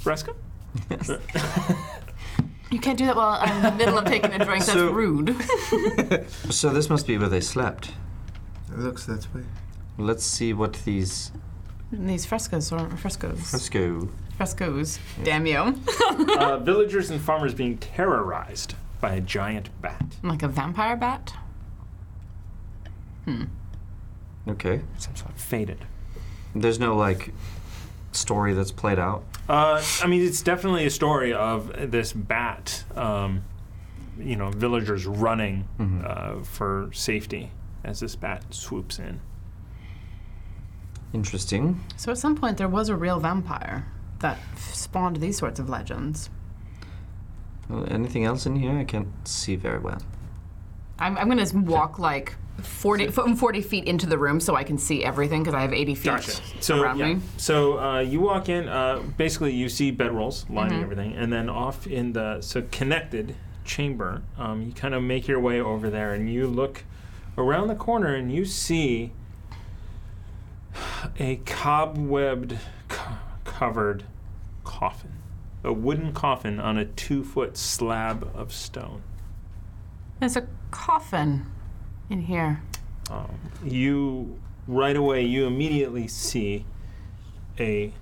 fresca?
You can't do that while I'm in the middle of taking a drink. That's
So- *laughs*
rude.
so this must be where they slept.
It looks that way.
Let's see what these
These frescoes or frescoes.
fresco.
Frescoes. Damn you.
Uh, villagers and farmers being terrorized by a giant bat.
Like a vampire bat? Hmm.
Okay.
Faded.
There's no like story that's played out.
Uh, I mean, it's definitely a story of this bat, um, you know, villagers running uh, for safety as this bat swoops in.
Interesting.
So at some point, there was a real vampire that f- spawned these sorts of legends.
Uh, anything else in here? I can't see very well.
I'm, I'm going to walk like 40, fo- 40 feet into the room so I can see everything because I have 80 feet
So,
around
yeah.
me.
so uh, you walk in. Uh, basically, you see bedrolls lining
Mm-hmm.
everything, and then off in the so connected chamber, um, you kind of make your way over there, and you look around the corner, and you see a cobwebbed, co- covered coffin, a wooden coffin on a two-foot slab of stone.
There's a coffin in here.
you right away you immediately see a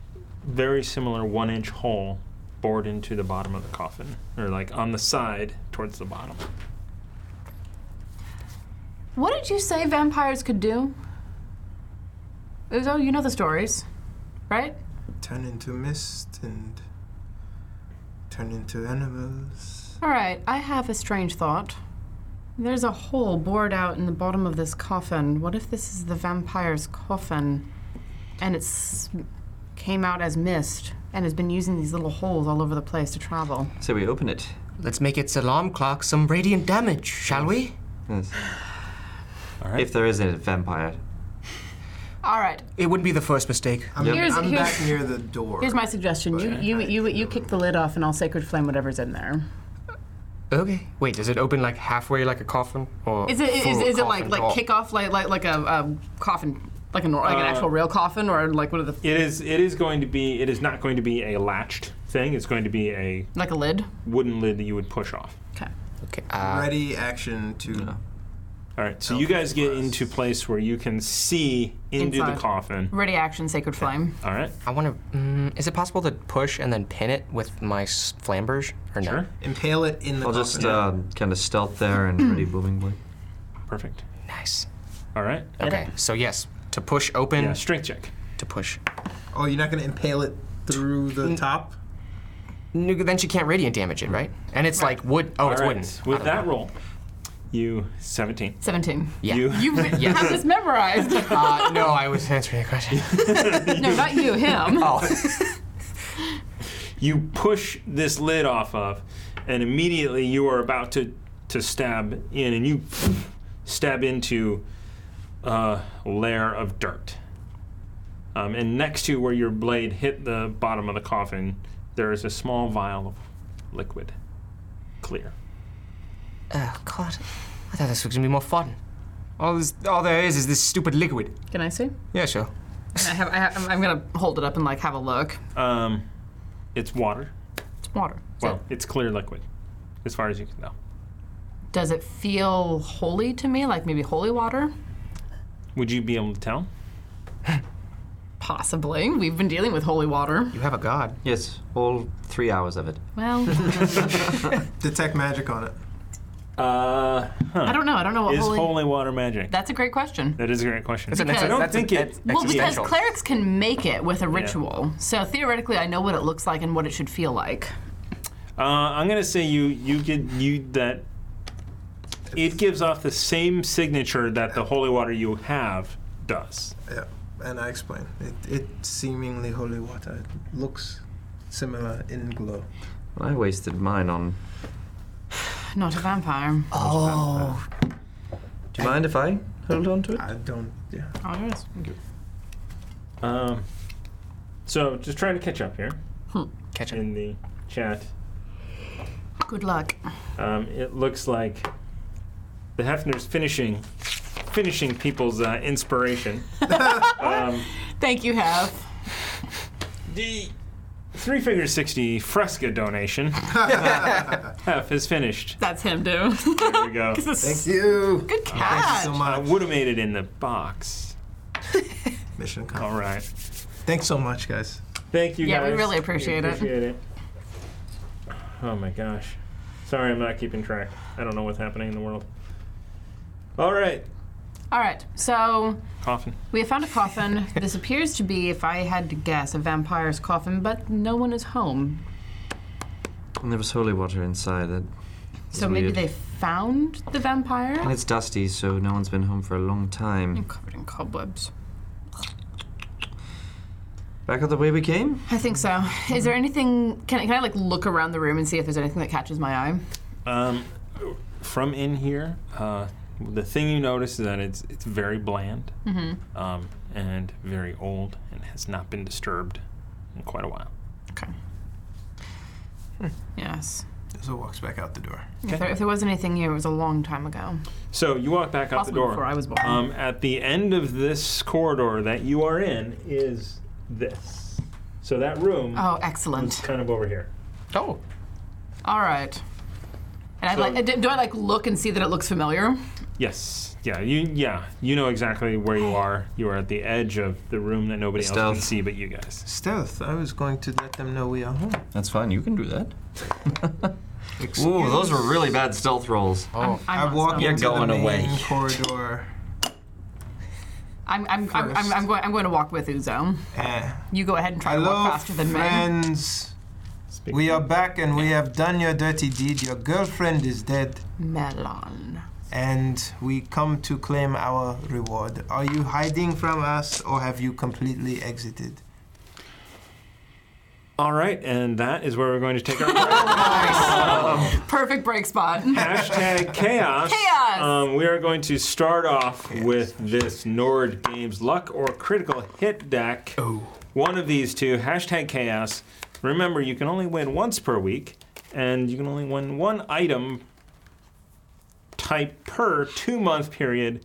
very similar one inch hole bored into the bottom of the coffin or like on the side towards the bottom
What did you say vampires could do? Uzo, you know the stories, right?
Turn into mist and turn into animals.
All right, I have a strange thought. There's a hole bored out in the bottom of this coffin. What if this is the vampire's coffin and it's came out as mist and has been using these little holes all over the place to travel?
So we open it.
Let's make its alarm clock some radiant damage, shall we?
Yes.
All right.
If there is a vampire.
All right.
It wouldn't be the first mistake.
I'm,
Here's-
I'm
here's-
back near the door.
Here's my suggestion. You you you you kick the lid off, and I'll sacred flame whatever's in there.
Okay. Wait, does it open like halfway, like a coffin, or
Is it is,
full
is it like
coffin
like
door?
kick off like like like a, a coffin like a nor- like
Uh,
an actual real coffin or like what are the
It is. It is going to be. It is not going to be a latched thing. It's going to be a
like a lid?
wooden lid that you would push off.
Okay.
Okay. Uh,
Ready action to.
All right. So you guys get into place where you can see into the
Inside.
coffin.
Ready action, sacred flame.
All right.
I want to. Mm, is it possible to push and then pin it with my s- flamberge or no?
Sure.
Impale it in the
I'll
coffin.
just uh, kind of stealth there and ready booming blade.
Perfect.
Nice.
All right.
Okay. So yes, to push open.
Yeah. Strength check.
To push.
oh, you're not going to impale it through the top?
N- Then she can't radiant damage it, right? And it's like wood. Oh, it's
All right.
wooden.
With that roll, you seventeen.
Seventeen.
Yeah.
You.
You
*laughs*
have this memorized.
Uh, no, I was answering
*laughs*
a question.
no, not you, him.
oh.
you push this lid off of, and immediately you are about to to stab in, and you stab into a layer of dirt. Um, and next to where your blade hit the bottom of the coffin, there is a small vial of liquid, clear.
oh God. I thought this was gonna be more fun. All this, all there is, is this stupid liquid.
Can I see?
Yeah, sure.
I have, I have, I'm- I'm gonna hold it up and like have a look.
Um, it's water.
It's water. Is
Well,
it-
it's clear liquid, as far as you can tell.
does it feel holy to me? Like maybe holy water?
Would you be able to tell?
Possibly. We've been dealing with holy
*laughs*
water.
You have a god.
Yes, all three hours of it.
Well,
Detect magic on it.
Uh,
I don't know. I don't know what
is
holy.
holy water magic?
That's a great question.
That is a great question.
an
Because-
ex-
I don't
that's an
think it-
ex-
Well, because
existential.
clerics can make it with a ritual, so theoretically, I know what it looks like and what it should feel like.
Uh, I'm gonna say you you get you that it gives off the same signature that the holy water you have does.
Yeah, and I explain. It, it seemingly holy water looks similar in glow.
I wasted mine on.
Not a vampire.
oh.
Do you mind if I hold on to it?
I don't. Yeah.
Oh, there it is.
Um, so just trying to catch up here
Catch it.
in the chat.
Good luck.
Um, it looks like the Hefner's finishing finishing people's uh, inspiration. um,
Thank you, Hev.
the three figure sixty fresca donation *laughs* Hef is finished.
That's him, dude.
There we
*laughs*
go.
Thank you.
Good catch.
So
I
much.
would have Uh, made it in the box.
Mission
All
accomplished.
right.
Thanks so much, guys.
Thank you
Yeah,
guys.
we really appreciate it.
appreciate it. Oh my gosh. Sorry, I'm not keeping track. I don't know what's happening in the world. All right.
All right, so
Coffin.
we have found a coffin. this appears to be, if I had to guess, a vampire's coffin, but no one is home.
And there was holy water inside it.
So maybe
weird.
they found the
And
vampire.
it's dusty, so no one's been home for a long time.
Covered in cobwebs.
Back up the way we came?
I think so. Is there anything? Can, I- can I like look around the room and see if there's anything that catches my eye?
Um, from in here, uh, the thing you notice is that it's it's very bland,
Mm-hmm.
um, and very old, and has not been disturbed in quite a while.
Okay.
Hmm.
Yes.
So walks back out the door.
If, there, if there was anything here, it was a long time ago.
So you walk back out the
Possibly
door.
before I was born.
Um, at the end of this corridor that you are in is this. So that room
Oh,
is
excellent.
kind of over here.
Oh. *laughs*
All right. And I like. Do I like look and see that it looks familiar?
Yes. Yeah. You. Yeah. You know exactly where you are. You are at the edge of the room that nobody else
Stealth.
can see but you guys.
Stealth. I was going to let them know we are home.
That's fine, you can do that.
Excuse
Ooh, those were really bad stealth rolls.
Oh.
I'm
I
not
walk
stoned.
You're
into
going
the main
away.
corridor.
I'm, I'm, I'm, I'm, I'm, going, I'm going to walk with Uzo.
Eh.
You go ahead and try to
Hello,
walk faster than me.
friends.
Speak.
We are back and we have done your dirty deed. Your girlfriend is dead,
Melon.
and we come to claim our reward. Are you hiding from us, or have you completely exited?
All right, and that is where we're
*laughs*
going to take our break. *laughs*
Perfect break spot.
hashtag chaos.
Chaos. Yes.
Um, we are going to start off with this Nord Games luck or critical hit deck. One of these two, hashtag chaos. Remember, you can only win once per week, and you can only win one item type per two month period.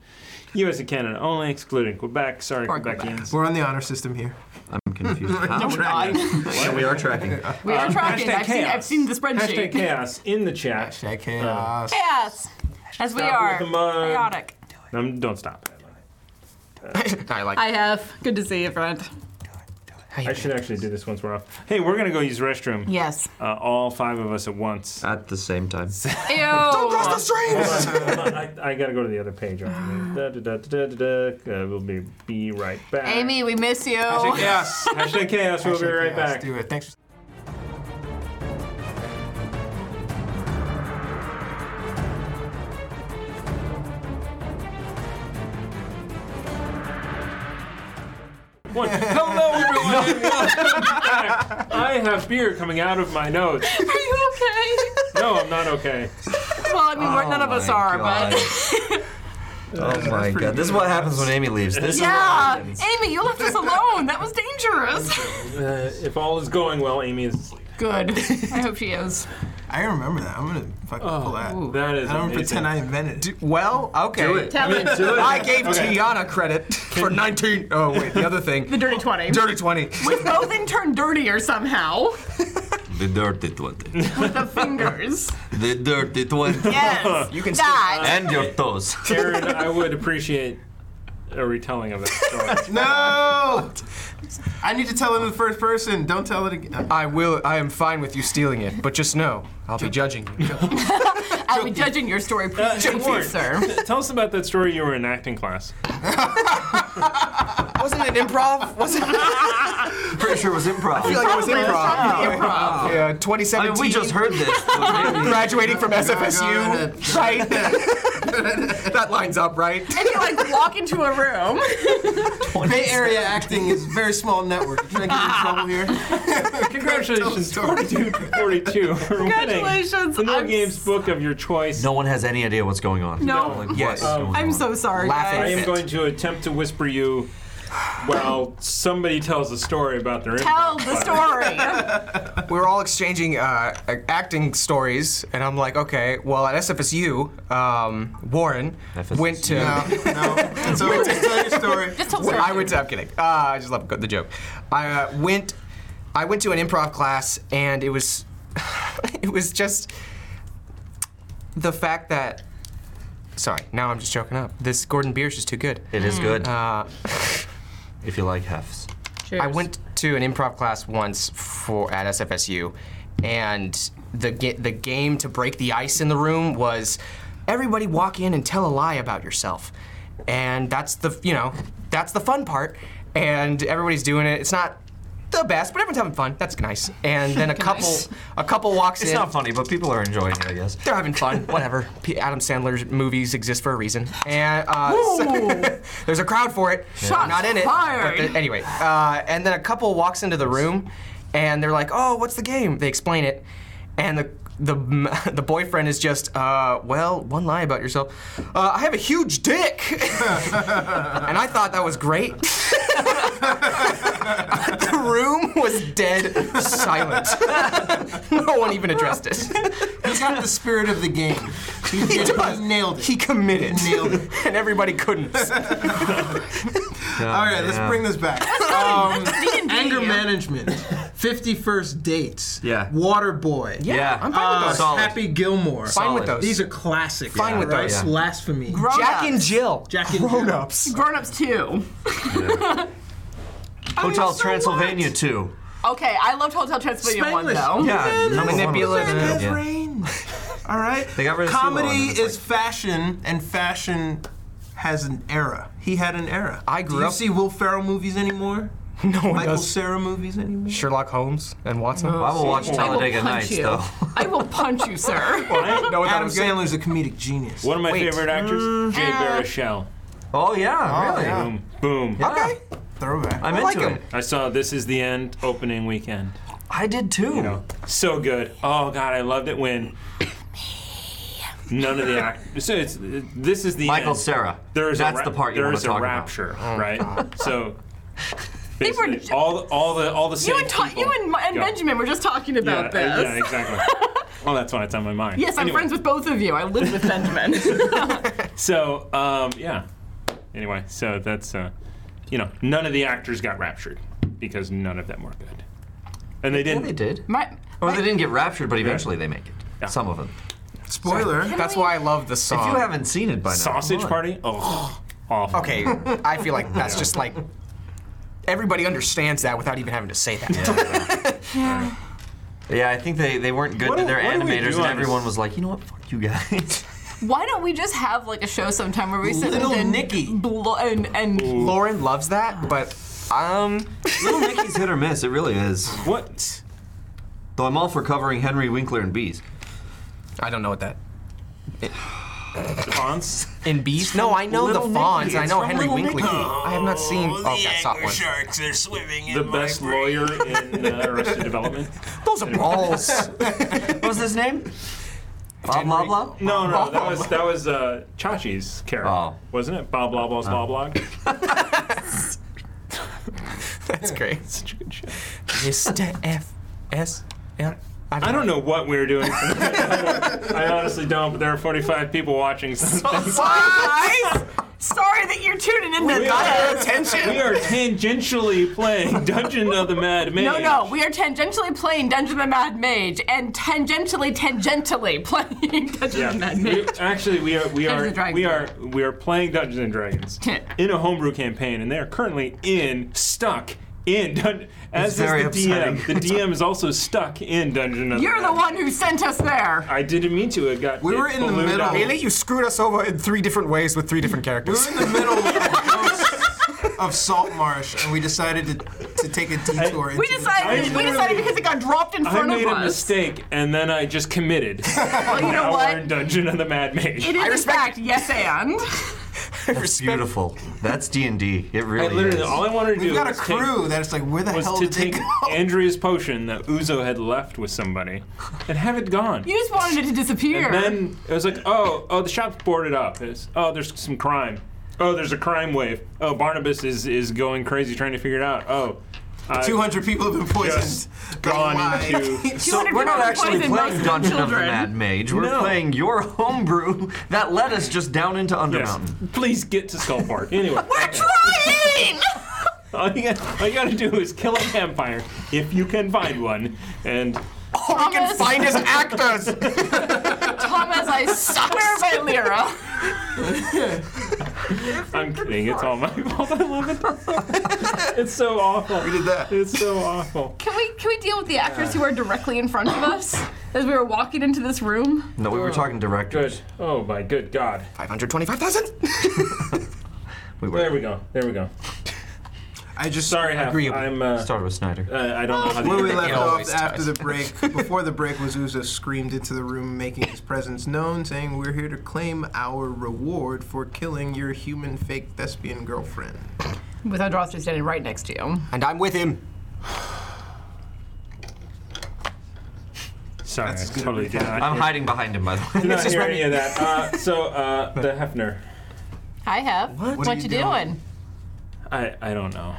US and Canada only, excluding Quebec. Sorry,
Or
Quebecians.
We're on the honor system here.
I'm *laughs* confused. How? Yeah, we are tracking.
Oh
*laughs*
we are tracking.
Hashtag
I've seen, I've
chaos.
seen the
Hashtag
spreadsheet.
chaos in the chat.
Check
Oh.
chaos.
Chaos. As we
Stop
are.
with the mud.
Chaotic.
Um, don't stop.
I like.
I have. Good to see you, friend.
I should actually do this once we're off. Hey, we're going to go use restroom.
Yes.
Uh, all five of us at once.
At the same *laughs* time.
Ew. Don't
I, I gotta go to the other page. After da, da, da, da, da, da. Uh, we'll be, be right back.
Amy, we miss you.
Chaos.
Hashtag chaos. We'll be right back.
Do it. Thanks for
One. Hello, everyone. Welcome back. I have beer coming out of my nose.
Are you okay?
No, I'm not okay.
well, I mean, we're, none of
Oh
us
my
are,
God.
but.
*laughs* Oh my god. This is what happens when Amy *laughs* leaves. This is
Yeah.
what happens.
Amy, you left us alone. That was dangerous.
Uh, if all is going well, Amy is asleep.
Good. I hope she is.
I remember that. I'm gonna fucking pull that.
That Oh. is
I don't
amazing.
pretend I invented it.
Well, okay.
Tell it.
I gave Tiana credit for 19. Oh, wait, the other thing.
*laughs* The dirty 20.
Dirty 20.
We both then turned dirtier somehow
The dirty 20.
with the fingers.
The dirty *laughs* 20.
Yes.
*laughs* You can still-
that.
And your toes.
Aaron, I would appreciate a retelling of it.
*laughs*
Sorry.
No. I need to tell it in the first person. Don't tell it again.
I will. I am fine with you stealing it, but just know I'll be judging you.
I'll be judging your story
Uh,
pretty
Ward,
sir.
Tell us about that story you were in acting class.
Wasn't it improv? Wasn't it?
Pretty sure it was improv.
it was improv.
Improv.
Yeah, 2017.
I mean, we just heard this. *laughs* but maybe-
graduating *laughs* from
God,
SFSU, right? *laughs* that lines up, right?
And you like walk into a room.
Bay Area acting is a very small network. You're trying to get in trouble here.
Congratulations,
Tell the
42 42 for winning
Congratulations,
the No
I'm
Games
s-
book of your choice.
No one has any idea what's going on.
No.
Like, what
Yes.
is going
I'm
on?
so sorry,
Laugh at
I
guys.
am
Fit.
going to attempt to whisper you while somebody tells a story about their improv
Tell the
class.
*laughs* story.
We were all exchanging uh, acting stories, and I'm like, okay, well, at SFSU, um, Warren
FSSU.
went to.
No, no.
*laughs*
It's over. Just tell your story.
Just tell the
Well,
story.
I went to. I'm kidding. Uh, I just love the joke. I uh, went. I went to an improv class, and it was, *sighs* it was just the fact that. Sorry, now I'm just choking up. This Gordon Biersch is too good.
It is good.
Uh,
if you like hefs.
I went to an improv class once for at SFSU, and the ga- the game to break the ice in the room was everybody walk in and tell a lie about yourself, and that's the you know that's the fun part, and everybody's doing it. It's not the best, but everyone's having fun. That's nice.
*laughs*
And then a couple a couple walks
It's
in.
not funny, but people are enjoying it, I guess.
They're
*laughs*
having fun. Whatever. P- Adam Sandler's movies exist for a reason, and uh, so- *laughs* there's a crowd for it.
Shots
not in it.
fired.
But the- anyway, uh, and then a couple walks into the room, and they're like, "Oh, what's the game?" They explain it, and the the m- *laughs* the boyfriend is just, uh, "Well, one lie about yourself. Uh, I have a huge dick," *laughs* and I thought that was great. *laughs* the room was dead silent. *laughs* no one even addressed it.
He's got the spirit of the game. He, did- he
does.
nailed it.
He committed.
Nailed it.
*laughs* and everybody *laughs* couldn't.
All right, let's bring this back. Um, anger management, 51st dates,
Yeah.
Water Boy,
Yeah. Ah,
I'm fine with
uh,
those.
Solid.
Happy Gilmore.
Fine with
solid.
those.
These are classics.
Fine with
right?
those.
Yeah.
Blasphemy.
Jack and Jill.
Jack and
grown
Jill.
ups.
Grown-ups too.
Hotel
so
Transylvania 2.
Okay, I loved Hotel Transylvania one
Spanglish.
though.
Yeah, number
Manipulative.
One was
Have
good. Yeah.
rain. All right.
They got rid of Silo and
Comedy
it's
is fashion, and fashion has an era. He had an era.
I grew
Do you
up-
see Will Ferrell movies anymore?
*laughs*
No
Oh,
one
Michael
does.
Sarah movies anymore?
Sherlock Holmes and Watson.
I will watch
I will
Talladega
punch
Nights,
you.
though.
I will punch
*laughs*
you, sir.
No, that
Adam
was good.
Sandler's a comedic genius.
One of my
Wait.
favorite actors, Jay Baruchel.
Oh, yeah, really?
yeah.
Boom, boom.
Okay.
Throwback.
I'm
I like
into
him.
it.
I saw This Is the End opening weekend.
I did too.
So good. Oh God, I loved it when None of the act. So it's this is the
Michael
end.
Sarah.
There is
That's
a ra-
the part you
there
wanna
is a
talk about. Oh,
rapture, right? *laughs* So
They were
basically,
ju-
all the all the all the
You
same
and, Ta-
people
you and, and
go.
Benjamin were just talking
Yeah,
about
uh,
this.
yeah, exactly. well, that's why it's on my mind.
*laughs* Yes, I'm
Anyway,
friends with both of you. I live with
*laughs*
Benjamin. *laughs*
So um, yeah. Anyway, so that's uh, you know none of the actors got raptured because none of them were good, and they
Yeah,
didn't.
they did.
My,
Or they didn't get raptured, but eventually they make it. Some of them.
Spoiler.
That's why I love the
If
song.
you haven't seen it by now,
Uh, Sausage
come on.
party? Oh, awful.
okay, I feel like that's just like everybody understands that without even having to say that.
Yeah, I think they, they weren't good
What
to
do-
their
what do we
animators,
do
and
on
everyone
this?
was like, you know what, fuck you guys.
why don't we just have like a show sometime where we sit
Little
and then
Nicky.
blo- and and
Lauren loves that, but um,
*laughs* Little Nicky's hit or miss, it really is.
What?
Though I'm all for covering Henry Winkler and bees.
I don't know what that.
*laughs*
Fonts?
In Beast? No, I know the
Little Nicky.
Fonz. I
It's
know
from
Henry
Little
Winkler.
Nicky.
I have not seen. Oh, that's not one.
sharks are swimming in
The best lawyer in uh, Arrested
*laughs*
Development?
Those are balls.
What was his name? Bob Blah Blah?
No, no, that was that was uh, Chachi's character,
Oh.
wasn't it? Bob Loblaw's
Oh.
Bob Log.
*laughs* that's great.
Such a good show.
Mr. F S L.
I don't know what we were doing. I honestly don't. But there are 45 people watching. So
Guys, sorry that you're tuning in to
are-
us.
we are tangentially playing Dungeon of the Mad Mage.
No, no, we are tangentially playing Dungeon the Mad Mage and tangentially, tangentially playing *laughs* Dungeon
Yeah.
the Mad
We-
Mage.
actually, we are we
Dungeons
are
and Dragons.
we are we are playing Dungeons and Dragons
*laughs*
in a homebrew campaign, and they are currently in stuck in Dun- as is
very
the DM. The
upsetting.
DM is also stuck in Dungeon. Of
You're the
Mad
one who sent us there.
I didn't mean to. It got.
We
it
were in the
ballooned
middle.
up.
Really?
You screwed us over in three different ways with three different
We
characters.
were in the middle of, the coast of Salt Marsh, and we decided to, to take a detour. into
We
the-
decided. We decided because it got dropped in
I
front
made
of
a
us.
mistake, and then I just committed.
*laughs*
*laughs*
Well, you know
now
what?
we're in Dungeon of the Mad Mage.
It is in fact yes and.
That's beautiful. That's D&D. It
I
really
literally,
is.
all I wanted to
We've
do
got a
was
crew that's like, where the
Take, was
hell
to
did they
take
go?
Andrea's potion that Uzo had left with somebody, and have it gone.
You just wanted it to disappear.
And then it was like, oh, oh, the shop's boarded up. It's, oh, there's some crime. Oh, there's a crime wave. Oh, Barnabas is is going crazy trying to figure it out. Oh, I-
200 people have been
Just *laughs*
poisoned.
gone
Why?
into.
So
200
we're not
people
actually
poisoned
playing
most
Dungeon of the
children.
Mad Mage. We're
No.
playing your homebrew that led us just down into
Yes.
Undermountain.
Um.
Please get to Skull
*laughs*
Park. Anyway.
We're trying.
All you, got, all you gotta do is kill a vampire if you can find one. And
*laughs* Thomas,
Find his *laughs* actors.
Thomas, I swear by Lyra.
I'm kidding, it's all my fault. I love it. *laughs* it's so awful.
We did that.
It's so awful.
Can we can we deal with the actors who are directly in front of us as we were walking into this room?
No, we were talking directors.
Good. Oh my good God.
Five hundred twenty-five *laughs* thousand.
We were.
There we go. There we go.
*laughs* I just
Sorry, Hap.
Agreeable.
I'm. Uh,
Started with Snyder.
I I don't know how to
Where
do *laughs*
we
that.
left
It
off
always
after
*laughs*
ties.
the break, before the break, was Uzo screamed into the room, making his presence known, saying, "We're here to claim our reward for killing your human fake thespian girlfriend."
With Adrostra standing right next to you.
And I'm with him.
Sorry, I
That's good.
totally did not.
I'm hiding behind him, by the way.
did not hear any of that. Uh, so uh, the Hefner.
I have. What,
What are you
you
doing?
doing?
I I don't know.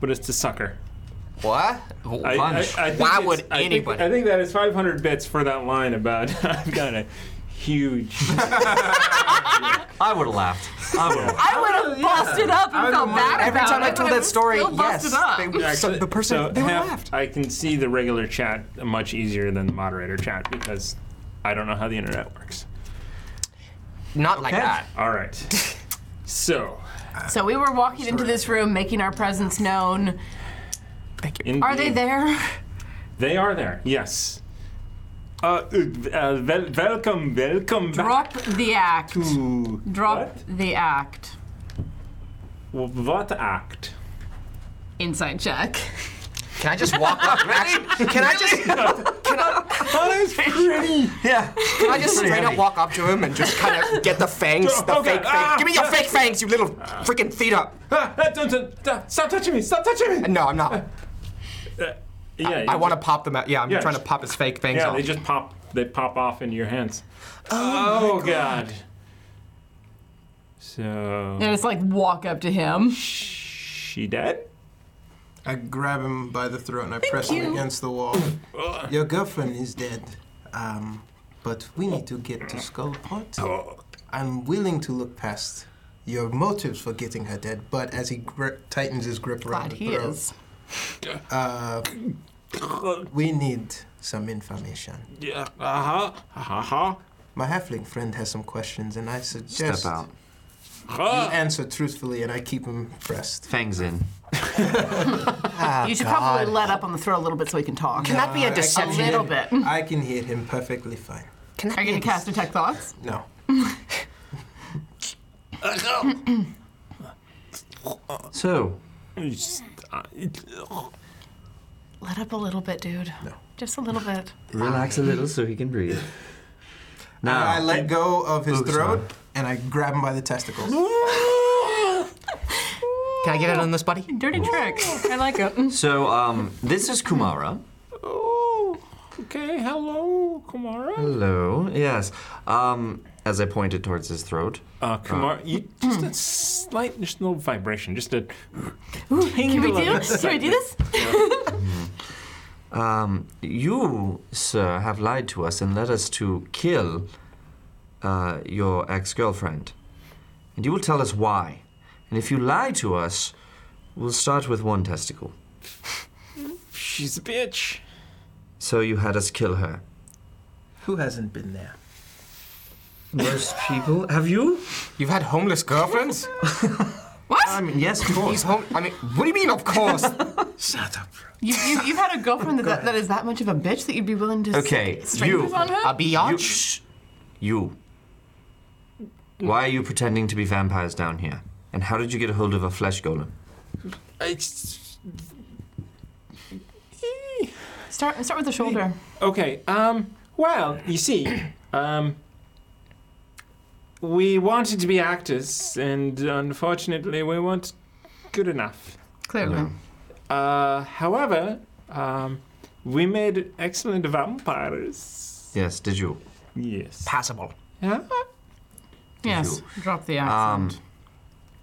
but it's the sucker.
What?
I, I, I
Punch.
think
Why
it's-
would
I think-
anybody-
I think that is 500 bits for that line about *laughs* I've got a huge.
I would have laughed. I would have
I would have busted up and
I would've
felt
wondered.
bad
Every
about
time
it,
I
but
told that
was
story,
still busted
yes,
up.
they, so
Actually,
the person
so *laughs*
they were
half-
laughed.
I can see the regular chat much easier than the moderator chat because I don't know how the internet works.
Not like that.
All
*laughs*
right. So,
so we were walking into this room, making our presence known. Are they
indeed,
there?
They are there. Yes. Uh, uh, wel- welcome, welcome back
Drop the act.
to
Drop the act.
what? What act?
Inside check.
Can I just walk *laughs* up? Actually, can I just
*laughs*
Oh,
*laughs*
Yeah.
can I just straight up walk up to him and just kind of get the fangs, the
Okay.
fake
Ah.
fangs? Give me your fake fangs, you little freaking feet up.
Ah, ah, don't, don't, ah, stop touching me! Stop touching me!
No, I'm not.
Yeah,
I want to pop them out. Yeah, I'm
Yeah.
trying to pop his fake fangs
Yeah,
off.
they just pop They pop off into your hands. Oh, God. So
And it's like walk up to him.
she dead?
I grab him by the throat and I press
you.
him against the wall. Your girlfriend is dead. Um, but we need to get to Skull Point. I'm willing to look past your motives for getting her dead, but as he gri- tightens his grip
Glad
around the
he
throat,
is.
we need some information.
Yeah. Uh huh. Uh huh.
My halfling friend has some questions, and I suggest
Step out.
you answer truthfully, and I keep him pressed.
Fangs in.
you should probably let up on the throat a little bit so he can talk.
Can that be a
I can
A
deception?
little bit. Are
I can hear him perfectly fine.
Can that
you
be
gonna
a
cast detect thoughts?
No.
So,
Let up a little bit, dude. No. Just a little bit.
relax a little so he can breathe.
I
Now,
let go of his
Oops,
throat
sorry.
and I grab him by the testicles.
Can I get it on this, buddy?
Dirty trick. I like it.
so um, this is Kumara.
Oh. Okay. Hello, Kumara.
Hello. Yes. Um, as I pointed towards his throat.
Uh, Kumara, you, just a slight, just a little vibration, just a.
Can we do? Can we do this?
Um, you, sir, have lied to us and led us to kill uh, your ex girlfriend. And you will tell us why. And if you lie to us, we'll start with one testicle.
She's a bitch.
So you had us kill her.
Who hasn't been there?
Most people. Have you?
You've had homeless *laughs* girlfriends?
I mean, yes, of
He's
course.
home. I mean, what do you mean? Of *laughs* course.
Shut up, bro.
You, you, you've had a girlfriend that, that is that much of a bitch that you'd be willing to
Okay,
stick strangers
you-
on her?
A biatch.
Shh. You. Why are you pretending to be vampires down here? And how did you get a hold of a flesh golem?
It's,
Start start with the shoulder.
okay. Um. Well, you see, um. We wanted to be actors, and unfortunately, we weren't good enough.
Clearly.
Uh, however, um, we made excellent vampires.
Yes, did you?
Yes.
Passable.
Yeah.
Yes. Drop the
Um,
accent.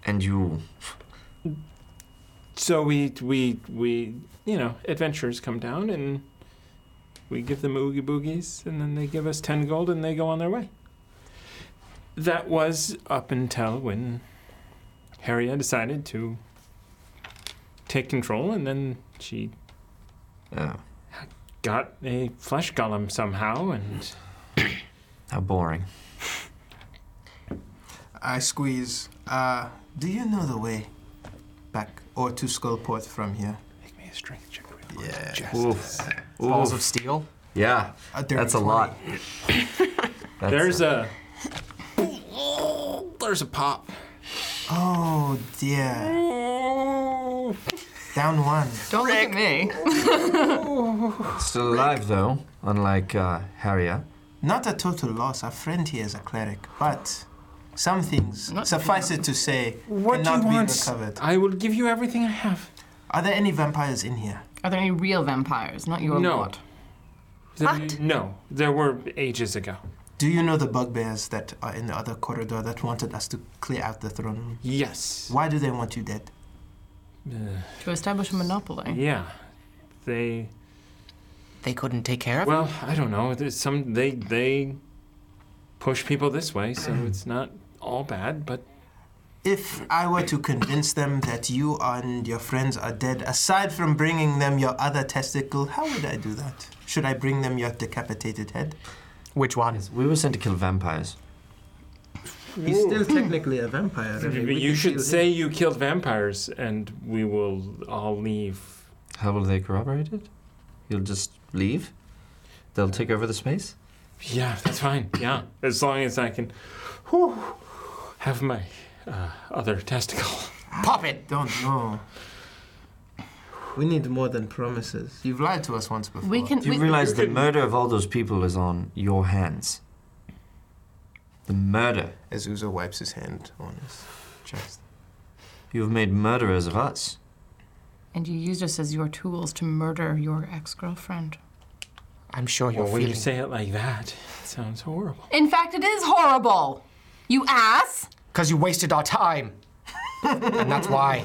and you.
So we we we you know adventurers come down and we give them oogie boogies, and then they give us ten gold, and they go on their way. That was up until when Harriet decided to take control, and then she
Oh,
got a flesh golem somehow, and
how boring.
I squeeze. Uh, do you know the way back or to Skullport from here?
make me a strength check. real quick.
Yeah.
Oof.
Balls of steel.
Yeah,
A dirty
that's a
20. *laughs*
lot. That's
There's
a-
a *laughs* there's a pop.
Oh dear. Down one.
Don't look at me.
still alive though, unlike uh, Harrier.
Not a total loss. Our friend here is a cleric, but some things, suffice it to say,
What do
cannot
you
be
want?
recovered.
I will give you everything I have.
Are there any vampires in here?
Are there any real vampires? Not your
No.
lord.
There-
What?
No, there were ages ago.
Do you know the bugbears that are in the other corridor that wanted us to clear out the throne room?
Yes.
Why do they want you dead?
To establish a monopoly.
Uh, Yeah. They.
They couldn't take care of
Well, I don't know. There's some they they push people this way, so it's not all bad. But
If I were to convince them that you and your friends are dead, aside from bringing them your other testicle, how would I do that? Should I bring them your decapitated head?
Which one?
We were sent to kill vampires.
He's still technically a vampire.
you should say you killed vampires, and we will all leave.
How will they corroborate it? You'll just leave? They'll take over the space?
Yeah, that's fine. Yeah, as long as I can whew, have my uh, other testicle.
Pop it.
Don't know. We need more than promises. You've lied to us once before.
We can.
Do you
we,
realize the
can-
murder of all those people is on your hands? The murder.
As Uzo wipes his hand on his chest.
You've made murderers of us.
And you used us as your tools to murder your ex girlfriend.
I'm sure you're
When you
feeling.
say it like that, it sounds horrible.
In fact, it is horrible. You ass.
Because you wasted our
*laughs*
time. and that's why.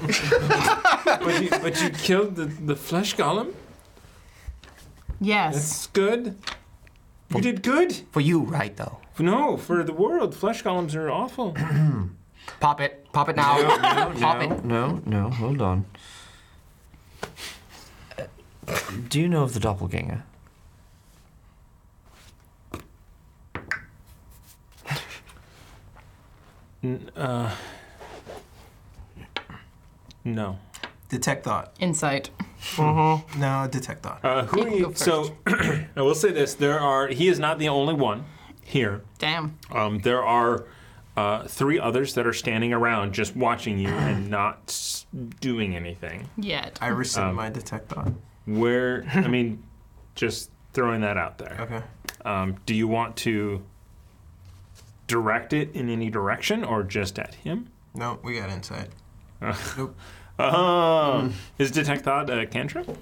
But you, but you killed the, the flesh golem?
Yes.
That's good. You did good?
For you, right, though.
No, for the world, flesh golems are awful.
Pop it. Pop it now. Pop it.
No, no, hold on. Uh, Do you know of the doppelganger?
*clears throat* No.
Detect thought.
Insight.
No, detect thought.
Uh, who are you? So, *clears throat* I will say this: there are. He is not the only one here.
Damn.
Um, there are uh, three others that are standing around, just watching you and not s- doing anything.
Yet.
I rescind my detect thought.
Where? I mean, just throwing that out there.
Okay.
Um, do you want to direct it in any direction, or just at him?
No, we got insight. nope.
Oh, is detect thought a cantrip?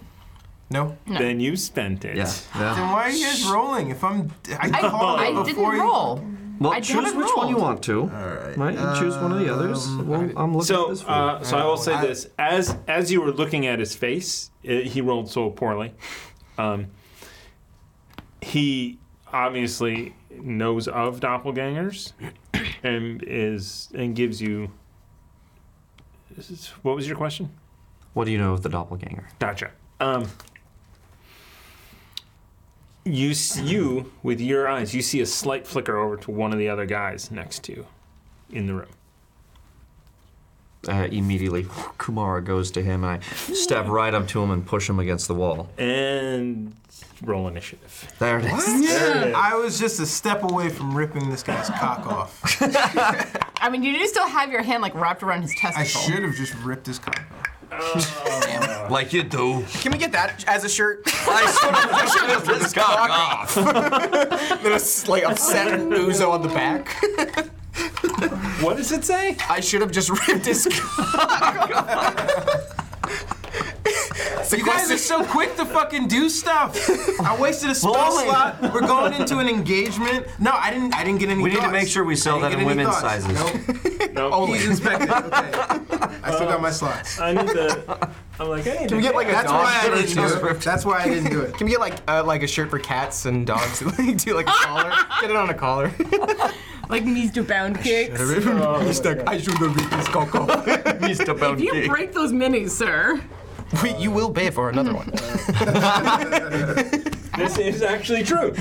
No.
Then you spent it.
Yeah.
Then why are you guys rolling? If I'm, *laughs* I
I,
called it
I
before
didn't
you-
roll.
Well,
I
choose
haven't
which one you
rolled.
want to.
All right.
Right, and choose one of the others.
Um,
Well, I'm looking at
So,
this for you.
uh, so I will say
I-
this: as as you were looking at his face, i he rolled so poorly. Um, he obviously knows of doppelgangers, and is and gives you. this is- What was your question?
What do you know of the doppelganger?
Gotcha. Um, you s- you with your eyes, you see a slight flicker over to one of the other guys next to you, in the room.
Uh, immediately, Kumara goes to him, and I step right up to him and push him against the wall.
And roll initiative.
There it is.
I was just a step away from ripping this guy's cock off.
I mean, you do still have your hand like wrapped around his
I
testicle.
should have just ripped his cock off.
Like you do.
Can we get that as a shirt? *laughs*
I sort of push him
*laughs*
this cock off.
Then a s- like upset Uzo on the back.
What does it say?
I should
*laughs*
have just ripped his. so
You guys are so quick to fucking do stuff. I wasted a spell slot. We're going into an engagement. No, I didn't. I didn't get any.
We need to
thoughts.
make sure we sell
I
that in
didn't get any
women's
thoughts.
sizes.
Nope.
No.
*laughs*
Oh,
He's inspected. Okay. I still got my slots.
I need to. I'm like, hey. Can
we get like a
That's
dog
why I
shirt?
didn't do it. That's why I didn't do it.
Can we get like uh, like a shirt for cats and dogs? *laughs* Like, do like a collar. Get it on a collar.
Like knees to bound kicks.
I should have ripped his cock *laughs* off.
Mr. Bone King.
break those minis, sir.
Wait, you will pay for another one.
This is actually true.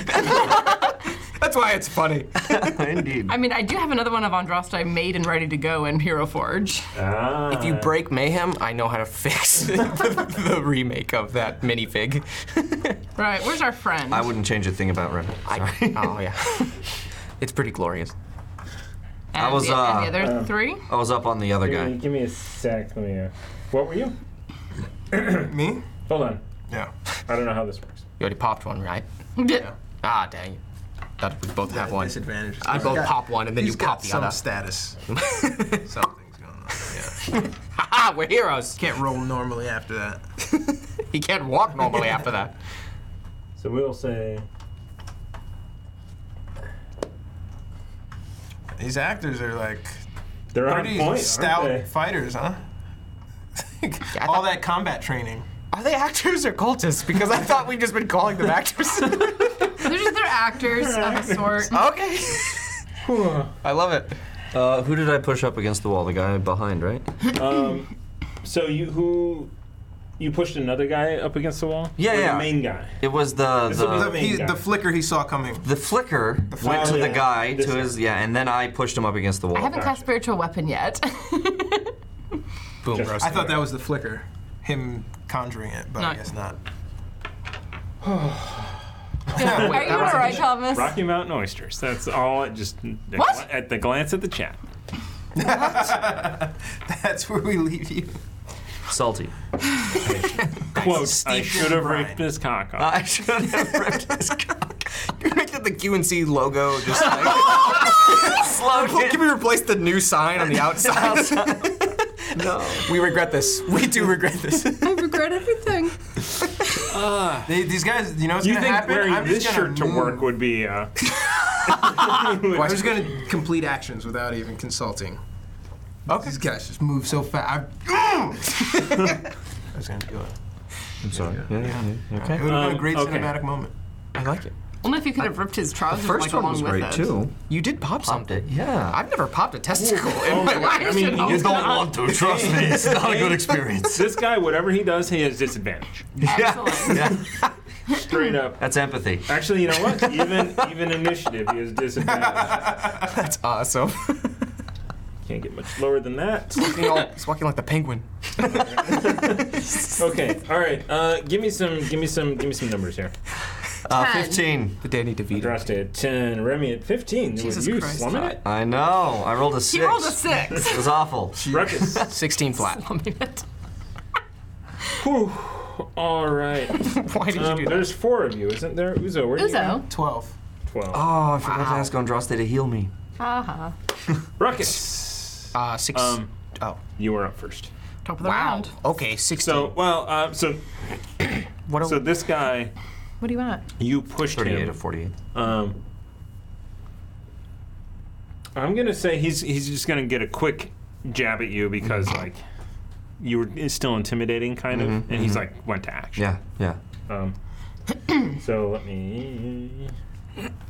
That's why it's funny.
*laughs* Indeed.
I mean, I do have another one of Andraste made and ready to go in Hero Forge.
Ah.
If you break Mayhem, I know how to fix *laughs* the, the remake of that *laughs* minifig.
Right, where's our friend?
I wouldn't change a thing about Ren.
I, oh yeah, *laughs* it's pretty glorious.
and
I was,
the, and the
uh,
other three?
I was up on the other guy.
Give me a sec. Let me. Uh, what were you?
Me?
Hold on.
Yeah.
I don't know how this works.
You already popped one, right?
Yeah.
Ah, dang it. Thought we both have one.
Disadvantage.
I both pop one and then
He's
you pop
got
the
some
other. *laughs*
status. Something's going on. Yeah.
ah, we're heroes.
Can't roll normally after that.
He can't walk normally after that.
So we'll say.
These actors are like
They're on
pretty
point. aren't they?
stout fighters,
*laughs*
huh? All that combat training.
*laughs* Are they actors or cultists? Because I thought we'd just been calling them actors.
They're just they're actors of a sort.
*laughs* okay. I love it.
Uh, who did I push up against the wall? The guy behind, right?
Um, so you who? You pushed another guy up against the wall.
Yeah,
Or
yeah.
The main guy.
It was the
The,
the,
main
he,
guy.
the flicker he saw coming.
the flicker went
flicker.
to the guy
This
to his yeah, and then I pushed him up against the wall.
I haven't cast spiritual weapon *laughs* yet.
Boom,
Just-
roast.
I thought that was the flicker, him conjuring it, but I
No.
guess not. *laughs*
Are you alright, Thomas?
Rocky Mountain oysters. That's all. It just the
What?
gla- at the glance at the chat.
That's where we leave you.
Salty.
Quote: I should have
brine.
raped his cock off.
I should
*laughs*
have ripped his cock.
You make that the QNC logo just *laughs* like.
Slow
Oh, Can we replace the new sign on
*laughs*
the outside?
No.
*laughs* we regret this. We do regret this.
*laughs*
I regret everything.
Uh, They, these guys, you know what's
You
gonna
think
happen?
wearing
I'm just
this
gonna
shirt to
move.
work would be? Uh,
I'm just gonna complete actions without even consulting. Okay. These guys just move so fast. I, *laughs* I was gonna do it.
I'm sorry. Yeah, yeah, yeah.
It
Okay.
would have been
Um,
a great
okay.
cinematic moment.
I like it.
Only if you could have ripped his trousers
First
like, along
one was
with
great
it.
too.
You did pop, something.
Yeah.
I've never popped a testicle in my life.
I mean,
I
you
was
don't
gonna-
want
to trust me. It's not
*laughs*
a good experience.
this guy. Whatever he does, he has disadvantage.
Excellent.
Straight up.
That's empathy.
Actually, you know *laughs* what? Even even initiative, he has disadvantage.
That's awesome.
Can't get much lower than *laughs* that.
walking *laughs* all, it's walking like the penguin.
Okay. All right. Uh, give me some. Give me some. Give me some numbers here.
Uh,
Ten.
15.
The Danny DeVito.
Droste at ten. Remy at fifteen.
Jesus
you
Christ.
slumming it?
I know. I rolled a six.
He rolled a six.
*laughs*
*laughs*
It was awful.
Ruckus. *laughs*
16 flat.
Whew. All right.
Why did
Um,
you do that?
there's four of you, isn't there? Uzo, where are you?
Uzo.
Twelve. *laughs*
Twelve.
Oh, I forgot to ask Andraste to heal me.
Uh-huh.
Ruckus.
Uh, six.
Um,
oh.
you are up first.
Top of the
Wow.
round.
Okay, 16.
So, well, uh, so
what do-
so this guy,
What do you want?
you pushed
38
him.
of 48.
Um, I'm gonna say he's he's just gonna get a quick jab at you because
Mm-hmm.
like you were still intimidating, kind of, and he's like went to action.
Mm-hmm. Yeah, yeah. *clears throat*
Um, so let me.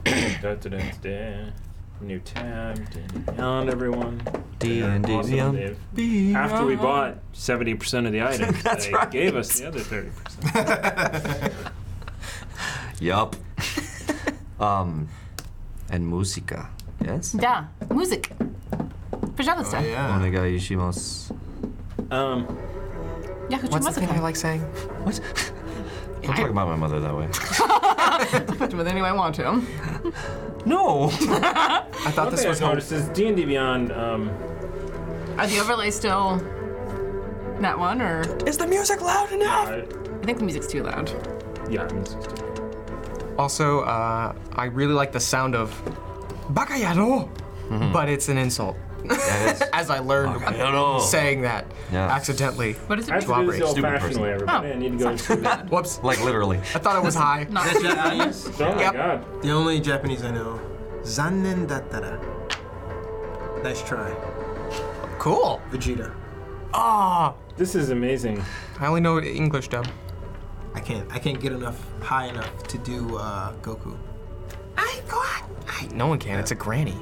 da, da, da, da. New tab, D&D Beyond everyone.
D&D
Awesome,
Beyond.
Dave. After we bought 70% of
*laughs*
the items, they gave us the other 30%.
*laughs*
Yup. um, and musica. Yes?
Yeah. Music. Пожалуйста.
Yeah.
Onegaishimasu.
Um,
Я хочу
What's the thing I
музыка.
like saying?
What? Don't talk about my mother that way.
With anyone I want to.
No!
I thought
one
this
thing
was
I noticed is D&D Beyond, um,
Are the overlays still that one, or
Is the music loud
Ah.
enough?
I,
I think the music's too loud.
yeah, I mean, it's just-
Also, uh, I really like the sound of bacallado,
Mm-hmm.
but it's an insult.
*laughs*
That is-
As I learned
Bacalhau.
saying that
Yeah.
accidentally.
What is it?
I have to
mean?
do
Robbery.
this old
Stupid
fashioned
person.
way, everybody.
Oh.
I need to go through
*laughs*
that.
Whoops.
like literally.
I thought it was high.
Not
Oh my
Yep.
god.
The only Japanese I know. Zannen dattara. Nice try,
Cool.
Vegeta.
Ah,
This is amazing.
I only know English dub.
I can't. I can't get enough high enough to do uh, Goku.
I got. I, no one can. It's a *laughs* granny.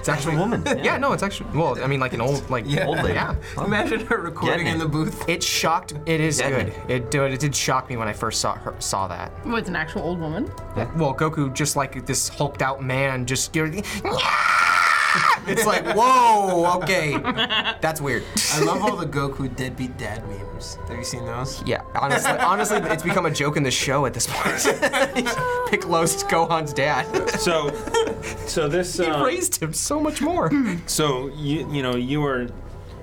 it's actually
woman.
Yeah, no, it's actually. Well, I mean, like an old, like
Yeah.
old lady. Yeah.
Imagine her recording
Getting
in
it.
the booth.
It shocked. It is
Yeah.
good. It did. It did shock me when I first saw her, saw that.
Well, it's an actual old woman.
Well, Goku just like this hulked out man, just *laughs* it's like whoa, okay, that's weird.
I love all the Goku deadbeat dad memes. Have you seen those?
*laughs* Yeah, honestly, honestly, it's become a joke in the show at this point. *laughs* Piccolo's Gohan's dad.
So, *laughs* so this.
He
Um,
raised him so much more.
So you you know you are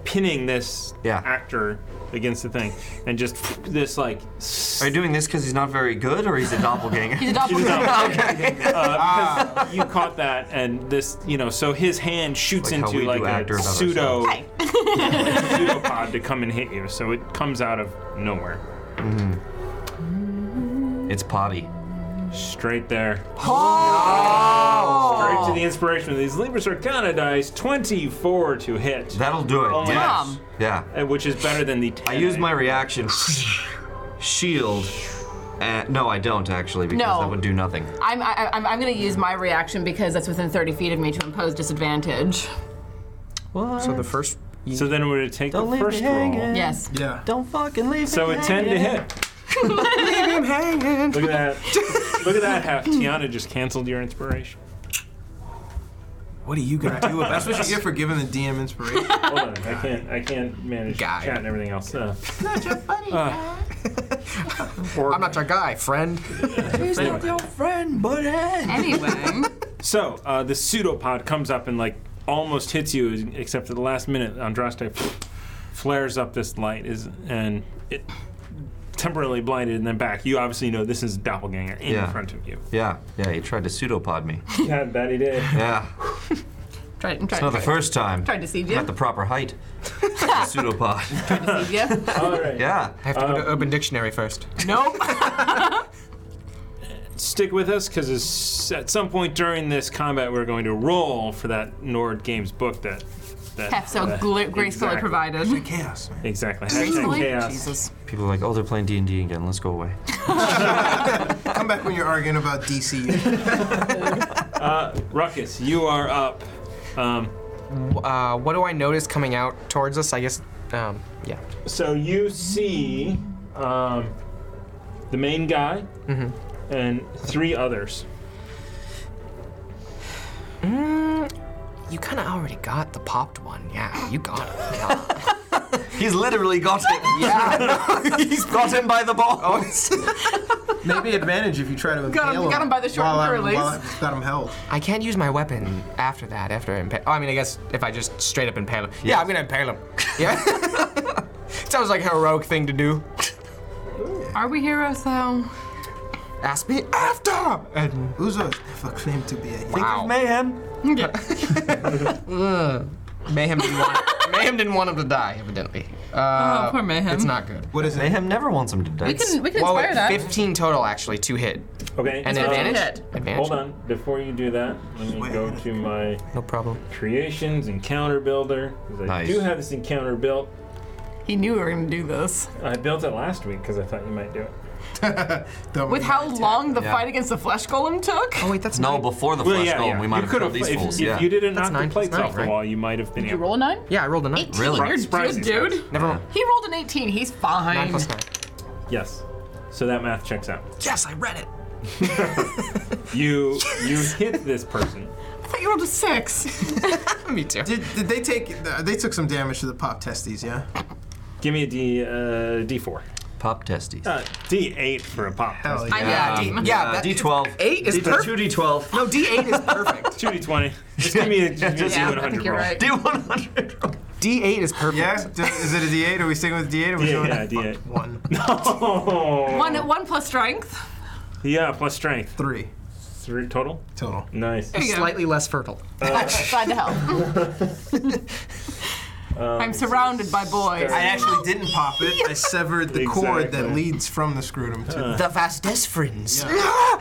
pinning this
Yeah.
actor against the thing, and just this *laughs* like
*laughs* Are you doing this because he's not very good or he's a doppelganger?
He's a
*laughs*
doppelganger.
Uh, you caught that, and this you know so his hand shoots
Like how
into
we do
like
actors
a
on
pseudo *laughs*
Hey.
pseudopod to come and hit you. So it comes out of nowhere,
*laughs* it's potty.
straight there. Straight to the inspiration of these Libra Arcana dice, twenty four to hit,
That'll do it.
Oh,
yes.
Mom.
Yeah.
uh, which is better than the. 10
I use my reaction shield. Uh, no, I don't actually because
No.
that would do nothing.
I'm, I, I'm, I'm going to use my reaction because that's within 30 feet of me to impose disadvantage.
What?
So the first,
So then we're gonna take
Don't
the
leave me
first roll.
hanging.
Yes.
Yeah.
don't fucking leave
So
me
a ten to
hanging.
hit. Look
*laughs*
at that. Look at that. Half Tiana just canceled your inspiration.
what are you gonna do about?
That's what you get for giving the DM
*laughs*
inspiration.
Hold on. I can't. I can't manage
Guy.
chat and everything else. Uh, *laughs*
I'm not your guy, friend.
He's not your friend, buddy.
*laughs* Anyway.
so uh, the pseudopod comes up and like almost hits you, except at the last minute, Andraste flares up this light is and it temporarily blinded and then back. You obviously know this is doppelganger in
Yeah.
front of you.
Yeah, *laughs* yeah, he tried to pseudopod me.
Yeah, that he did.
Yeah.
Try, try,
Not the first time.
Tried to deceive you.
Not the proper height. Pseudopod.
Yeah.
*laughs* All right.
yeah.
I have to go to Urban Dictionary first.
nope.
Stick with us because at some point during this combat, we're going to roll for that Nord Games book that. that
Hef so
that-
gl- gracefully
exactly.
provided.
Chaos, man.
Exactly. Hashtag
Gracefully?
chaos.
Jesus.
People are like, oh, they're playing D and D again. Let's go away.
Come back when you're arguing about DC.
Ruckus, you are up. Um,
*laughs* Uh, what do I notice coming out towards us? I guess, um, yeah.
so you see um, the main guy
Mm-hmm.
and three others.
You kind of already got the popped one. Yeah, you got it. Yeah. *laughs*
He's literally got it. yeah. He's got him by the balls.
Maybe advantage if you try to
Got him-
impale him.
got him by the short
while
and
I'm-
curlies.
while I've Got him held.
I can't use my weapon after that. After I impale. Oh, I mean, I guess if I just straight up impale him. Yeah, I'm gonna impale him. Yeah. *laughs* Sounds like a heroic thing to do.
Are we heroes though?
Ask me after. And
Uzo has never claimed to be a hero.
wow.
Mayhem.
Mayhem didn't want. Mayhem didn't want him to die, evidently. Uh,
Oh, poor Mayhem.
It's not good.
What is it?
Mayhem never wants him to die.
We can we can
Well,
inspire
wait,
that.
15 total actually to hit.
Okay.
And
um,
advantage.
hit.
Advantage.
Hold on. Before you do that, let me go to my
No problem.
creations encounter builder 'cause I
Nice.
do have this encounter built.
He knew we were gonna do this.
I built it last week because I thought you might do it.
Don't
With
we
how
attack?
long the
Yeah.
fight against the flesh golem took?
Oh wait, that's
No,
nine.
before the
Well,
flesh
yeah,
golem,
yeah.
we might
you
have
could
killed these
if,
fools.
If
yeah.
you didn't knock
nine
the
plus
plates
nine,
off
right?
the wall, you might have been
Did you
able.
roll a nine?
Yeah, I rolled a nine.
18.
Really?
You're
Surprising.
good, dude.
Never mind.
He rolled an 18. He's fine.
Nine plus nine.
Yes. So that math checks out.
Yes, I read it.
*laughs* You you hit this person.
I thought you rolled a six.
*laughs* Me too.
Did, did they take? They took some damage to the pop testes, yeah.
Give me a D uh, D4.
Pop testes.
Uh, um, D8 for a pop.
Hell
I'm
yeah.
yeah.
Yeah,
D-
Uh,
yeah, that-
D12.
Eight is perfect.
D twelve.
*laughs* No, D8 oh, is perfect.
Two D twenty. Just give me a just give me
yeah,
a
I
100
think you're
roll.
right.
D100.
D8 is perfect.
Yeah? D- Is it a D8? Are we sticking with D8? Or are we
Yeah,
going
yeah, D8.
One,
Oh.
One, one plus strength.
*laughs* Yeah, plus strength.
three
Three total.
total.
Nice.
There you go.
Slightly less fertile.
Glad to help. I'm surrounded by boys.
I actually didn't pop it. I severed the cord that
Exactly.
leads from the scrotum to
The fastest friends.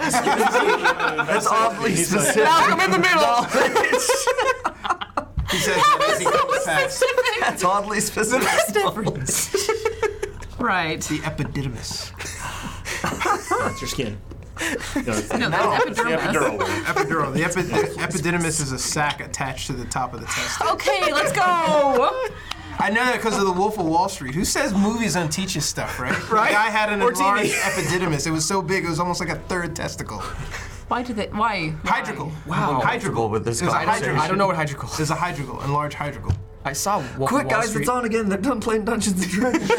That's
Awfully
He's like-
specific.
Malcolm in
*laughs*
the middle.
He says that as he goes past
It's oddly specific.
right.
the epididymis.
That's your skin. No, it's
No,
the
that's epidermis.
epidural. one.
Epidural. The epi- epididymis is a sac attached to the top of the testes.
Okay, let's go.
I know that because of The Wolf of Wall Street. Who says movies don't teach you stuff, right? Right. The guy had an enlarged epididymis. It was so big, it was almost like a third testicle.
Why did they? Why? Why?
Hydrigal.
Wow.
Hydrigal.
with this
It was a
guy.
I don't,
hydrigal.
I don't
*laughs*
know what hydrocal
It was a hydrigal, enlarged hydrigal.
I saw Wolf
Quick,
of Wall
guys,
Street.
it's on again. They're done playing Dungeons and Dragons.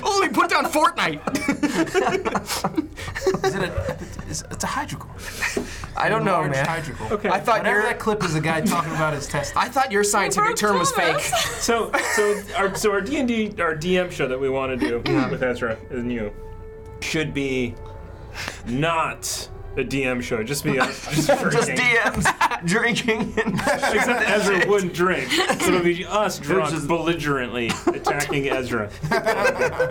Oh, he put down Fortnite.
Is it a? It's, it's a hydrigal.
I don't
Oh,
know,
Enlarged
man.
Hydrigal.
Okay.
I thought
Whatever
your
that clip is, a guy talking *laughs* about his testicles.
I thought your scientific
broke
term was fake.
Thomas.
So so our so our D and D our DM show that we want to do with Ezra and you should be not a DM show. Just
*laughs*
be us. Just,
Just
drinking.
DMs, drinking, and
Except
*laughs*
Ezra wouldn't drink, so it'll be us drunk,
just-
*laughs*
belligerently attacking Ezra.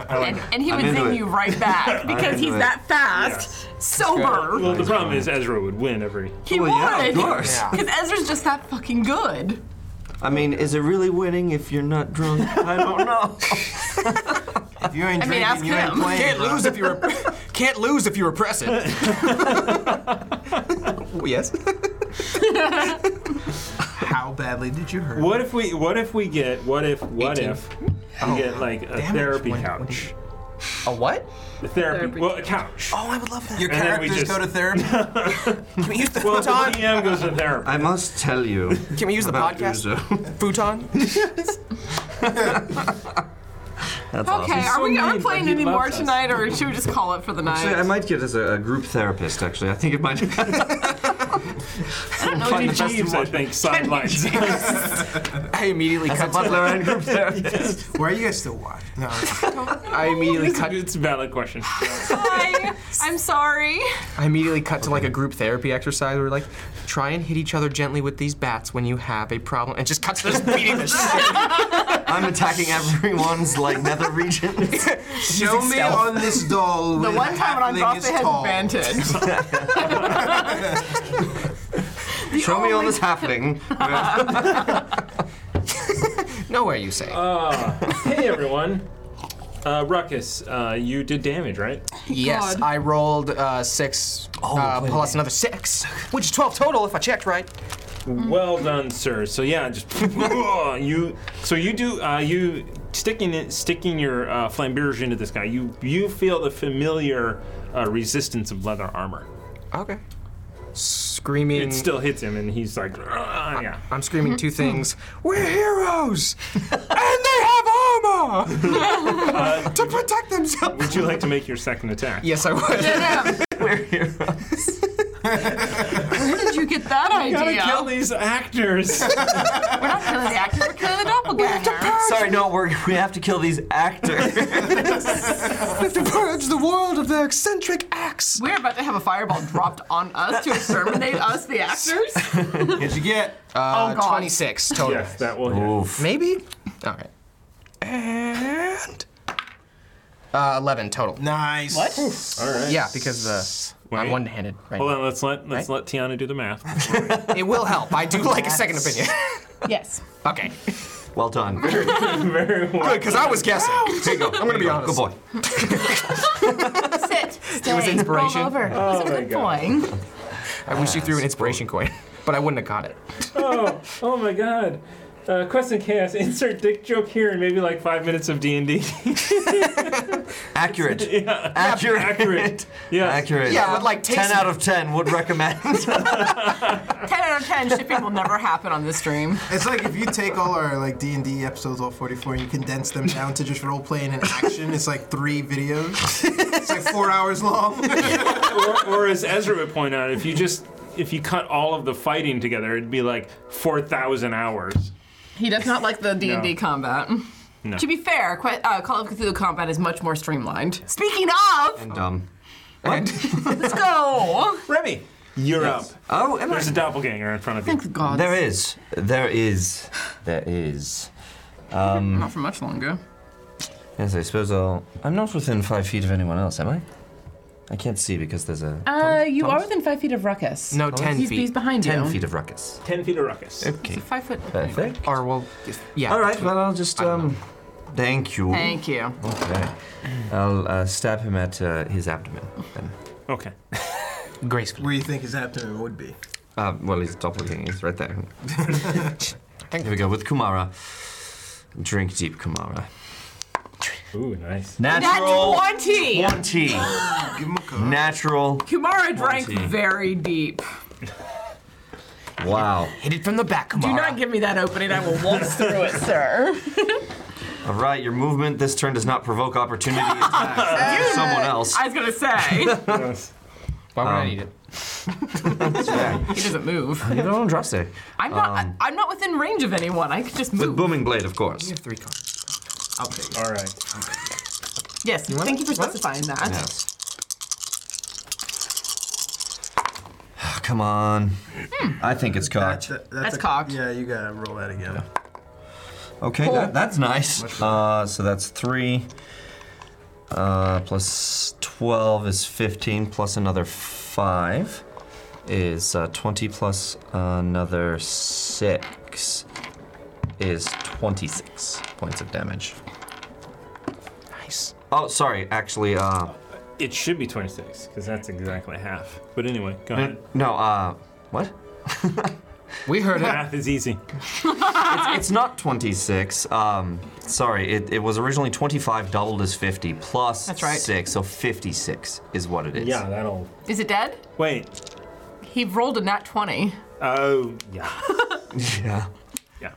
And, and he would
into
zing
it.
you right back because
into
he's
it.
that fast, sober.
Well, the problem is Ezra would win every.
He
Well, yeah,
would.
of
*laughs*
course. Yeah.
Because Ezra's just that fucking good.
I mean, is it really winning if you're not drunk? I don't know.
If you ain't
I mean,
drinking,
ask
you ain't
him.
playing.
Can't
bro.
lose if you rep- can't lose if you repress it. *laughs* Oh, yes.
How badly did you hurt?
What if we? What if we get? What if? What
18.
if we get like a
Damage
therapy
went-
couch?
A what?
A therapy.
Therapy
well, a couch.
Oh, I would love that. Your
And then we
characters
just-
go to therapy.
Can we use the
Well, the
futon?
DM goes to therapy.
I must tell you.
Can we use the
about
podcast?
Uzo.
Futon?
That's
Okay,
awesome.
are we, are
mean,
we
but
playing
he
any more
loves us.
tonight, or should we just call it for the night?
Actually, I might get as a, a group therapist. Actually, I think it might.
Kenny Jeeves, I think, sidelines.
*laughs*
*laughs*
I immediately cut. To,
and group
Why are you guys still watching? No,
*laughs* I immediately cut.
it's a valid question.
Hi. I'm sorry.
I immediately cut to like a group therapy exercise where we're like, try and hit each other gently with these bats when you have a problem, and just cuts *laughs* to us beating the shit.
*laughs* I'm attacking everyone's like nether regions.
show me on this doll.
The
where
one time when I dropped
halfling is
it had
tall.
advantage. The
Show me all
only-
this happening.
Nowhere you say.
Oh,
hey, everyone. Uh, Ruckus, uh, you did damage, right?
yes,
God.
I rolled uh, six uh, plus another six, which is twelve total if I checked right.
Well done, sir. So yeah, just *laughs* you. So you do. Uh, you sticking it, sticking your uh, flambeers into this guy. You you feel the familiar uh, resistance of leather armor.
Okay. Screaming.
It still hits him, and he's like, "Ah," yeah.
I'm screaming two things. We're heroes, and they have armor to protect themselves.
Would you like to make your second attack?
Yes, I would.
Damn. Where did you get that
Gotta
idea?
kill these actors.
We're not killing the actors, we're killing the doppelganger.
Sorry, no, we're, we have to kill these actors.
*laughs* to purge the world of their eccentric acts.
We're about to have a fireball dropped on us to exterminate us, the *laughs* actors. Oh,
What'd you get?
Uh,
God.
26
*laughs*
total.
yes, that will hit.
Maybe? All right. And. Uh, 11 total.
Nice. What?
All right.
Yeah, because the.
Wait.
I'm one handed right
Hold
now.
on. Let's let let's let Tiana do the math.
It will help. I do like a second opinion.
Yes.
*laughs* okay.
well
*laughs*
done.
Very well.
Because I was guessing. I'm going to be honest.
Good boy.
Sit. Stay.
inspiration.
Roll over. Oh a good boy.
I wish you threw an inspiration coin, *laughs* but I wouldn't have got it.
oh, oh my god. Uh, Quest and Chaos, insert dick joke here and maybe like five minutes of *laughs* D&D. *laughs*
Accurate. Accurate.
Accurate. Yes.
Accurate.
Yeah, but like
ten
taste-
out of ten would recommend.
10 out of 10 shipping will never happen on this stream.
It's like if you take all our like D and D episodes, all 44, and you condense them down to just role playing and action. It's like three videos. It's like four hours *laughs* long.
or, or as Ezra would point out, if you just if you cut all of the fighting together, it'd be like four thousand hours.
He does not like the D&D
No.
combat. To be fair, quite, uh, Call of Cthulhu combat is much more streamlined. Speaking
*laughs*
of,
Dumb.
let's go.
Remy, you're up.
Oh, am I? *laughs*
There's a doppelganger in front of you.
Thank God.
There is. There is. There is.
Not for much longer.
Yes, I suppose I'll. I'm not within five feet of anyone else, am I? I can't see because there's a
Uh, you are within five feet of Ruckus.
No, 10
he's, he's
feet.
behind
ten
you.
feet of ruckus.
Ten feet of ruckus.
Okay.
Five foot.
Perfect.
Or, well, if- yeah.
All right. Well, I'll just um. Thank you.
Thank you.
Okay. I'll uh, stab him at uh, his abdomen. Then.
Okay.
Gracefully.
Where you think his abdomen would be?
Uh, well, he's doppelganger. He's right there. *laughs* Here we go with Kumara. Drink deep, Kumara.
Ooh, *laughs* nice.
Natural
That's 20.
20.
Give him a code.
Natural.
Kumara drank
Twenty.
very deep.
Wow.
Hit it from the back, Kamara.
Do not give me that opening. I will waltz through *laughs* it, sir.
All right, your movement this turn does not provoke *laughs* opportunity attacks from someone else.
I was gonna say he
Yes.
Why would I need it?
doesn't move.
You don't want Draste.
I'm not. I, am not within range of anyone. I could just
With
move.
booming blade, of course.
Three cards.
I'll take it.
All right.
Yes. thank you for specifying that.
Yes. *sighs* Ah, come on. I think it's cocked.
That-
That's cocked.
Yeah, you gotta roll that again.
Okay, that, that's nice. Uh, so that's three. Uh, plus 12 is 15, plus another 5 is uh, 20, plus another 6 is 26 points of damage.
Nice.
Oh, sorry, actually, uh,
It should be twenty-six because that's exactly half. But anyway, go ahead.
no, uh, what?
We heard it.
Math is easy.
It's not 26. Um, sorry, it, it was originally 25, doubled as 50, plus
That's right.
6, so 56 is what it is.
Yeah, that'll.
Is it dead?
Wait.
He rolled a nat twenty.
Oh, yeah,
*laughs* Yeah.
yeah,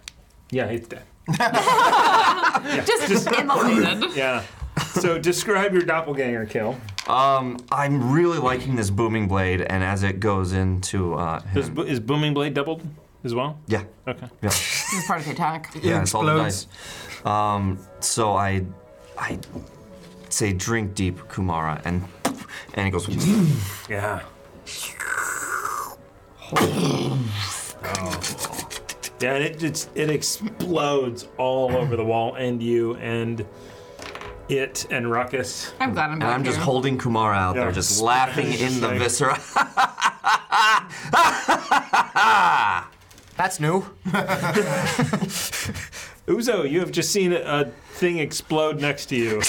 yeah. It's dead.
Just immolated.
Yeah. so describe your doppelganger kill.
Um, I'm really liking this booming blade, and as it goes into uh, him-
Is, bo- is booming blade doubled as well?
yeah,
Okay.
yeah,
This is part of the attack.
yeah, it's all the dice.
explodes.
Um, so I, I say, drink deep, Kumara, and and it goes.
Yeah. Yeah, and it it's, it explodes all over the wall and you and it and Ruckus.
I'm glad I'm
And
back
I'm just
here.
holding Kumara out
Yeah.
there, just laughing
*laughs* Just
in the
like-
viscera.
*laughs* That's new.
Uzo, you have just seen a thing explode next to you.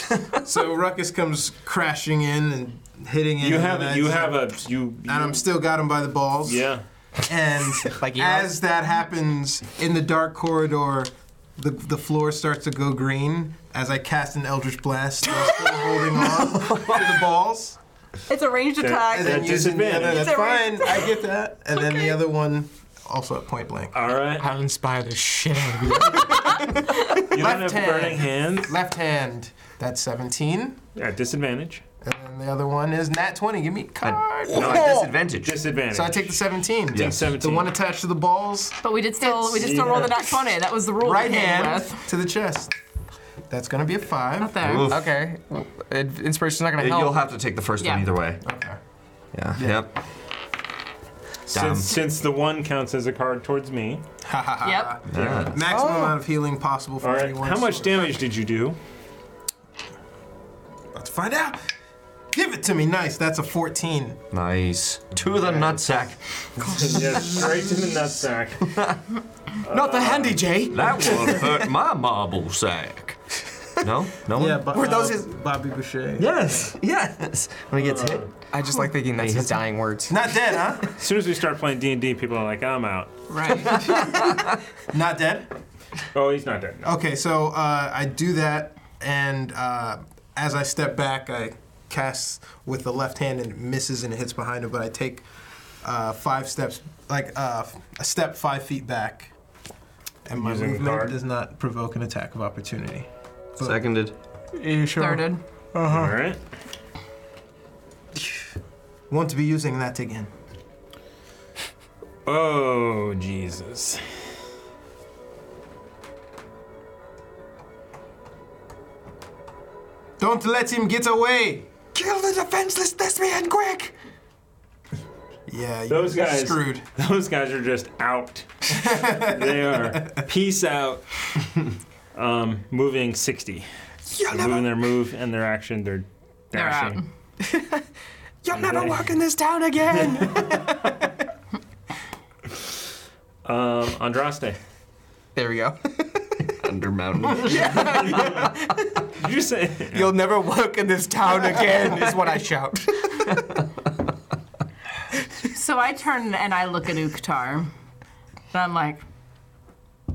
So Ruckus comes crashing in and hitting it.
You
and
have
then I
you
just-
have a you.
And I'm still got him by the balls.
yeah.
*laughs*
And
Like you
as that happens in the dark corridor, the, the floor starts to go green as I cast an Eldritch Blast, while still holding on to the balls.
It's a ranged
And
attack.
then
At
using the other,
disadvantage.
that's fine. I get that. And then the other one, also at point blank.
All right.
I'll inspire the shit out of you.
You don't have
Left hand.
burning hands
Left hand, that's 17.
at disadvantage.
And then the other one is nat 20. Give me a card.
no, *laughs* at disadvantage.
Disadvantage.
So I take the 17.
Take 17.
The one attached to the balls,
But we did still we did still roll the nat twenty. That was the rule. we
right
came
hand
with.
to the chest. That's gonna be a five.
There.
Oof.
Okay. Well, it- Inspiration's not gonna help.
You'll have to take the first one
Yeah.
either way.
Okay.
Yeah. Yep. Damn.
since, since the one counts as a card towards me.
Ah. Yep.
Yeah.
Maximum amount of healing possible for
All right.
anyone.
How much damage did you do?
Let's find out. Give it to me. Nice. That's a 14.
Nice. To the nutsack.
yeah, straight to the nutsack.
Not the handy, Jay.
That will hurt my marble sack. No? No one?
but uh,
Were those his-
Bobby Boucher?
Yes. Yes. When he gets hit.
I just like thinking that's his dying words.
Not dead, huh?
As soon as we start playing D and D, people are like, "I'm out."
*laughs*
Right.
Not dead.
Oh, he's not dead. No.
Okay, so uh, I do that, and uh, as I step back, I cast with the left hand and it misses and it hits behind it, but I take uh, five steps, like uh, a step five feet back, and my
Using the
movement
card.
does not provoke an attack of opportunity.
Seconded.
Thirded.
Uh-huh.
All right.
Won't be using that again.
Oh Jesus. *laughs*
Don't let him get away!
Kill the defenseless thespian quick!
Yeah,
Those
you're
guys-
screwed.
Those guys are just
*laughs*
out. they are. Peace out. Um, moving 60. Moving their move and their action. They're
They're out.
dashing.
You'll
Okay.
never walk in this town again!
Um, Andraste.
*laughs* there we go.
Under *laughs* mountain.
Did you say?
*laughs* You'll never walk in this town again, is what I shout.
So I turn and I look at Uktar, and I'm like,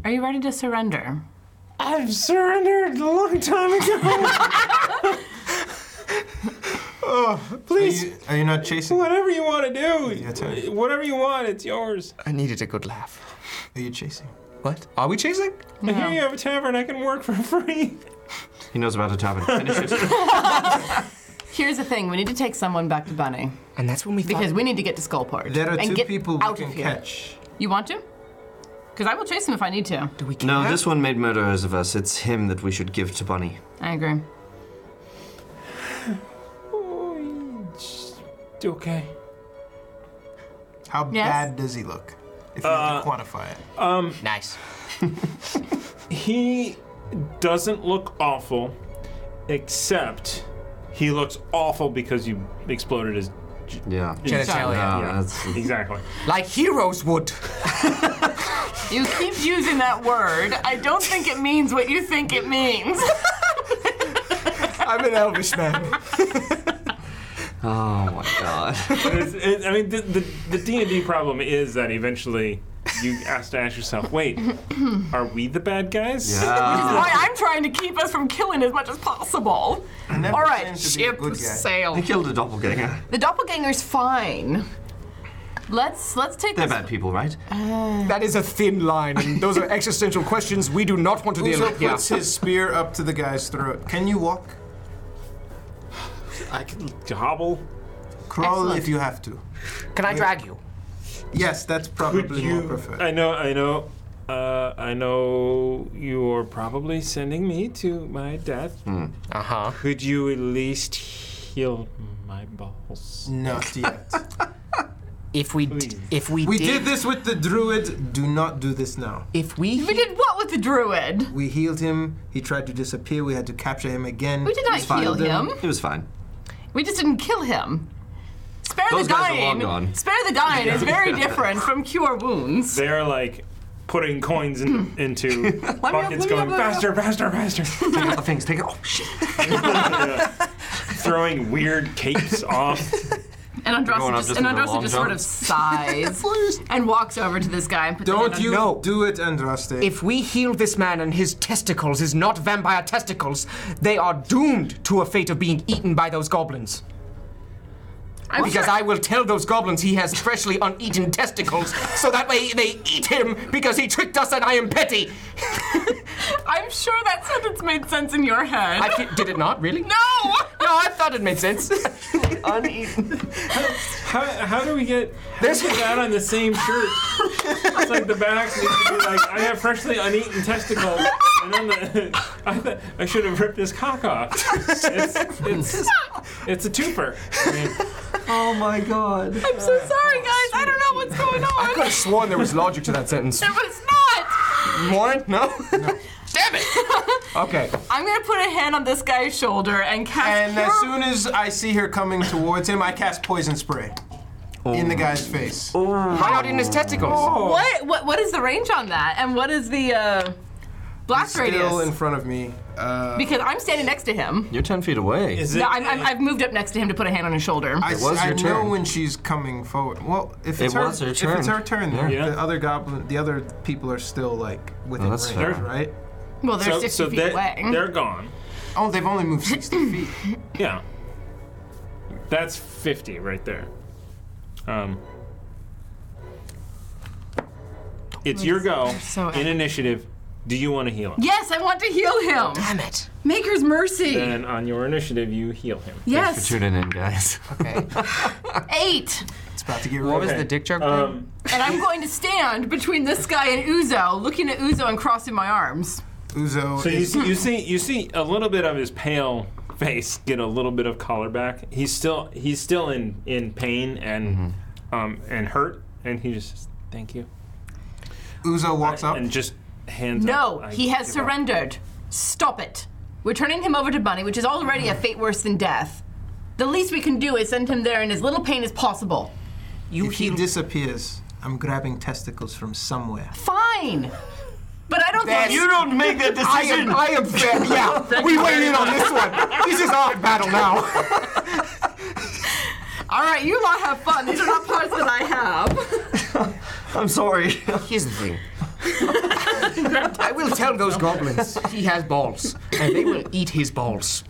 "Are you ready to surrender?"
I've surrendered a long time ago.
Are you, are you not chasing? Are
Oh, Whatever you want to
Yeah, that's right.
do. Whatever you want, it's yours.
*laughs* I needed a good laugh.
you chasing?
What? Are we chasing?
I hear you have a tavern I can work for free.
he knows about the tavern. Finish it.
Here's the thing: we need to take someone back to Bunny
And that's when we
because
thought.
we need to get to Skullport
There are
and
two
get
people we
out
can
of here.
catch.
You want to? Because I will chase him if I need to.
No, this one made murderers of us. It's him that we should give to Bunny.
I agree.
Okay.
How
Yes?
bad does he look? If you had
uh,
to quantify it.
um,
Nice.
He doesn't look awful, except he looks awful because you exploded his.
Yeah.
Genitalia.
Oh,
Yeah, that's-
Exactly.
Like heroes would.
You keep using that word. I don't think it means what you think it
*laughs*
means.
*laughs* I'm an elvish man.
Oh my *laughs* god.
It's- it- I mean, the the- the D and D problem is that eventually you have to ask yourself, wait, are we the bad guys?
Yeah.
Why I'm trying to keep us from killing as much as possible. All right,
claimed to be a
ship
good guy.
He
sail.
killed a doppelganger.
The doppelganger's fine. Let's let's take
They're
this.
bad people, right?
That is a thin line, and those are existential questions we do not want to deal
Uzo
with. Yeah.
puts his spear up to the guy's throat. Can you walk?
I can hobble.
Crawl
Excellent.
if you have to.
Can I drag you?
Yes, that's
Could
probably more
you?
preferred.
I know. I know. Uh, I know you're probably sending me to my death.
Uh huh.
Could you at least heal my balls?
Not yet.
*laughs*
If we d- if we,
we
did,
did this with the druid. Do not do this now.
if we
We did what with the druid?
We healed him. He tried to disappear. We had to capture him again.
We did not
fine.
heal him.
It was fine.
We just didn't kill him. Spare
Those
the
guys are
dying.
long gone.
Spare the dying is very different from cure wounds.
They're like putting coins in, into buckets, going faster, faster, faster,
Take out the things. Take it. Oh shit.
throwing weird capes off.
And
Going
Androsa
up
just,
just
and
into the
Androsa
long
just sort of
johns.
*laughs* sighs and walks over to this guy and puts his hand
Don't
on-
you
No.
do it, Andraste.
if we heal this man and his testicles is not vampire testicles, they are doomed to a fate of being eaten by those goblins.
I'm
Because
sure-
I will tell those goblins he has freshly uneaten testicles, so that way they eat him because he tricked us and I am petty. *laughs*
I'm sure that sentence made sense in your head.
I fe- did it not, really? No,
no!
I thought it made *laughs* sense.
How, how do we get this is that on the same shirt? It's like the back needs to be like I have freshly uneaten testicles, and then the *laughs* I, th- I should have ripped this cock off. It's, it's, it's a twofer. I mean,
Oh my god.
I'm *laughs* so sorry, guys. I don't know what's going
I could
on.
have sworn there was logic to that sentence. *laughs*
There was not.
Warren? *laughs* No? Damn it! Okay.
*laughs* I'm gonna put a hand on this guy's shoulder and cast
and
cure.
as soon as I see her coming towards him, I cast poison spray in the
Oh.
guy's face.
Why not in his testicles?
what, what what is the range on that? And what is the uh, blast radius?
Still in front of me. Uh,
because I'm standing next to him.
You're ten feet away.
is it,
No, I'm, I'm, I've moved up next to him to put a hand on his shoulder.
I, s-
was
I
your
know
turn.
when she's coming forward. Well, if
It
it's her,
was her
if it's
turn.
her turn, then
Yeah.
the other goblin, the other people are still like within
that's
range,
fair.
right?
well, they're
so,
60
so
feet
they're,
away.
they're gone.
Oh, they've only
*coughs*
moved 60 feet.
Yeah, that's fifty right there. Um, it's your go
so
in initiative. Do you want to heal him?
Yes, I want to heal him.
Damn it.
Maker's mercy.
Then on your initiative, you heal him.
For
yes,
tuning in, *laughs* guys.
eight.
It's about to get
What was
real.
the dick joke?
Um,
And I'm going to stand between this guy and Uzo, looking at Uzo and crossing my arms.
Uzo
So you
is,
see, you see, you see a little bit of his pale face get a little bit of color back. He's still, he's still in in pain and um and hurt, and he just says, thank you
Uzo walks up.
and just hands.
No,
up. I
he has
give up.
surrendered. Stop it. We're turning him over to Bunny, which is already a fate worse than death. The least we can do is send him there in as little pain as possible.
you
If he
healed.
disappears, I'm grabbing testicles from somewhere.
Fine. But I don't think
don't make that
*laughs* I am, I am *laughs* fair. Yeah, we weighed in on this one. This is our battle now.
All right, you lot have fun. These are not parts that I have.
I'm sorry.
*laughs*
*laughs*
Here's the thing. I will tell those goblins he has balls, and they will eat his balls.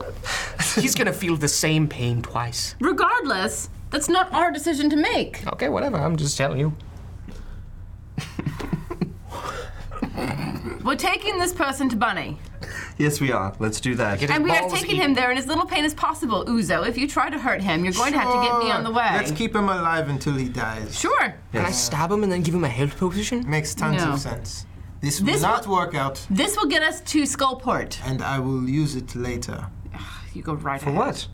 He's gonna feel the same pain twice.
*laughs* Regardless, that's not our decision to make.
Okay, whatever. I'm just telling you.
We're taking this person to Bunny,
yes, we are. Let's do that.
Get his
and we are
balls
taking
eaten.
him there in as little pain as possible. Uzo, if you try to hurt him, you're going to have to get me on the way.
Let's keep him alive until he dies.
sure.
Can I stab him and then give him a health potion?
Makes tons
No.
of sense. This will
This
not work out,
This will get us to Skullport.
and I will use it later.
You go right ahead.
What?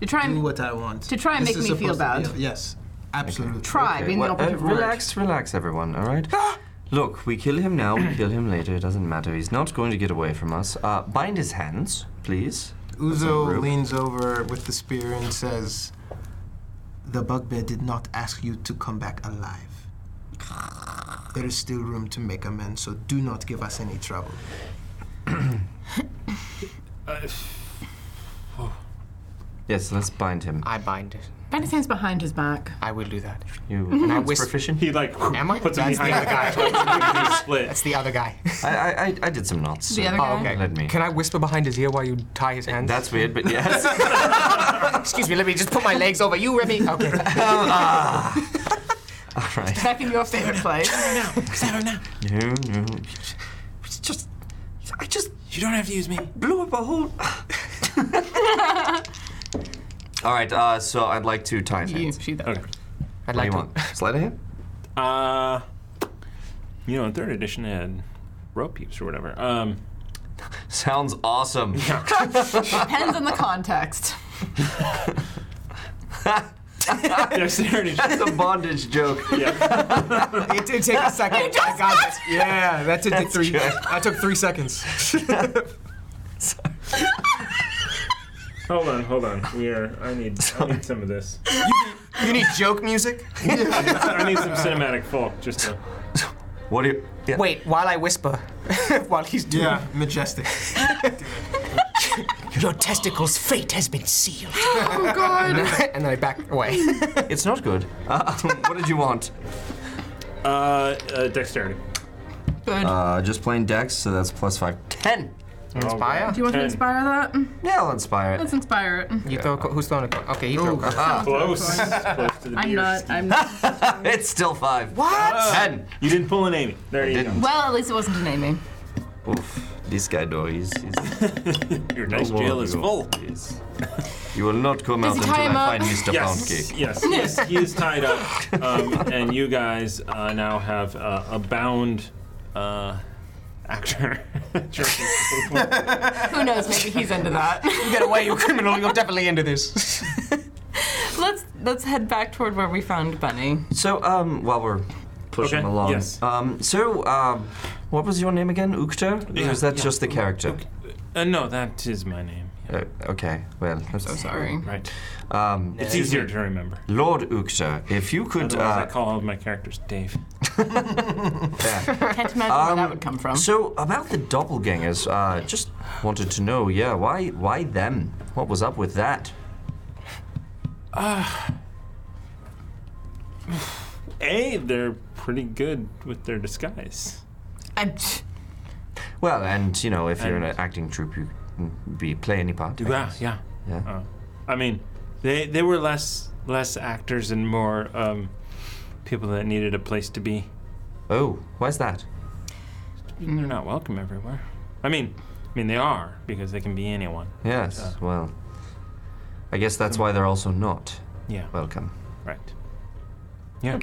To try
Do
and
what I want.
To try and
This
make
is
me feel
supposed to
bad.
be- Yes, absolutely.
try, being
Well,
the operative
uh,
word.
relax, relax, everyone. All right.
Ah!
Look, we kill him now. We kill him later. It doesn't matter. He's not going to get away from us. Uh, bind his hands, please.
Uzo
Rude.
leans over with the spear and says, "The bugbear did not ask you to come back alive. There is still room to make amends, so do not give us any trouble."
Yes, let's bind him.
I bind it.
Bend his hands behind his back.
I will do that. *laughs*
You
I
are
whisper-
proficient.
He like
Am I?
puts him
That's the
behind
other
the guy.
guy.
Split.
That's the other guy.
I, I, I- I did some knots.
The
so
other guy?
Oh, okay.
Let me.
Can I whisper behind his ear while you tie his hands?
That's weird, but yes.
*laughs* Excuse me, let me just put my legs over you, Remy. *laughs* Oh, ah. Okay.
All right.
Back in your favorite
*laughs*
place.
No, no. It's just, I just
*laughs*
You don't have to use me.
blew up a whole. *laughs* All right, uh, so I'd like to tie his
You
hands.
shoot that.
Okay.
I'd
What do
like
you
to.
want? Sleight of
*laughs*
hand?
Uh, you know, in third edition, it had rope peeps or whatever. Um, *laughs*
Sounds awesome.
Depends on the context.
dexterity.
That's a bondage joke.
It did take
*laughs*
a second. I got it.
Yeah, that took me three.
good.
That took three seconds.
hold on, hold on. We are. I need. I need some of this.
You need joke music?
I need some cinematic folk. Just to,
What do you? Yeah.
*laughs* Wait, while I whisper, *laughs* while he's doing
Yeah, majestic.
your testicles' fate has been sealed.
*laughs* Oh god.
*laughs* and then I back *laughs* away.
It's not good. Uh, *laughs* what did you want?
uh, uh, dexterity.
*laughs* Good.
Uh, just plain dex, so that's plus five. Ten.
Inspire?
Do you want to
ten.
inspire that?
Yeah, I'll inspire it.
Let's inspire it.
You throw a co- who's throwing a coin? Okay, you throw a coin.
Ah,
Close. Close to the
I'm
beers.
not. uh, I'm *laughs* not.
It's still five. What? Ten.
You didn't pull an Amy. There you
Didn't.
Well, at least it wasn't an Amy.
Oof. This guy, though, he's. he's
go. Your dice jail is full.
Yes. You will not come out
he
until
tie him
I
up?
find Mr.
Yes,
Poundcake.
yes, yes. He is tied up, um, and you guys uh, now have uh, a bound uh, *laughs* actor.
Who knows? Maybe he's into that.
*laughs* You get away, you criminal. You're definitely into this.
let's let's head back toward where we found Bunny.
So, um, while we're pushing
Okay,
along,
yes.
um, so, um, what was your name again? Ukta? or is that
yeah.
just the character?
uh, no, that is my name.
Uh, okay. Well, I'm so
Sorry.
Right.
Um,
It's easier to remember.
Lord Ukta, if you could.
Otherwise, I
Uh,
call all of my characters Dave.
Can't imagine where that would come from.
so about the doppelgangers, uh, just wanted to know, yeah, why, why them? What was up with that?
A, they're pretty good with their disguise.
I'm,
Well, and you know, if you're in an
And-
acting troupe, you can be play any part.
Yeah, yeah.
Yeah.
Uh, I mean, they they were less less actors and more um, people that needed a place to be.
Oh, why's that?
They're not welcome everywhere. I mean, I mean they are because they can be anyone.
Yes.
Uh,
well, I guess that's why they're also not
Yeah.
welcome.
Right. Yeah.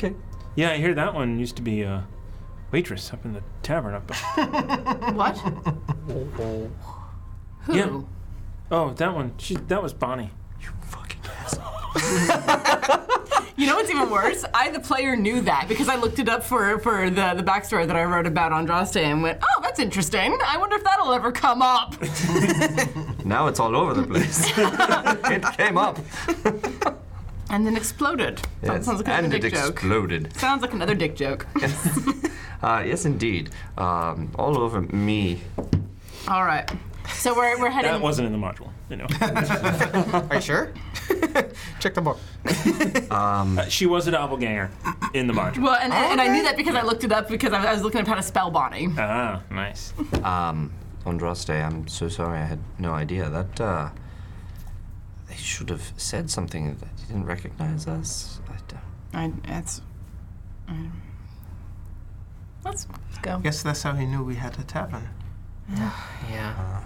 Yeah, I hear that one used to be a waitress up in the tavern up.
what?
*laughs*
Who?
Yeah. Oh, that one. She that was Bonnie.
You know what's even worse? *laughs* I, the player, knew that because I looked it up for for the, the backstory that I wrote about Andraste and went, oh, that's interesting. I wonder if that'll ever come up.
Now it's all over the
*laughs*
place. *laughs* it came up.
And then exploded. That
Yes,
sounds like
and
another
it
dick joke.
exploded.
Sounds like another
*laughs*
dick joke.
Uh, yes, indeed. Um, all over me.
All right. So we're, we're heading.
That wasn't in the module. You *laughs* know,
Are you sure? *laughs* Check the book.
she was a doppelganger in the module.
well, and, and I knew that because I looked it up because I was- I was looking up how to spell Bonnie.
Ah, nice.
Um, Andraste, I'm so sorry. I had no idea that. Uh, they should have said something that you didn't recognize us. I don't.
I, that's. I- let's go.
Guess that's how he knew we had a tavern.
Yeah.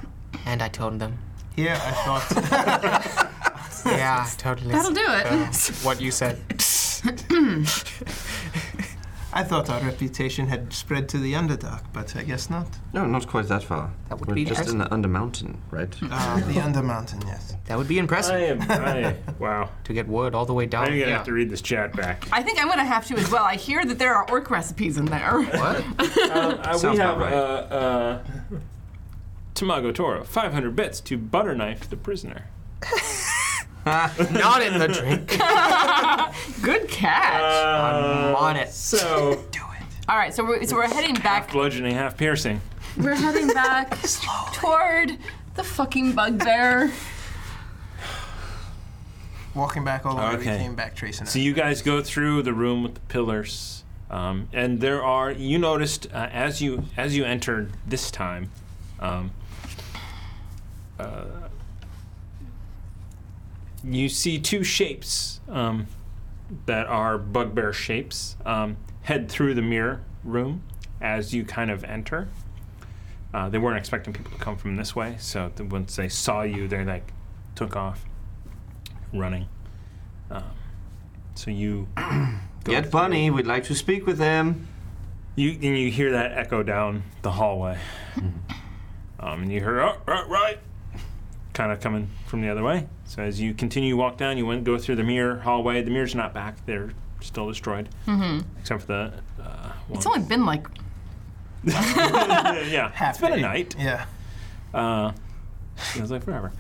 And I told them.
Yeah, I thought.
Yeah, totally.
That'll do
Uh,
it.
What you said.
I thought our reputation had spread to the underdark, but I guess not.
No, not quite that far.
That would
We're
be
just in the under mountain, right?
Hmm.
Uh, the undermountain, yes.
That would be impressive
I am. I *laughs* wow.
to get word all the way down.
I'm gonna
Yeah.
have to read this chat back.
I think I'm gonna have to as well. I hear that there are orc recipes in there. *laughs*
What?
Um, uh, we
Sounds
have
about right.
uh, uh, Tamago Toro, 500 bits to butter knife the prisoner.
Not in
*laughs*
the drink.
Good catch.
Uh,
I'm on it.
So
All right, so we're, so we're heading back.
bludgeoning, half piercing. *laughs*
We're heading back toward the fucking *laughs* bugbear.
Walking back all the way, we
Okay.
came back tracing it.
So you guys go through the room with the pillars, um, and there are. You noticed uh, as you as you entered this time, um, uh, you see two shapes um, that are bugbear shapes um, head through the mirror room as you kind of enter. Uh, they weren't expecting people to come from this way, so th- once they saw you, they like took off. running. Um, so you
Get Bunny. We'd like to speak with him.
You and you hear that echo down the hallway. um, and you hear oh, right, right, kind of coming from the other way. So as you continue to walk down, you went go through the mirror hallway. The mirror's not back; they're still destroyed,
Mm-hmm.
except for the. Uh, one.
It's only been like
yeah, yeah. it's been a night.
Yeah.
Uh, feels like forever.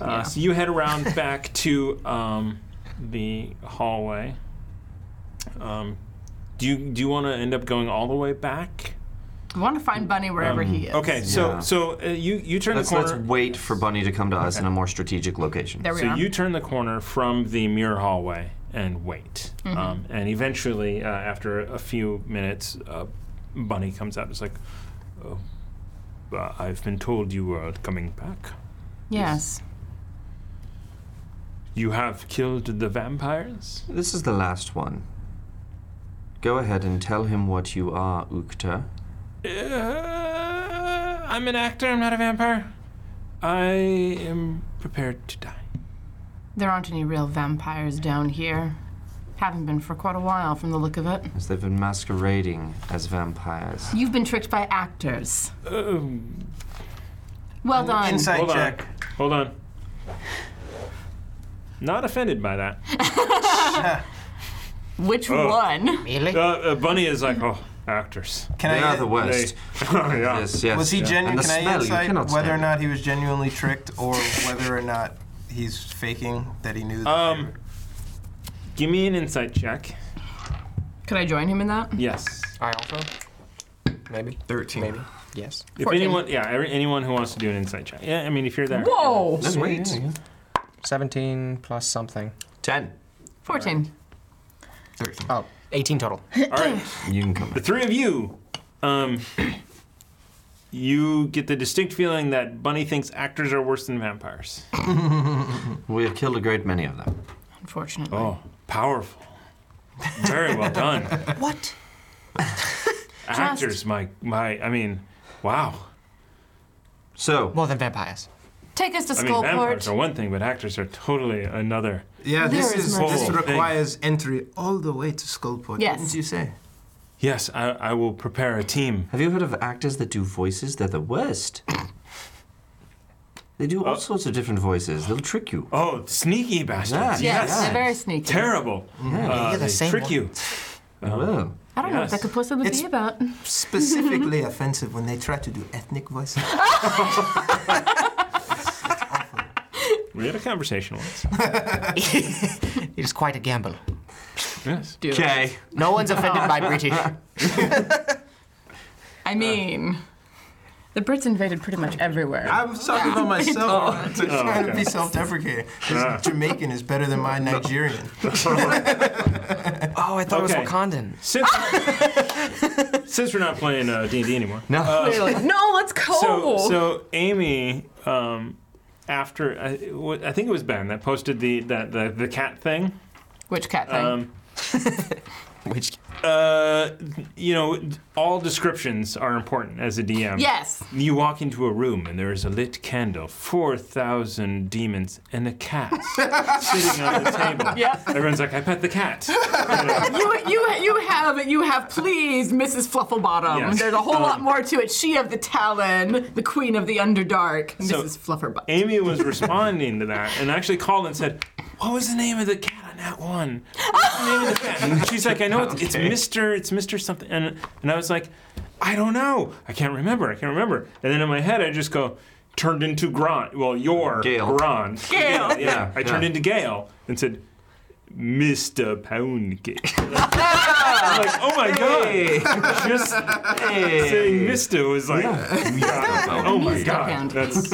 Uh, So you head
*laughs*
around back to um, the hallway. Um, do you do you want to end up going all the way back?
I want to find Bunny wherever
Um,
he is.
Okay, so
Yeah.
so uh, you you turn
Let's,
the
let's
corner.
wait for Bunny to come to us in a more strategic location.
There we
so
are.
you turn the corner from the mirror hallway and wait.
Mm-hmm.
Um, and eventually, uh, after a few minutes, uh, Bunny comes out. It's like, oh, uh, I've been told you are coming back.
yes.
You have killed the vampires.
This is the last one. Go ahead and tell him what you are, Ukta.
Uh, I'm an actor. I'm not a vampire. I am prepared to die.
There aren't any real vampires down here. Haven't been for quite a while from the look of it.
As they've been masquerading as vampires.
You've been tricked by actors.
Um,
Well done.
Insight
Hold on.
check.
Hold on. Not offended by
*laughs*
that.
Which
Oh.
one?
Really?
Uh, uh, Bunny is like, oh, actors.
Can
They
I?
are the worst.
*laughs* yeah.
Yes, yes.
was he
yeah.
genuine?
And the
Can I
smell, you
insight
cannot
whether or
stand it.
not he was genuinely tricked, or whether or not he's faking that he knew? That they
Um,
were-
give me an insight check.
Could I join him in that?
Yes.
I also. Maybe.
13.
Maybe. Yes.
If
14.
anyone, yeah, every, anyone who wants to do an insight check. Yeah, I mean, if you're there.
Whoa!
Sweet.
17 plus something.
Ten.
14.
Oh, 18 total.
All right.
You can come.
The three of you, um, you get the distinct feeling that Bunny thinks actors are worse than vampires.
We have killed a great many of them.
Unfortunately.
Oh, powerful. Very
*laughs*
well done.
What?
actors, my, my, I mean, wow.
So,
More than vampires.
Take us to
I mean,
Skullport.
vampires are one thing, but actors are totally another.
yeah, this
is
is
my-
this
Whole thing.
requires entry all the way to Skullport.
Yes.
Didn't you say?
Yes, I, I will prepare a team.
have you heard of actors that do voices? They're the worst. They do all sorts of different voices. They'll trick you.
Oh, sneaky bastards.
Yeah,
yes,
yes.
they're very sneaky.
Terrible. Uh,
You're Mm-hmm. the
they
same
trick
one.
you. Oh.
Well,
I don't know what
Yes.
that could possibly
It's-
be about. *laughs*
Specifically offensive when they try to do ethnic voices.
We had a conversation once.
It is quite a gamble.
yes.
okay.
No one's offended by British.
I mean, Uh, the Brits invaded pretty much everywhere.
I'm talking about myself.
Oh,
I'm just trying *laughs* to
okay.
*laughs*
be self-deprecating. 'Cause Jamaican is better than my Nigerian.
*laughs* Oh, I thought
Okay.
it was Wakandan. *laughs*
Since, since we're not playing uh, D&D anymore.
No.
*laughs* no, let's go.
So, so Amy, um, after I, it wa- I think it was Ben that posted the that the, the cat thing.
Which cat thing?
Um,
Which
uh, you know, all descriptions are important as a DM.
yes.
You walk into a room and there is a lit candle, 4,000 demons, and a
*laughs*
cat sitting on the table.
Yep.
Everyone's like, I pet the cat.
*laughs*
you, you, you have you have please, Mrs. Flufflebottom.
Yes. Um,
There's a whole lot more to it. She of the Talon, the Queen of the Underdark,
So-
Mrs. Flufferbutt.
Amy was responding to that and actually called and said, "What was the name of the cat on that one?" What's the name of the cat? And she's like, "I know it's, it's Mister, it's Mister something," and and I was like, "I don't know, I can't remember, I can't remember." And then in my head, I just go, "Turned into Grant." Well, your
Gale.
Grant.
Gail.
Yeah, I turned
yeah.
into Gale and said. Mr. Poundcake. *laughs* I'm like, oh my
Hey.
god! Just saying Mr. was like, God, *laughs* oh my
Mr.
god,
Pound. *laughs*
that's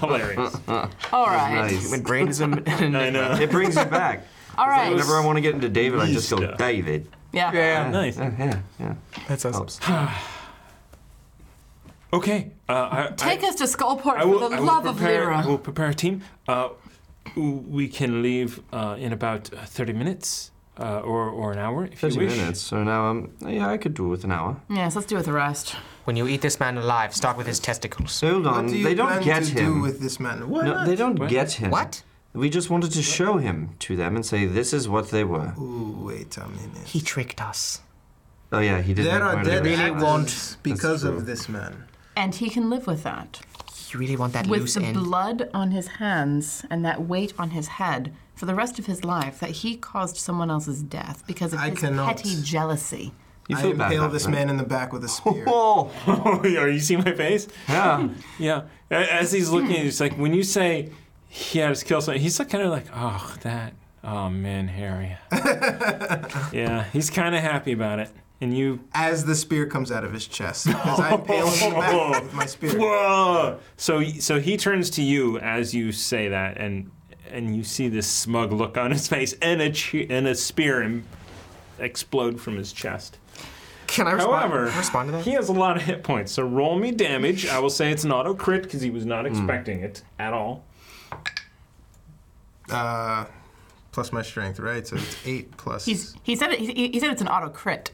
hilarious. uh,
All right.
Nice.
when brain is a
I know.
*laughs* It brings you back.
All right.
Whenever I want to get into David, I just go
Easter.
David.
yeah.
Nice.
Yeah, yeah, yeah.
That's awesome.
Helps.
Okay. Uh, I,
Take
I,
us to Skullport
I will,
for the
I will
love
prepare,
of
I
Lyra.
will prepare a team. Uh, we can leave uh, in about uh, 30 minutes uh, or, or an hour if
Thirty
you wish. *laughs*
minutes. So now, um, yeah, I could do with an hour.
Yes, let's do with the rest.
When you eat this man alive, start with his testicles.
Hold on.
What do you
Um, they don't
plan
get
to
him.
do with this man? What?
no, they don't get him.
What?
We just wanted to show him to them and say this is what they were.
Ooh, wait a minute.
He tricked us.
Oh yeah, he did.
There
make
are
one
dead
anyway.
really want because
true.
of this man.
And he can live with that.
You really want that
With
loose
the
end?
blood on his hands and that weight on his head for the rest of his life that he caused someone else's death because of
I
his
cannot.
petty jealousy.
You
I
feel bad
impale
about
this
that.
man in the back with
*laughs*
a spear.
Oh,
Are you seeing my face?
yeah.
Yeah. A- As he's
Hmm.
looking, he's like, when you say he had us kill someone, he's like, kind of like, oh, that, oh man,
*laughs*
Harry. yeah, he's kind of happy about it. And you,
As the spear comes out of
*laughs*
his chest, as I impale him in the back with my spear.
whoa! So, so he turns to you as you say that, and and you see this smug look on his face, and a che- and a spear im- explode from his chest.
Can I respond,
However,
respond to that?
he has a lot of hit points, so roll me damage. I will say it's an auto crit because he was not expecting it at all.
Uh, plus my strength, right? So it's eight plus.
He's, he said it, he, he said it's an auto crit.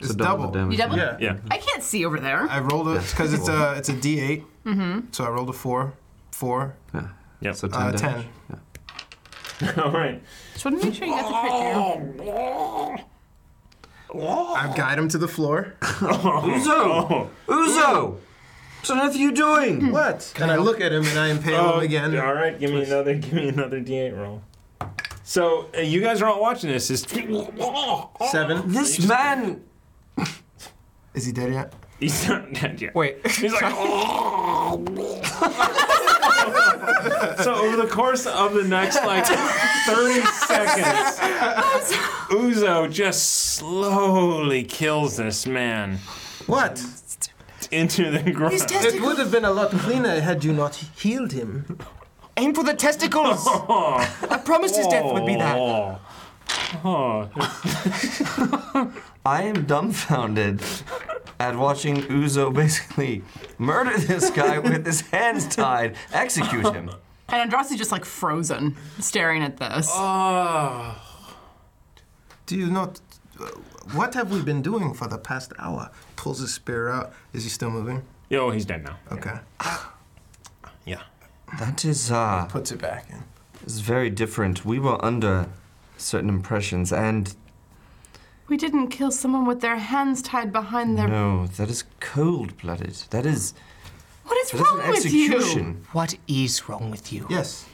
it's
So double
double.
the damage.
You double?
Yeah.
Yeah.
I can't see over there.
I rolled a because it's a it's a D8. Mm-hmm. So I rolled a four, four,
Yeah.
Yep.
So ten.
uh,
damage.
*laughs*
ten.
all right.
Just want to make sure you got the crit
Oh.
down.
I guide him to the *laughs* floor.
Uzo! Uzo! What on earth are you doing?
*laughs* What? And I look at him and I impale
Oh,
him again.
All right, give me another, give me another D8 roll. So uh, you guys are all watching this. Is
Seven.
This man.
Is he dead yet?
he's not dead yet.
Wait.
He's like. "Oh." *laughs* so over the course of the next like 30 seconds, Uzo just slowly kills this man
What?
into the ground.
It would have been a lot cleaner had you not healed him.
Aim for the testicles! I promised his death would be that.
Oh. Oh.
I am dumbfounded at watching Uzo basically murder this guy with
*laughs*
his hands tied, execute him.
And Andrasi's just like frozen, staring at this.
Oh.
Ah.
Do you not? What have we been doing for the past hour? Pulls his spear out. Is he still moving?
Yo, he's dead now.
Okay.
Yeah.
That is, uh,
Puts it back in.
is very different. We were under certain impressions, and
We didn't kill someone with their hands tied behind their.
no, that is cold blooded. That is.
What is
That is
wrong
an
with you?
execution.
What is wrong with you?
Yes.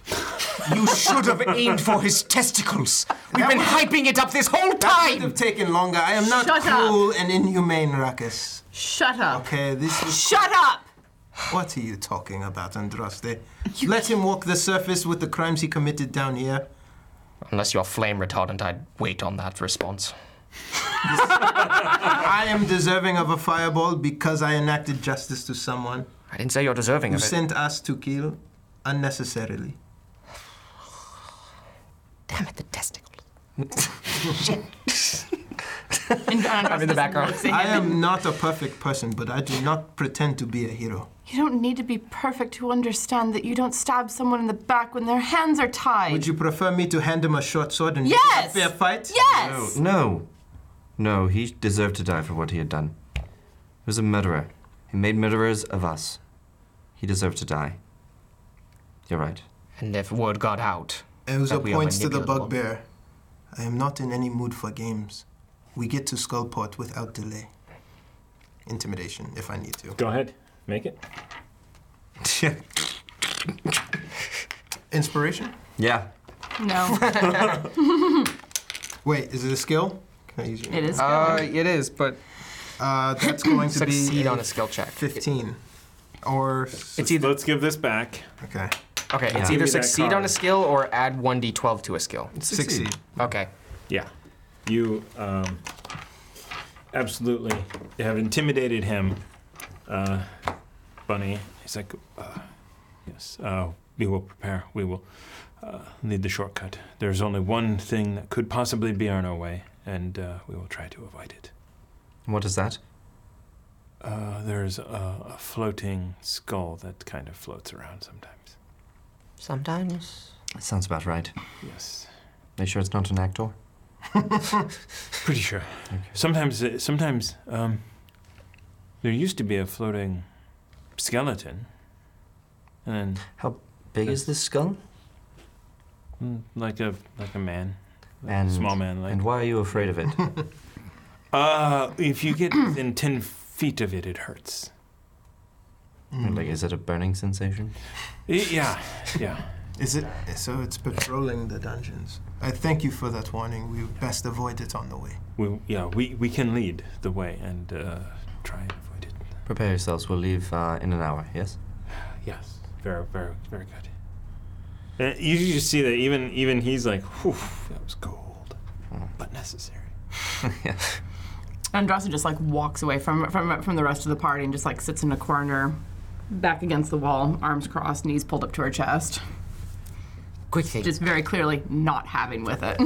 You should have aimed
*laughs*
for his testicles. We've been hyping it up this whole
It would
time!
have taken longer. I am not
Shut up.
cruel and inhumane, Ruckus.
Shut up.
Okay, this is.
Shut up!
What are you talking about, Andraste? Let him walk the surface with the crimes he committed down here.
Unless you're flame retardant, I'd wait on that response.
I am deserving of a fireball because I enacted justice to someone
I didn't say you're deserving
who
of it.
sent us to kill unnecessarily.
Damn it, the testicles.
And I'm
in the background.
I am not a perfect person, but I do not pretend to be a hero.
You don't need to be perfect to understand that you don't stab someone in the back when their hands are tied.
Would you prefer me to hand him a short sword and
Yes!
give him a fair fight?
Yes!
No. No, he deserved to die for what he had done. He was a murderer. He made murderers of us. He deserved to die. You're right.
And if word got out,
Elza
That we are
points to the
manipulable.
bugbear. I am not in any mood for games. We get to Skullport without delay. Intimidation, if I need
*laughs*
to.
Go ahead, make it.
Inspiration?
yeah.
No,
Wait, is it a skill? Can I use your
it is.
uh, it is, but
Uh, that's going
*coughs*
to be
succeed on a skill check.
15. Or.
It's either
Let's give this back.
Okay.
okay. It's
Give me
either
that
succeed on
card.
a skill or add one d12 to a skill.
60.
Okay.
Yeah. You um, absolutely have intimidated him, uh, Bunny. He's like, uh, yes, uh, we will prepare. We will uh, lead the shortcut. There's only one thing that could possibly be on our way, and uh, we will try to avoid it.
What is that?
Uh, there's a, a floating skull that kind of floats around sometimes.
Sometimes.
That sounds about right.
Yes.
Make sure it's not an actor.
Pretty sure. Sometimes, uh, sometimes um, there used to be a floating skeleton, and
How big is this skull?
mm, like a like a man, Like a
And,
small man. Like
and why are you afraid of it?
uh, if you
*clears throat*
get within ten feet of it, it hurts.
Like, is it a burning sensation?
Y- yeah, yeah.
Is it? So it's patrolling the dungeons. I thank you for that warning. We best avoid it on the way.
We yeah we, we can lead the way and uh, try and avoid it.
Prepare yourselves. We'll leave uh, in an hour. Yes.
Yes, very, very, very good. And you can just see that even even he's like, whew, that was cold,
Hmm.
but necessary.
Andrasa just like walks away from from from the rest of the party and just like sits in a corner, back against the wall, arms crossed, knees pulled up to her chest,
Quick thing.
just very clearly not having with it.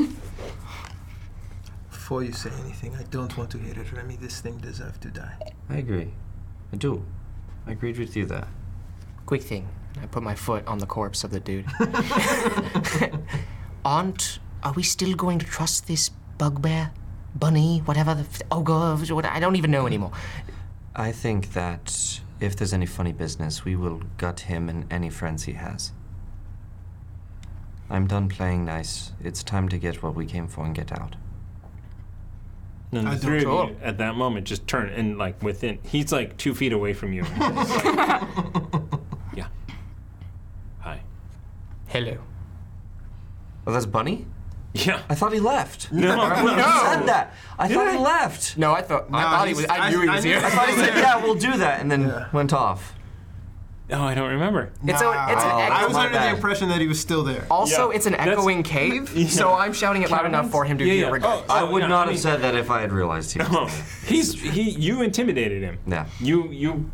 Before you say anything, I don't want to hear it, Remy. This thing deserves to die.
I agree. I do. I agreed with you there.
Quick thing. I put my foot on the corpse of the
*laughs*
dude. *laughs* Aren't, are we still going to trust this bugbear? Bunny, whatever the. F- ogre, what, I don't even know anymore.
I think that if there's any funny business, we will gut him and any friends he has. I'm done playing nice. It's time to get what we came for and get out.
And
I
the
don't
three of
know.
you at that moment just turn and like within, he's like two feet away from you. yeah. Hi.
Hello.
Oh, that's Bunny?
Yeah.
I thought he left.
*laughs*
No,
No.
said that. I thought he left.
No, I thought I thought he was.
he's-
I knew he was here.
I
I thought he said, yeah, we'll do that, and then went off.
Oh, I don't remember.
It's a- it's an
Nah,
echo,
I was
my
under
bad.
the impression that he was still there.
Also,
Yeah,
it's an
that's-
echoing cave, so I'm shouting it loud enough for him to
Yeah,
hear.
yeah.
Regardless.
Oh,
I would
yeah,
not
I
have
mean-
said that if I had realized he was
Oh, *laughs* he's he. You intimidated him.
Yeah.
You you,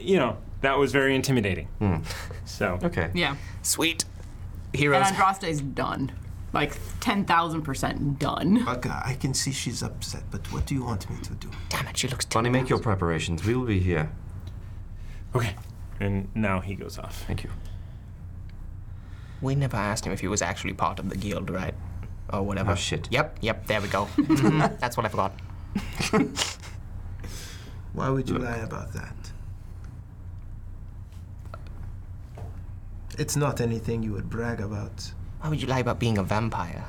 you know that was very intimidating.
Hmm.
So
Okay.
*laughs* yeah,
Sweet.
and
Heroes.
Andrasta is done, like ten thousand percent done.
Baka, I can see she's upset, but what do you want me to do?
Damn it, she looks.
Bunny, make your preparations. We will be here.
okay. And now he goes off.
Thank you.
We never asked him if he was actually part of the guild, right? Or whatever.
Oh, shit.
Yep, yep, there
*laughs*
we go. Mhm, That's what I forgot.
Why would you lie about that? It's not anything you would brag about.
Why would you lie about being a vampire?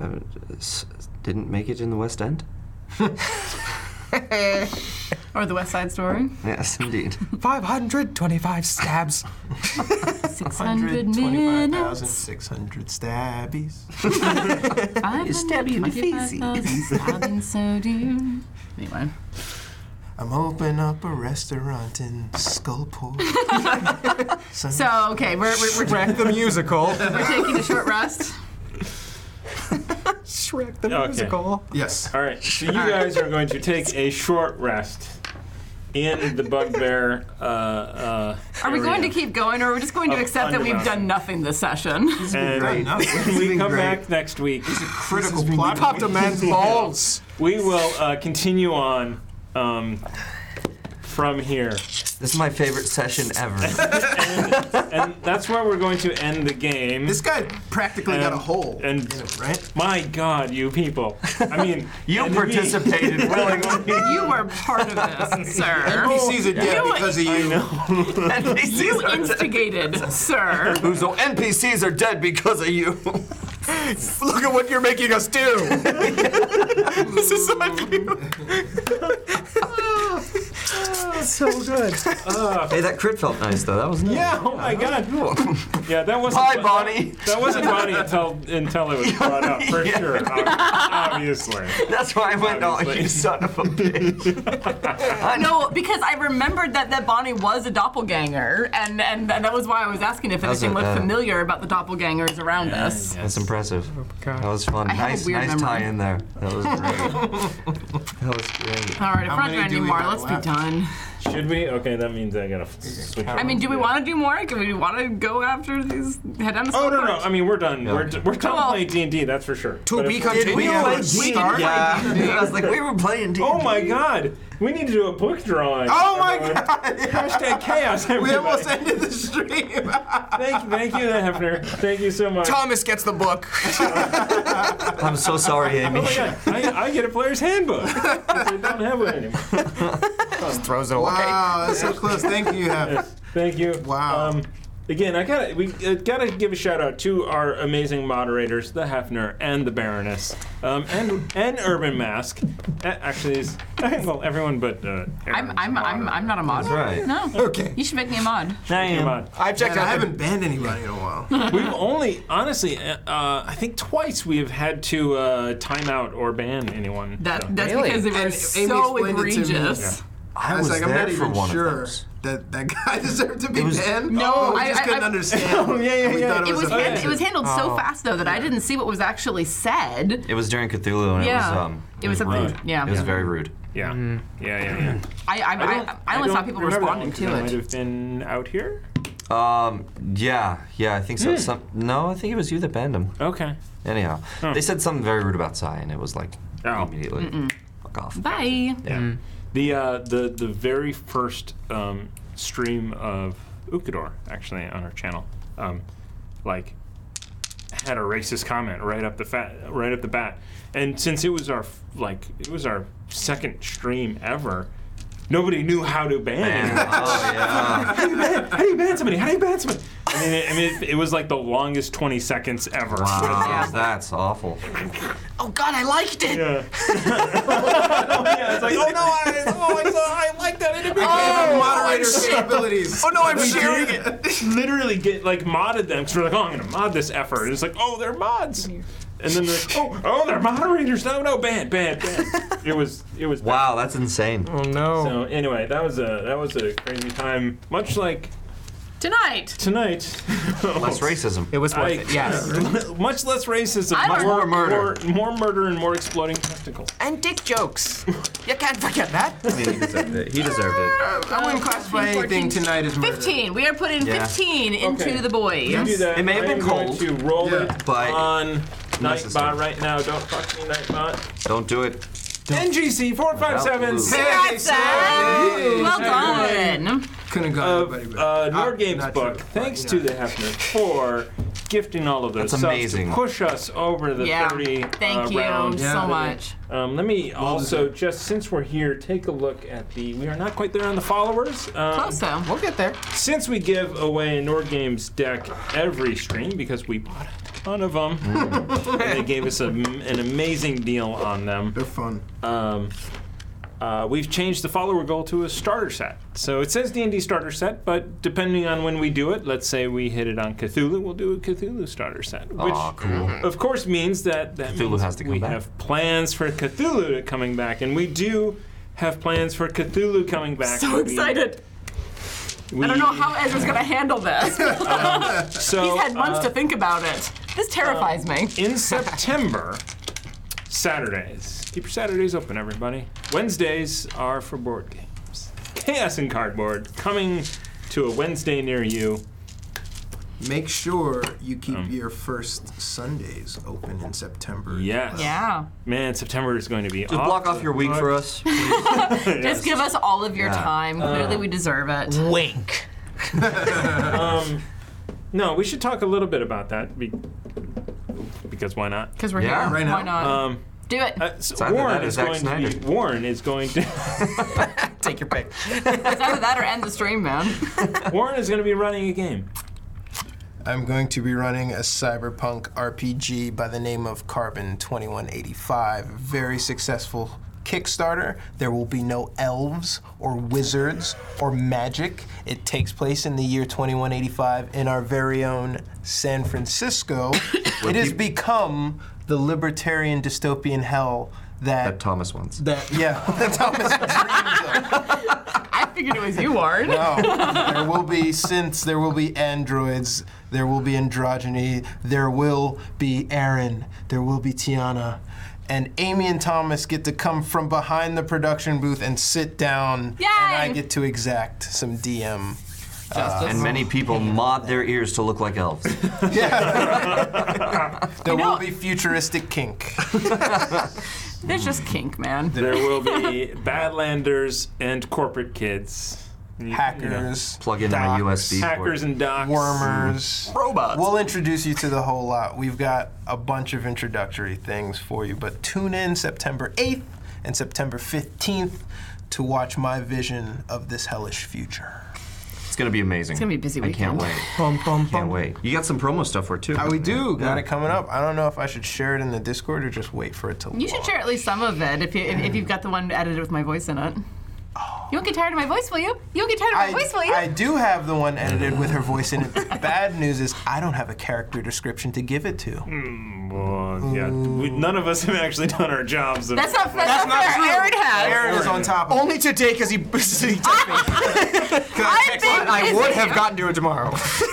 Uh, s- didn't make it in the West End?
Or the West Side Story.
Yes, indeed.
525 stabs.
Six hundred minutes.
125,600 stabbies.
You stab you in the *laughs* feces. so do. Anyway.
I'm opening up a restaurant in Skullport. Some-
So okay, we're we're, we're,
Shrek the
*laughs*
musical.
we're taking a short *laughs* rest.
Shrek the
Okay.
musical.
yes.
All right, so you guys are going to take a short rest in the bugbear. Uh, uh,
Are we going to
area.
keep going, or are we just going to
Up
accept that we've
underground.
done nothing this session? *laughs*
And *laughs* when we come back next week,
Critical plot.
Popped
*laughs*
a man's balls.
we will uh, continue on um, from here.
This is my favorite session ever.
And that's where we're going to end the game.
This guy practically got a
And-
hole
and-
in him, right?
My God, you people. I mean,
*laughs* you
and me.
participated willingly.
you were part of this, *laughs*
He
sir.
sees it dead
know
because of you.
You instigated, sir.
So NPCs are dead because of you.
Look at what you're making us do. this is on you.
hey, that crit felt nice though. That was
*laughs*
nice.
Yeah, oh my God. Yeah, that wasn't.
Bye, Bonnie.
That wasn't Bonnie until until
*laughs*
it was brought up for sure. ob- Obviously.
*laughs* That's why I went. Oh,
Obviously.
you son of a bitch.
No, because *laughs* I remembered that, that Bonnie was a doppelganger, and, and, and that was why I was asking if
How's
anything
it,
looked
uh,
familiar about the doppelgangers around us.
That's impressive. That was fun.
have a
nice,
weird
nice
memory.
tie in there. That was great. that was great.
All right, if we're not doing
many do
any
we
more,
got
let's
left?
be done.
Should we? Okay, that means I gotta f- switch.
I mean, do we want to do more? Do we want to go after these? Head down to
Oh no
Skullport?
no! I mean, we're done. We're, d- we're done
Well-
playing D and D. That's for sure.
To
But
be
if-
continued.
We
ever
played D.
start?
I was like, we were playing D.
Oh my God! We need to do a book drawing.
Oh my
everyone.
god!
Hashtag chaos. Everybody.
We almost ended the stream.
Thank, thank you, Hefner. Thank you so much.
Thomas gets the *laughs* book.
*laughs* I'm so sorry, Amy.
Oh my God! I, I get a player's
*laughs*
handbook. 'Cause I don't have one anymore.
Just throws it away.
Oh,
*laughs*
Wow, that's so close. Thank you, Hef.
Thank you.
Wow.
Um, Again, I gotta we uh, gotta give a shout out to our amazing moderators, the Hefner and the Baroness, um, and and Urban Mask. A- actually, is, well, everyone but uh,
I'm, I'm, I'm, I'm not a mod.
right.
No.
Okay.
You should make me a mod.
Aaron.
I've checked
And I
out. the-
haven't banned anybody in a while.
We've only, honestly, uh, uh, I think twice we have had to uh, time out or ban anyone. so.
That, that's
Really?
because they were
And
so
Amy explained it to me.
egregious.
I,
I
was,
was like, I'm
there
not
for
even
one
sure
of those.
that that guy *laughs* deserved to be
was-
banned.
No,
but we
I-
just
I-
couldn't
I-
understand.
Oh, yeah, yeah,
We
yeah.
thought
It was,
okay.
hand, it was handled so fast though that I didn't see what was actually said.
Oh. It was during Cthulhu, and it
Yeah.
was um,
It was something-
rude.
yeah.
it was
Yeah.
very rude.
Yeah. yeah, yeah, yeah.
I I, I, I, only saw
don't
people
remember that
responding
one, 'cause I
to
Might
it.
have been out here.
Um, yeah, yeah, I think so. Some, no, I think it was you that banned him.
Okay.
Anyhow, they said something very rude about Psy, and it was like
Oh.
immediately, fuck *laughs* off.
Bye.
Yeah.
The uh, the the very first um, stream of Ukador actually on our channel, um, like had a racist comment right up the fat right up the bat, and since it was our f- like it was our second stream ever, nobody knew how to
*laughs*
ban.
And,
anyone.
oh *laughs* yeah.
how do you ban? How do you ban somebody? How do you ban somebody? I mean, it, I mean, it, it was like the longest 20 seconds ever.
Wow, that's awful.
oh God, I liked it.
*laughs* Yeah. yeah, it's like, oh no, I, oh, I, saw, I like that. It
Oh, moderator capabilities.
Oh no, I'm
we
sharing it.
did literally get like modded them because we're like, oh, I'm gonna mod this effort. And it's like, oh, they're mods. And then they're like, oh, oh, they're moderators. No, no, ban, ban, ban. it was, it was. bad.
Wow, that's insane.
Oh no.
So anyway, that was a that was a crazy time. Much like
Tonight.
tonight.
Less racism.
it was worth
I-
it. Yes.
*laughs* Much less racism.
I
much
don't-
More murder.
More, more murder and more exploding testicles.
And dick jokes. You can't forget that. *laughs*
I mean, he deserved it. He deserved it.
I wouldn't classify
14,
anything tonight as murder.
15. We are putting
Yeah.
15 into
Okay.
the boys.
You do that.
It may have
I am
been
going
cold,
To roll
Yeah.
it
but
on
necessary.
Nightbot right now. Don't fuck me, Nightbot.
Don't do it.
NGC four five seven.
Without
Hey, Sarah.
Well
Hey.
done.
Couldn't have
of
gone anybody better.
uh,
Ah,
Nord Games
not
book.
true.
Thanks
Yeah.
to the Hefner for gifting all of those subs
That's amazing.
to push us over the
Yeah.
30 uh,
Thank you
round.
Yeah.
so much.
Um, let me also just since we're here, take a look at the. We are not quite there on the followers. Um,
Close though.
We'll get there.
Since we give away a Nord Games deck every stream because we bought a ton of them,
Mm.
and they gave us a, an amazing deal on them.
They're fun.
Um, uh, we've changed the follower goal to a starter set. So it says D&D starter set, but depending on when we do it, let's say we hit it on Cthulhu, we'll do a Cthulhu starter set, which
Aw, cool. Mm-hmm.
of course means that, that
Cthulhu
means
has to come
we
back.
have plans for Cthulhu to coming back, and we do have plans for Cthulhu coming back.
So
We-
excited.
we-
I don't know how Ezra's gonna handle this.
so,
He's had months
uh,
to think about it. This terrifies me.
in September, Saturdays. Keep your Saturdays open, everybody. Wednesdays are for board games. Chaos and Cardboard coming to a Wednesday near you.
Make sure you keep
Um.
your first Sundays open in September.
Yes.
Yeah.
Man, September is going to be
Just block off your week for
*laughs*
us.
Just give us all of your
Yeah.
time. Clearly, we deserve it.
Wink.
No, we should talk a little bit about that be- because why not?
Because we're
Yeah,
here.
right
Why
now.
not?
Um,
Do it.
uh, so
either
Warren
that or
is
Zack
going to be,
Snyder.
Warren is going
*laughs*
to
Take your pick.
it's either that or end the stream, man.
Warren is going to be running a game.
I'm going to be running a cyberpunk RPG by the name of Carbon 2185. Very successful Kickstarter. There will be no elves or wizards or magic. It takes place in the year 2185 in our very own San Francisco. it has become the libertarian dystopian hell
That
that.
Thomas wants.
that *laughs* yeah, that Thomas dreams of.
I figured it was you, Warren.
No, there will be synths, there will be androids, there will be androgyny, there will be Aaron, there will be Tiana. And Amy and Thomas get to come from behind the production booth and sit down, and I
Yay!
get to exact some DM.
And many people mod their ears to look like elves.
There
know-
will be futuristic kink.
There's just kink, man.
There will
*laughs*
be Badlanders and corporate kids,
Hackers,
Plug in my
docs,
USB
hackers
port.
and docs.
wormers,
Robots.
We'll introduce you to the whole lot. We've got a bunch of introductory things for you, but tune in September 8th and September 15th to watch my vision of this hellish future.
It's gonna be amazing. It's
gonna be a busy
I can't
weekend.
wait.
Bum, bum,
Can't wait. You got some promo stuff for it, too.
Uh, we do got it coming up. I don't know if I should share it in the Discord or just wait for it to.
You should share at least some of it if, you, if, if you've got the one edited with my voice in it. You won't get tired of my voice, will you? You won't get tired of my
I,
voice, will you?
I do have the one edited with her voice in it. The *laughs* bad news is I don't have a character description to give it to.
Well, Oh, yeah, we, none of us *laughs* have actually done our jobs. Of,
that's not, that's not fair. Aaron has.
Aaron is on top of it.
Only today because
*laughs*
he, he *laughs* took me.
I've been
I
busy.
would have gotten to it *laughs* tomorrow.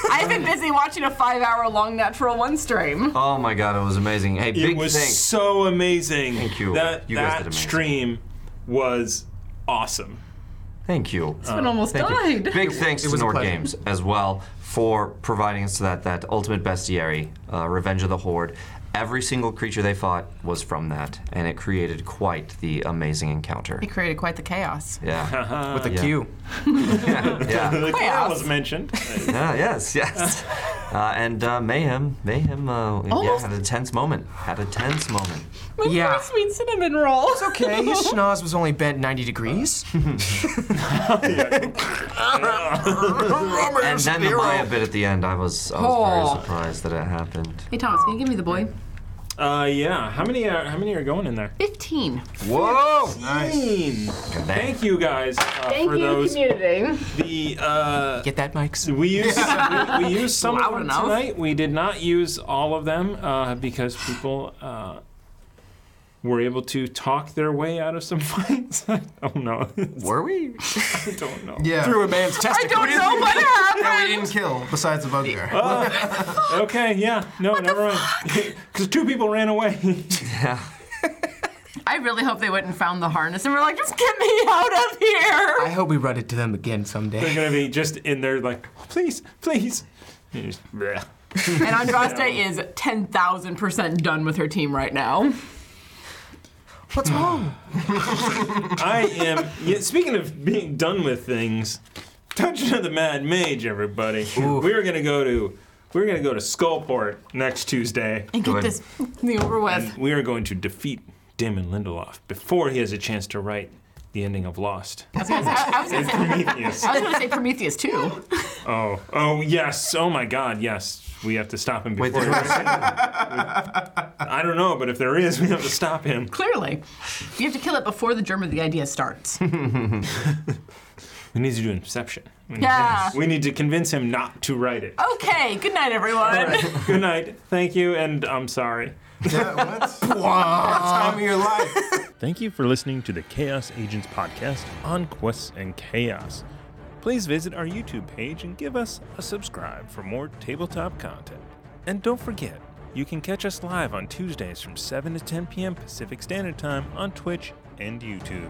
I've been busy watching a five-hour-long Natural One stream.
Oh my god, it was amazing. Hey,
it
big
was
thanks.
so amazing.
Thank you.
That
You guys
that
did amazing.
stream was awesome.
Thank you.
It almost died.
Big thanks
was
to
a
Nord
pleasure.
Games as well for providing us that that ultimate bestiary, uh, Revenge of the Horde. Every single creature they fought was from that, and it created quite the amazing encounter.
It created quite the chaos. *laughs*
Yeah,
With a
yeah.
Q.
*laughs*
yeah,
The choir was mentioned.
*laughs*
yeah Ah, yes, *laughs* yes. Uh, and uh, mayhem, mayhem. Uh, yeah, had a tense moment. Had a tense moment.
Yeah.
Sweet cinnamon roll. It's okay. *laughs*
Okay, his schnoz was only bent 90 degrees.
And then the Maya bit at the end. I was, I was very surprised that it happened.
Hey, Thomas, can you give me the boy?
Uh, yeah. How many are How many are going in there?
15.
Whoa!
Thank you guys uh, for those.
community.
The uh,
Get that, Mike's?
We
*laughs*
used we, we used some of
Loud
them
enough.
tonight. We did not use all of them uh, because people uh, were able to talk their way out of some *laughs* fights. I don't know. *laughs*
Were we?
I don't
*laughs*
know.
Yeah.
a man's
*laughs* I don't know what
that we
happened.
didn't kill besides the bugbear. Well,
Okay. Yeah. No. never *laughs* mind. Because two people ran away. *laughs*
I really hope they went and found the harness and were like, just get me out of here.
*laughs* I hope we run into them again someday.
They're gonna be just in there like, please, please. *laughs* And you just, bleh.
And Andraste is 10,000% done with her team right now.
What's wrong?
I am. Yeah, speaking of being done with things, Dungeon of the Mad Mage, everybody. We are gonna go to we are gonna go to Skullport next Tuesday.
And get
ahead.
this thing over with.
And we are going to defeat Damon Lindelof before he has a chance to write the ending of Lost.
I was gonna say- I was going to say, *laughs*
Prometheus.
I was gonna say Prometheus too.
Oh, oh yes. Oh my God, yes. We have to stop him before. he writes it. I don't know, but if there is, we have to stop him.
Clearly, you have to kill it before the germ of the idea starts.
We need to do Inception. We need-
Yeah.
We need to convince him not to write it.
Okay. Good night, everyone.
Good night. Thank you, and I'm sorry.
yeah, what? time of your life.
Thank you for listening to the Chaos Agents podcast on Quests and Chaos. Please visit our YouTube page and give us a subscribe for more tabletop content. And don't forget, you can catch us live on Tuesdays from 7 to 10 p.m. Pacific Standard Time on Twitch and YouTube.